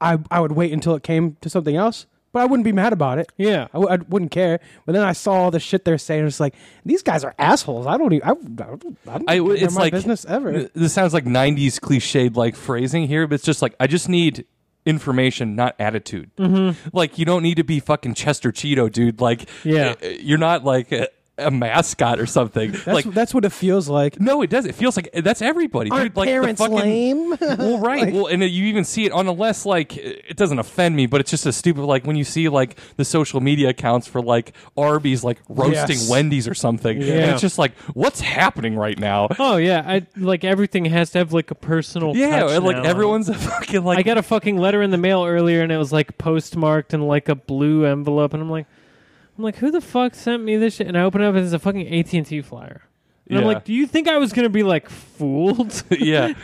[SPEAKER 4] I, I would wait until it came to something else. but I wouldn't be mad about it.
[SPEAKER 2] Yeah.
[SPEAKER 4] I, w- I wouldn't care. But then I saw all the shit they're saying. It's like these guys are assholes. I don't. Even, I, I, don't- I don't.
[SPEAKER 3] I,
[SPEAKER 4] think they're
[SPEAKER 3] it's
[SPEAKER 4] my
[SPEAKER 3] like
[SPEAKER 4] business ever.
[SPEAKER 3] th- This sounds like '90s cliched like phrasing here, but it's just like I just need information, not attitude.
[SPEAKER 4] Mm-hmm.
[SPEAKER 3] Like you don't need to be fucking Chester Cheeto, dude. Like
[SPEAKER 2] Yeah.
[SPEAKER 3] uh, you're not like a, a mascot or something.
[SPEAKER 4] That's
[SPEAKER 3] like
[SPEAKER 4] that's what it feels like.
[SPEAKER 3] no, it does. It feels like eh, that's everybody.
[SPEAKER 4] Aren't
[SPEAKER 3] dude, like
[SPEAKER 4] parents
[SPEAKER 3] the fucking,
[SPEAKER 4] lame?
[SPEAKER 3] well, right. well, and you even see it on unless like eh, it doesn't offend me, but it's just a stupid like when you see like the social media accounts for like Arby's like roasting
[SPEAKER 4] Yes.
[SPEAKER 3] Wendy's or something, and
[SPEAKER 2] Yeah.
[SPEAKER 3] it's just like what's happening right now.
[SPEAKER 2] Oh yeah, I like everything has to have like a personal.
[SPEAKER 3] Yeah,
[SPEAKER 2] touch
[SPEAKER 3] and, like
[SPEAKER 2] now.
[SPEAKER 3] everyone's a fucking like
[SPEAKER 2] I got a fucking letter in the mail earlier, and it was like postmarked in like a blue envelope, and I'm like, I'm like, who the fuck sent me this shit? And I open it up, and it's a fucking AT and T flyer. And I'm
[SPEAKER 3] Yeah.
[SPEAKER 2] like, do you think I was gonna be like fooled?
[SPEAKER 3] yeah.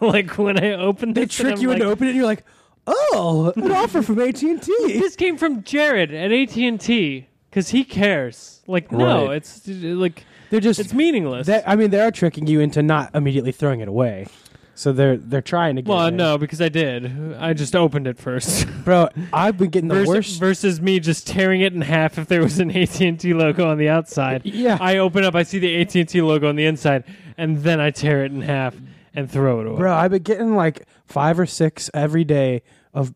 [SPEAKER 2] like when I opened,
[SPEAKER 4] They
[SPEAKER 2] this, and
[SPEAKER 4] trick
[SPEAKER 2] I'm
[SPEAKER 4] you
[SPEAKER 2] like,
[SPEAKER 4] into opening it. and You're like, oh, an offer from AT and T.
[SPEAKER 2] This came from Jared at AT and T because he cares. Like no,
[SPEAKER 3] Right.
[SPEAKER 2] it's like
[SPEAKER 4] They're just.
[SPEAKER 2] it's meaningless.
[SPEAKER 4] that, I mean, they are tricking you into not immediately throwing it away. So they're they're trying to get.
[SPEAKER 2] well,
[SPEAKER 4] it.
[SPEAKER 2] no, because I did. I just opened it first.
[SPEAKER 4] bro. I've been getting the
[SPEAKER 2] Versus,
[SPEAKER 4] worst.
[SPEAKER 2] versus me just tearing it in half if there was an AT&T logo on the outside.
[SPEAKER 4] Yeah.
[SPEAKER 2] I open up, I see the AT&T logo on the inside, and then I tear it in half and throw it away.
[SPEAKER 4] Bro, I've been getting like five or six every day of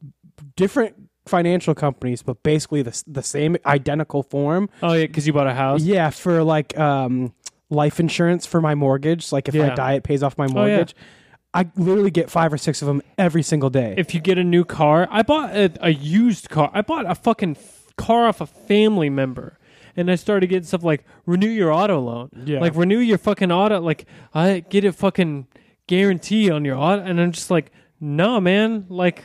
[SPEAKER 4] different financial companies, but basically the s- the same identical form.
[SPEAKER 2] Oh yeah, because you bought a house.
[SPEAKER 4] Yeah, for like um, life insurance for my mortgage. Like if I
[SPEAKER 2] Yeah.
[SPEAKER 4] die, it pays off my
[SPEAKER 2] Oh, yeah.
[SPEAKER 4] mortgage. I literally get five or six of them every single day.
[SPEAKER 2] If you get a new car, I bought a, a used car. I bought a fucking f- car off a family member. And I started getting stuff like renew your auto loan.
[SPEAKER 4] Yeah.
[SPEAKER 2] Like renew your fucking auto like I get a fucking guarantee on your auto and I'm just like, "No, man, like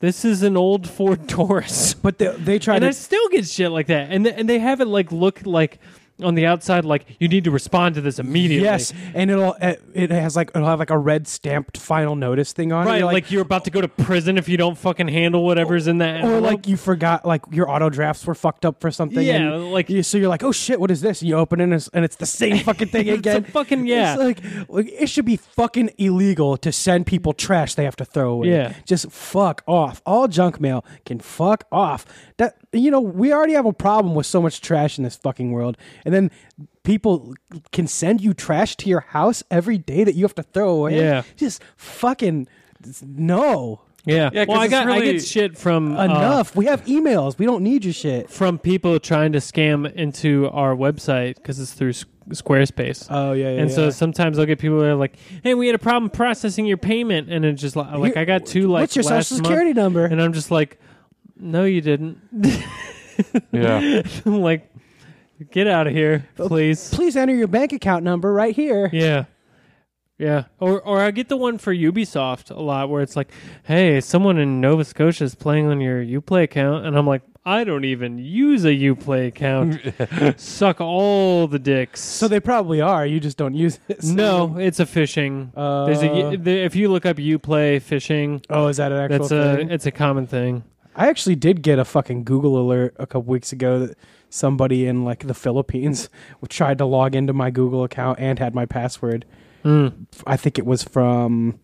[SPEAKER 2] this is an old Ford Taurus."
[SPEAKER 4] but they, they try
[SPEAKER 2] and
[SPEAKER 4] to.
[SPEAKER 2] I still get shit like that. And th- and they have it like look like on the outside like you need to respond to this immediately.
[SPEAKER 4] Yes, and it'll it it has like it'll have like a red stamped final notice thing on it.
[SPEAKER 2] Right,
[SPEAKER 4] You're
[SPEAKER 2] like, you're about to go to prison if you don't fucking handle whatever's in that.
[SPEAKER 4] or
[SPEAKER 2] envelope.
[SPEAKER 4] "Oh, like you forgot like your auto drafts were fucked up for something.
[SPEAKER 2] Yeah,
[SPEAKER 4] and
[SPEAKER 2] like-
[SPEAKER 4] you, so you're like, oh shit, what is this? And you open it and it's, and it's the same fucking thing
[SPEAKER 2] It's a
[SPEAKER 4] again.
[SPEAKER 2] fucking- yeah.
[SPEAKER 4] It's like, like, it should be fucking illegal to send people trash they have to throw away.
[SPEAKER 2] Yeah.
[SPEAKER 4] just fuck off. All junk mail can fuck off. That you know we already have a problem with so much trash in this fucking world, and then. People can send you trash to your house every day that you have to throw away.
[SPEAKER 2] Yeah.
[SPEAKER 4] Just fucking no.
[SPEAKER 2] yeah,
[SPEAKER 3] Yeah, 'cause
[SPEAKER 2] well, I
[SPEAKER 3] it's
[SPEAKER 2] got I
[SPEAKER 3] really-
[SPEAKER 2] get shit from
[SPEAKER 4] Uh-uh.
[SPEAKER 2] uh,
[SPEAKER 4] Enough. we have emails. We don't need your shit.
[SPEAKER 2] from people trying to scam into our website because it's through S- Squarespace.
[SPEAKER 4] Oh yeah, yeah.
[SPEAKER 2] and
[SPEAKER 4] yeah.
[SPEAKER 2] so sometimes I'll get people that are like, "Hey, we had a problem processing your payment," and it's just like, like I got two like
[SPEAKER 4] what's your
[SPEAKER 2] last
[SPEAKER 4] social
[SPEAKER 2] month,
[SPEAKER 4] security number?
[SPEAKER 2] and I'm just like, "No, you didn't."
[SPEAKER 3] Yeah.
[SPEAKER 2] I'm like, "Get out of here, please."
[SPEAKER 4] Please enter your bank account number right here.
[SPEAKER 2] Yeah. Yeah. Or or I get the one for Ubisoft a lot where it's like, hey, someone in Nova Scotia is playing on your Uplay account and I'm like, I don't even use a Uplay account. Suck all the dicks.
[SPEAKER 4] So they probably are. You just don't use it. So-
[SPEAKER 2] no, it's a phishing.
[SPEAKER 4] Uh,
[SPEAKER 2] There's a there, if you look up Uplay phishing,
[SPEAKER 4] oh, is that an actual
[SPEAKER 2] that's a
[SPEAKER 4] thing?
[SPEAKER 2] it's a common thing.
[SPEAKER 4] I actually did get a fucking Google alert a couple weeks ago that somebody in like the Philippines tried to log into my Google account and had my password.
[SPEAKER 2] Mm.
[SPEAKER 4] I think it was from.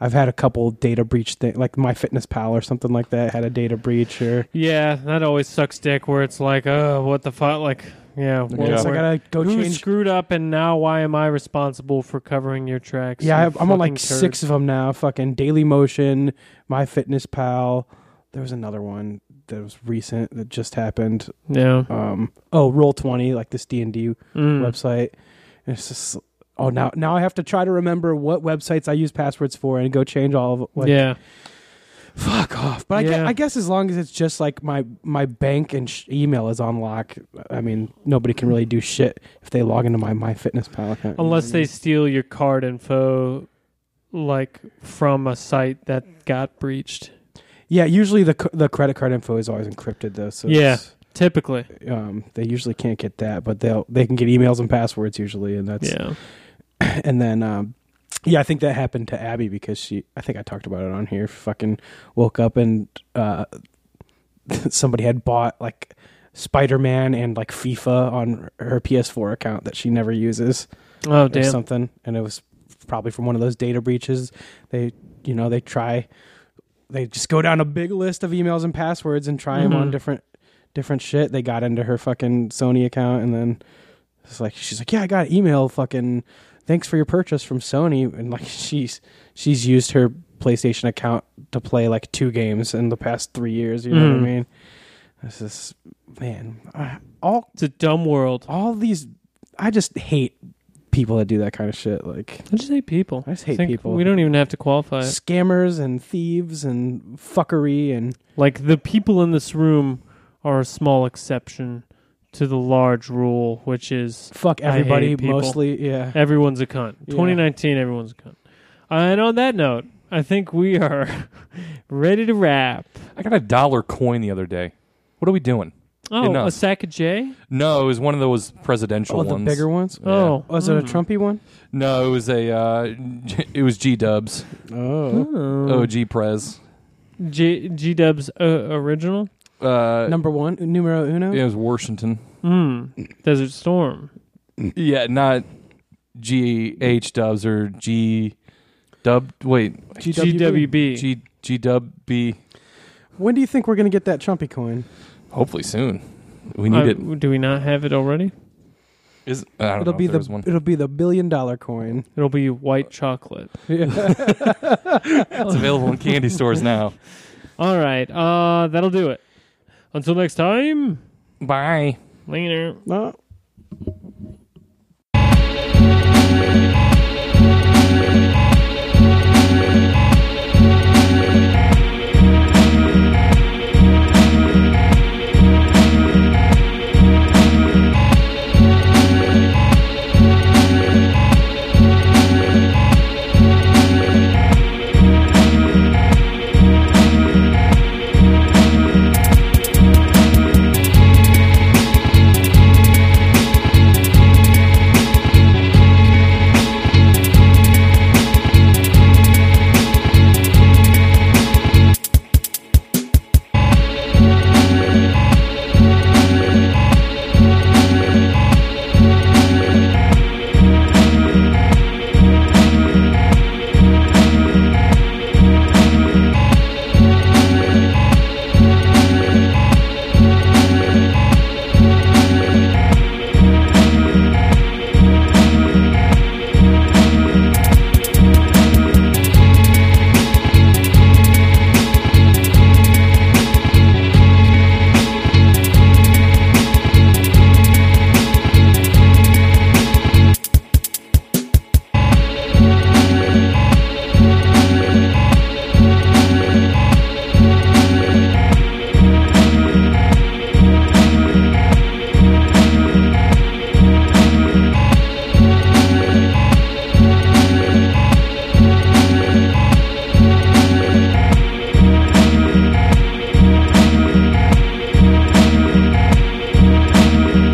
[SPEAKER 4] I've had a couple data breach thing, like my Fitness Pal or something like that, had a data breach or.
[SPEAKER 2] Yeah, that always sucks dick where it's like, oh, what the fuck like yeah,
[SPEAKER 4] Yeah.
[SPEAKER 2] where-
[SPEAKER 3] Yeah.
[SPEAKER 4] So I
[SPEAKER 2] where-
[SPEAKER 4] gotta go
[SPEAKER 2] Who
[SPEAKER 4] change
[SPEAKER 2] screwed up, and now why am I responsible for covering your tracks?
[SPEAKER 4] Yeah,
[SPEAKER 2] you
[SPEAKER 4] I, I'm on like
[SPEAKER 2] fucking turd?
[SPEAKER 4] six of them now. Fucking Daily Motion, My Fitness Pal. There was another one that was recent that just happened.
[SPEAKER 2] Yeah.
[SPEAKER 4] Um, oh, Roll Twenty, like this D and D
[SPEAKER 2] Mm.
[SPEAKER 4] website. And it's just oh now now I have to try to remember what websites I use passwords for and go change all of like
[SPEAKER 2] yeah.
[SPEAKER 4] fuck off. But I, gue-
[SPEAKER 2] Yeah.
[SPEAKER 4] I guess as long as it's just like my my bank and sh- email is on lock. I mean nobody can really do shit if they log into my My Fitness Pal account.
[SPEAKER 2] Unless they steal your card info, like from a site that got breached.
[SPEAKER 4] Yeah, usually the c- the credit card info is always encrypted though. So
[SPEAKER 2] Yeah.
[SPEAKER 4] it's-
[SPEAKER 2] Typically.
[SPEAKER 4] um, they usually can't get that, but they'll they can get emails and passwords usually, and that's
[SPEAKER 2] yeah.
[SPEAKER 4] and then um, yeah, I think that happened to Abby because she I think I talked about it on here. Fucking woke up and uh, somebody had bought like Spider Man and like FIFA on her PS4 account that she never uses
[SPEAKER 2] Oh
[SPEAKER 4] or
[SPEAKER 2] damn.
[SPEAKER 4] something, and it was probably from one of those data breaches. They you know they try they just go down a big list of emails and passwords and try them on
[SPEAKER 2] Mhm.
[SPEAKER 4] different different shit. They got into her fucking Sony account and then it's like she's like, "Yeah, I got email fucking thanks for your purchase from Sony." And like she's she's used her PlayStation account to play like two games in the past 3 years, you know what I
[SPEAKER 2] Mhm.
[SPEAKER 4] mean? This is man, I- all
[SPEAKER 2] It's a dumb world.
[SPEAKER 4] all these I just hate people that do that kind of shit like
[SPEAKER 2] I just hate people.
[SPEAKER 4] I just hate
[SPEAKER 2] think
[SPEAKER 4] people.
[SPEAKER 2] We don't even have to qualify it.
[SPEAKER 4] scammers and thieves and fuckery and
[SPEAKER 2] Like the people in this room are a small exception to the large rule, which is
[SPEAKER 4] fuck
[SPEAKER 2] I hate
[SPEAKER 4] everybody
[SPEAKER 2] people.
[SPEAKER 4] mostly yeah
[SPEAKER 2] everyone's a cunt.
[SPEAKER 4] Yeah.
[SPEAKER 2] 2019, everyone's a cunt. And on that note, I think we are ready to wrap.
[SPEAKER 3] I got a dollar coin the other day. What are we doing?
[SPEAKER 2] Oh,
[SPEAKER 3] Enough.
[SPEAKER 2] a sack of J.
[SPEAKER 3] No, it was one of those presidential
[SPEAKER 4] oh the
[SPEAKER 3] ones. Hmm.
[SPEAKER 4] bigger ones
[SPEAKER 3] Yeah.
[SPEAKER 2] Oh,
[SPEAKER 4] was it a
[SPEAKER 2] mm.
[SPEAKER 4] trumpy one?
[SPEAKER 3] No, it was a. Uh, it was G Dubs.
[SPEAKER 4] Oh.
[SPEAKER 2] Oh,
[SPEAKER 3] OG Prez.
[SPEAKER 2] G G Dub's uh, original.
[SPEAKER 3] Uh,
[SPEAKER 4] Hmm? number one numero uno
[SPEAKER 3] it was Washington.
[SPEAKER 2] Hmm. Desert Storm.
[SPEAKER 3] Yeah, not G H Dubs or G Dub. Wait,
[SPEAKER 4] GWB.
[SPEAKER 2] GWB.
[SPEAKER 3] G G Dub B.
[SPEAKER 4] when do you think we're gonna get that trumpy coin
[SPEAKER 3] Hopefully soon. We
[SPEAKER 4] Uh,
[SPEAKER 3] need it.
[SPEAKER 2] Uh, Do we not have it already?
[SPEAKER 3] Is I don't
[SPEAKER 4] it'll
[SPEAKER 3] know
[SPEAKER 4] be
[SPEAKER 3] if
[SPEAKER 4] the
[SPEAKER 3] there was one.
[SPEAKER 4] it'll be the billion dollar coin
[SPEAKER 2] It'll be white chocolate.
[SPEAKER 3] It's available in candy stores now.
[SPEAKER 2] All right. Uh, that'll do it. Until next time.
[SPEAKER 3] Bye.
[SPEAKER 2] Later.
[SPEAKER 4] no